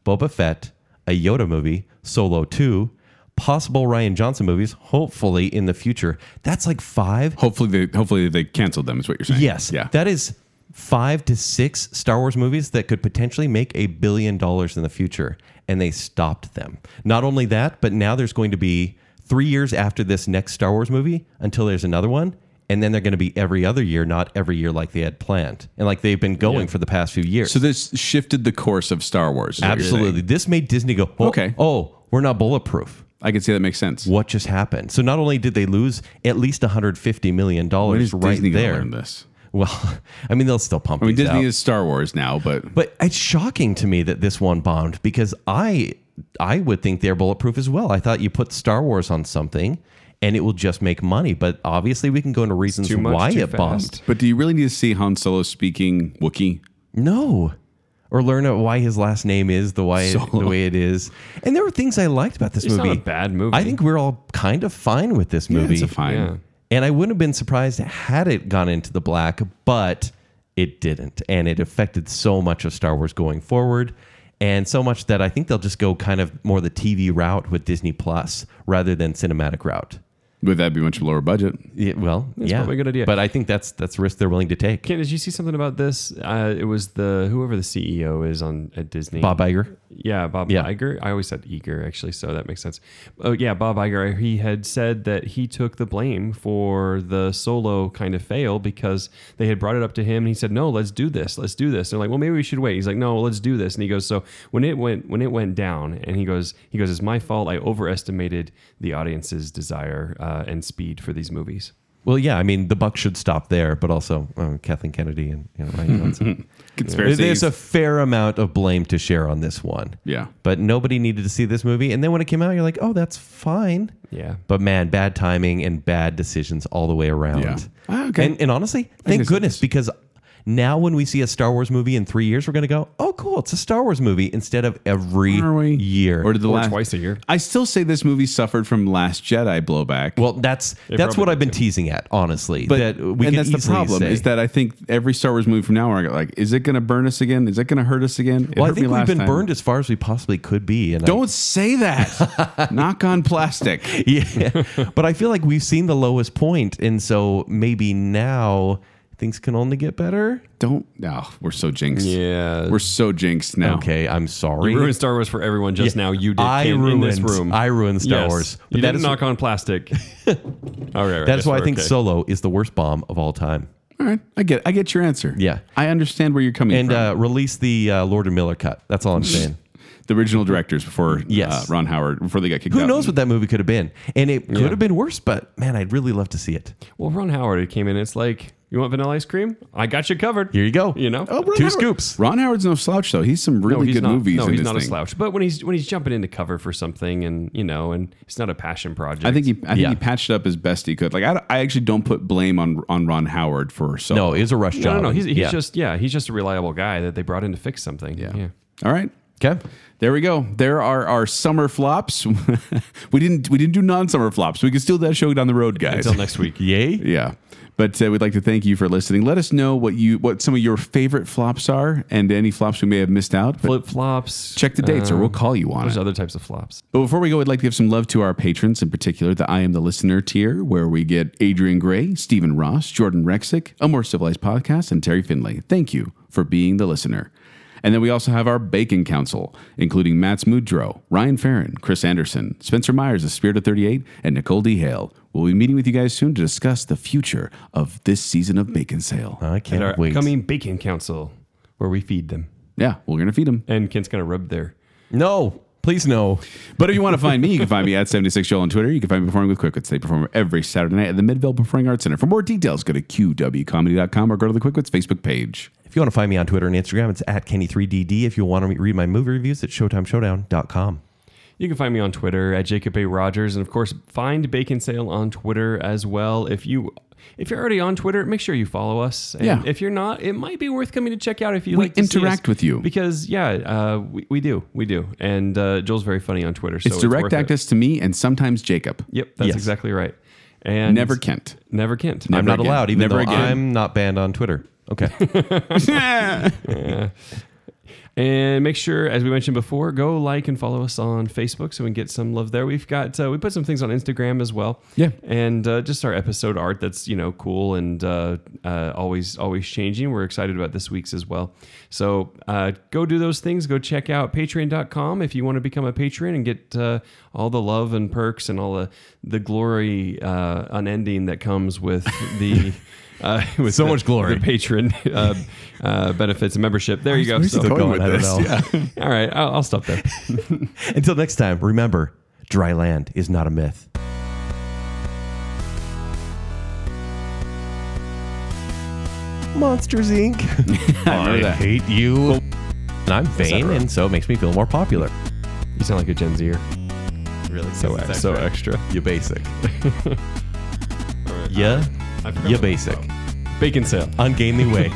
B: boba fett a yoda movie solo 2 possible ryan johnson movies hopefully in the future that's like five
C: Hopefully, they hopefully they canceled them. Is what you're saying?
B: Yes.
C: Yeah.
B: That is five to six Star Wars movies that could potentially make a billion dollars in the future. And they stopped them. Not only that, but now there's going to be three years after this next Star Wars movie until there's another one. And then they're going to be every other year, not every year like they had planned and like they've been going for the past few years.
C: so this shifted the course of Star Wars. is what you're saying.
B: Absolutely. This made Disney go, oh,
C: Okay.
B: okay. Oh, we're not bulletproof.
C: I can see that makes sense.
B: What just happened? So not only did they lose at least 150 million
C: When
B: dollars
C: is
B: right
C: Disney gonna
B: there.
C: learn this?
B: Well, <laughs> I mean they'll still pump
C: I mean,
B: these
C: Disney
B: out.
C: is Star Wars now, but
B: But it's shocking to me that this one bombed because I I would think they're bulletproof as well. I thought you put Star Wars on something and it will just make money, but obviously we can go into reasons
D: Too much,
B: why
D: too
B: it bombed.
D: fast.
C: but do you really need to see Han Solo speaking Wookiee?
B: No. Or learn out why his last name is the way the way it is. And there were things I liked about this
D: It's not
B: movie.
D: a bad movie.
B: I think we're all kind of fine with this movie.
C: It's a fine.
D: Yeah.
B: And I wouldn't have been surprised had it gone into the black, but it didn't. And it affected so much of Star Wars going forward. And so much that I think they'll just go kind of more the TV route with Disney Plus rather than cinematic route.
C: Would that be much lower budget?
B: Yeah, well,
D: That's
B: yeah,
D: probably a good idea.
B: But I think that's that's the risk they're willing to take.
D: Ken, did you see something about this? Uh, it was the whoever the CEO is on at Disney.
B: Bob Iger,
D: Yeah, Bob
B: Yeah.
D: Iger. I always said Eager actually, so that makes sense. Oh yeah, Bob Iger. He had said that he took the blame for the solo kind of fail because they had brought it up to him, and he said, "No, let's do this. Let's do this." They're like, "Well, maybe we should wait." He's like, "No, let's do this." And he goes, "So when it went when it went down, and he goes, he goes, it's my fault. I overestimated the audience's desire uh, and speed for these movies."
B: Well, yeah, I mean the buck should stop there, but also uh, Kathleen Kennedy and you know, Ryan
D: <laughs>
B: Johnson.
C: Conspiracy.
B: There's a fair amount of blame to share on this one.
C: yeah.
B: But nobody needed to see this movie, and then when it came out, you're like, oh, that's fine.
D: Yeah.
B: But man, bad timing and bad decisions all the way around.
C: Yeah. Ah, okay.
B: And, and honestly, thank
C: this
B: goodness
C: is-
B: because now when we see a Star Wars movie in three years, we're gonna go, oh, cool, it's a Star Wars movie instead of every
C: Are we?
B: year.
C: Or did the
D: Or
C: last
D: twice a year.
C: I still say this movie suffered from Last Jedi blowback.
B: well, that's that's
D: probably
B: what I've
D: did
B: been teasing at, honestly. that we
C: and
B: can
C: that's the
B: easily
C: problem
B: say.
C: is that I think every Star Wars movie from now on, I'm like, is it going to burn us again? Is it going to hurt us again? It
B: well, I
C: hurt me
B: think we've
C: last
B: been
C: time.
B: burned as far as we possibly could be, and I-
C: Don't say that. Knock on plastic.
B: <laughs> yeah. but I feel like we've seen the lowest point, and so maybe now things can only get better.
C: Don't. No, we're so jinxed.
D: Yeah.
C: We're so jinxed now.
B: Okay, I'm sorry.
D: You ruined Star Wars for everyone just now. You did
B: I
D: Ken, in this
B: ruined-
D: room.
B: I ruined Star Wars. But
D: You
B: that
D: didn't
B: is-
D: knock
B: <laughs>
D: on plastic. All right, right,
B: That is
D: guess
B: why I
D: we're
B: think
D: okay.
B: Solo is the worst bomb of all time.
C: All right. I get. I get your answer.
B: Yeah.
C: I understand where you're coming
B: And
C: from.
B: uh, release the uh, Lord and Miller cut. That's all I'm saying.
C: the original directors before
B: Yes.
C: uh, Ron Howard before they got kicked out.
B: Who knows what that movie could have been? And it could
D: Yeah.
B: have been worse, but man, I'd really love to see it.
D: Well, Ron Howard it came in. It's like, you want vanilla ice cream? I got you covered.
B: Here you go.
D: You know,
B: Oh, Ron
D: two
B: Howard.
D: scoops.
C: Ron Howard's no slouch though. He's some really
D: he's
C: good
D: not,
C: movies.
D: No,
C: in
D: he's
C: his
D: not a
C: thing.
D: slouch. But when he's when he's jumping into cover for something, and you know, and it's not a passion project.
C: I think he. I think
B: Yeah.
C: he patched up as best he could. Like I, I actually don't put blame on on Ron Howard for so.
B: No, it was a rush
D: No,
B: job.
D: no, no. He's, he's
B: Yeah.
D: just yeah. He's just a reliable guy that they brought in to fix something.
C: Yeah.
D: yeah.
C: All right.
B: okay.
C: There we go. There are our summer flops. <laughs> we didn't we didn't do non-summer flops. We can still do that show down the road, guys.
D: Until next week.
B: <laughs> Yay.
C: <laughs> Yeah. But uh, we'd like to thank you for listening. Let us know what you what some of your favorite flops are and any flops we may have missed out. But
D: Flip flops.
C: check the dates or
D: Um,
C: we'll call you on
D: There's
C: it.
D: other types of flops.
C: But before we go, I'd like to give some love to our patrons, in particular the I Am the Listener tier, where we get Adrian Gray, Stephen Ross, Jordan Rexick, A More Civilized Podcast, and Terry Finley. Thank you for being the listener. And then we also have our Bacon Council, including Matt Mudrow, Ryan Farron, Chris Anderson, Spencer Myers, The Spirit of 38, and Nicole D. Hale. We'll be meeting with you guys soon to discuss the future of this season of Bacon Sale.
B: I
D: And uh, e- our
B: can't wait.
D: coming bacon council, where we feed them,
C: Yeah, we're going to feed them.
D: and Kent's gonna rub their
B: No, please no.
C: But if you want to find me, you can find me at 76Joel on Twitter. You can find me performing with Quickwits. They perform every Saturday night at the Midvale Performing Arts Center. For more details, go to qwcomedy.com or go to the Quickwits Facebook page.
B: If you want to find me on Twitter and Instagram, it's at Kenny3DD. If you want to read my movie reviews, it's ShowtimeShowdown.com.
D: You can find me on Twitter at Jacob A. Rogers, and of course, find Bacon Sale on Twitter as well. If you if you're already on Twitter, make sure you follow us. And
C: Yeah.
D: If you're not, it might be worth coming to check out if you
C: We
D: like to see
C: interact
D: us.
C: with you.
D: because yeah, uh, we, we do we do, and uh, Joel's very funny on Twitter. So
C: It's direct
D: worth it.
C: access to me and sometimes Jacob.
D: Yep, that's
B: Yes.
D: exactly right. And
C: Never Kent.
D: never Kent.
B: I'm
C: Never
B: not
C: again.
B: allowed, even
C: Never
B: though
C: again.
B: I'm not banned on Twitter. Okay.
D: And make sure, as we mentioned before, go like and follow us on Facebook so we can get some love there. We've got uh, we put some things on Instagram as well.
C: Yeah.
D: and uh, just our episode art that's you know cool and uh, uh, always always changing. We're excited about this week's as well. So uh, go do those things. Go check out Patreon.com if you want to become a patron and get uh, all the love and perks and all the the glory uh, unending that comes with
B: <laughs>
D: the. Uh, <laughs> with
B: So
D: the-
B: much glory.
D: the patron uh, uh, benefits and membership. There you go. So-
B: Still
C: going with
B: I don't <laughs>
C: this?
B: know.
D: all right, I'll, I'll stop there.
B: Until next time, remember dry land is not a myth. Monsters
D: <laughs>
B: Inc. I, hate you. And I'm vain, and so it makes me feel more popular.
D: You sound like a Gen Zer.
B: Really,
D: So ex- so extra.
B: You basic.
D: <laughs>
B: yeah, you basic.
D: Bacon sale.
B: Ungainly way.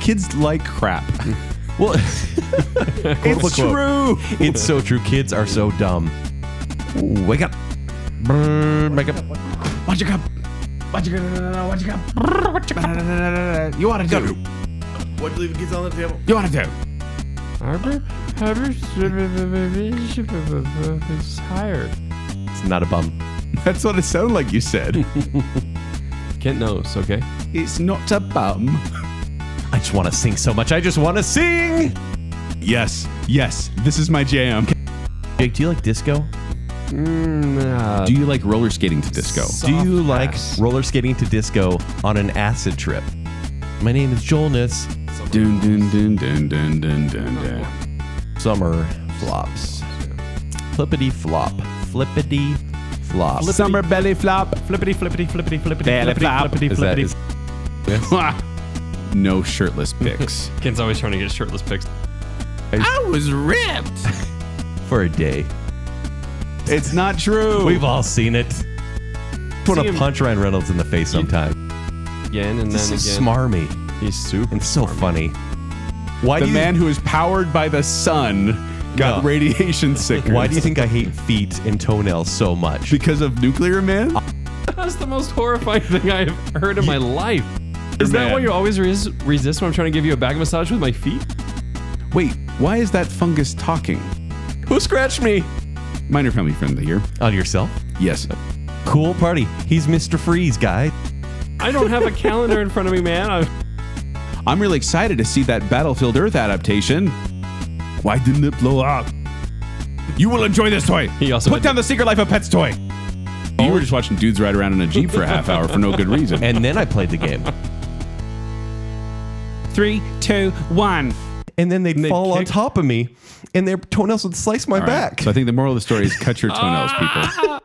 C: Kids like crap.
B: <laughs> Well, it's true. It's so true. Kids are so dumb. Ooh, wake up. Brrr, wake up.
C: Watch your cup. Watch your cup. Watch your cup. Watch your cup. You want to do.
B: What do you leave kids on the table?
C: You want to do.
D: It's tired.
B: It's not a bum.
C: That's what it sounded like you said.
D: Kent knows, okay?
C: it's not a bum.
B: I just want to sing so much. I just want to sing.
C: Yes. Yes. This is my jam.
B: Jake, do you like disco?
D: Uh,
C: Do you like roller skating to disco?
B: Do you like
D: ass.
B: roller skating to disco on an acid trip? My name is Joelness.
C: Dun, dun, dun, dun, dun, dun, dun, dun.
B: Summer flops. Flippity flop. Flippity flop.
C: Summer belly flop.
D: Flippity, flippity, flippity, flippity,
C: Belly flop.
D: flippity,
C: <laughs>
B: Is that-
D: flippity.
B: is-
C: no
D: <laughs>
C: shirtless pics.
D: Kent's always trying to get shirtless pics.
C: I was ripped.
B: for a day.
C: It's not true.
B: We've all seen it. want
D: See
B: to
D: him-
B: punch Ryan Reynolds in the face sometime.
D: Again and
B: This
D: then
B: is
D: again.
B: smarmy
D: He's super.
B: and so funny. Why
C: the
B: do you,
C: man who is powered by the sun got
B: No.
C: radiation sickness.
B: Why do you think I hate feet and toenails so much?
C: Because of Nuclear Man?
D: That's the most horrifying thing I have heard in my life. Is that
C: Man.
D: why you always res- resist when I'm trying to give you a back massage with my feet?
C: Wait, why is that fungus talking?
B: Who scratched me?
C: Minor family friendly here.
B: On yourself?
C: Yes.
B: Cool party. He's Mr. Freeze, guy.
D: I don't have a calendar in front of me, man. I'm
C: I'm really excited to see that Battlefield Earth adaptation. Why didn't it blow up? You will enjoy this toy.
D: He also
C: put down the Secret Life of Pets toy. You were just watching dudes ride around in a jeep for a half hour for no good reason.
B: And then I played the game.
C: <laughs> three, two, one.
B: <laughs> And then they'd
D: they'd
B: fall on
D: kick-
B: top of me and their toenails would slice my back.
C: <laughs> So I think the moral of the story is cut your toenails, people.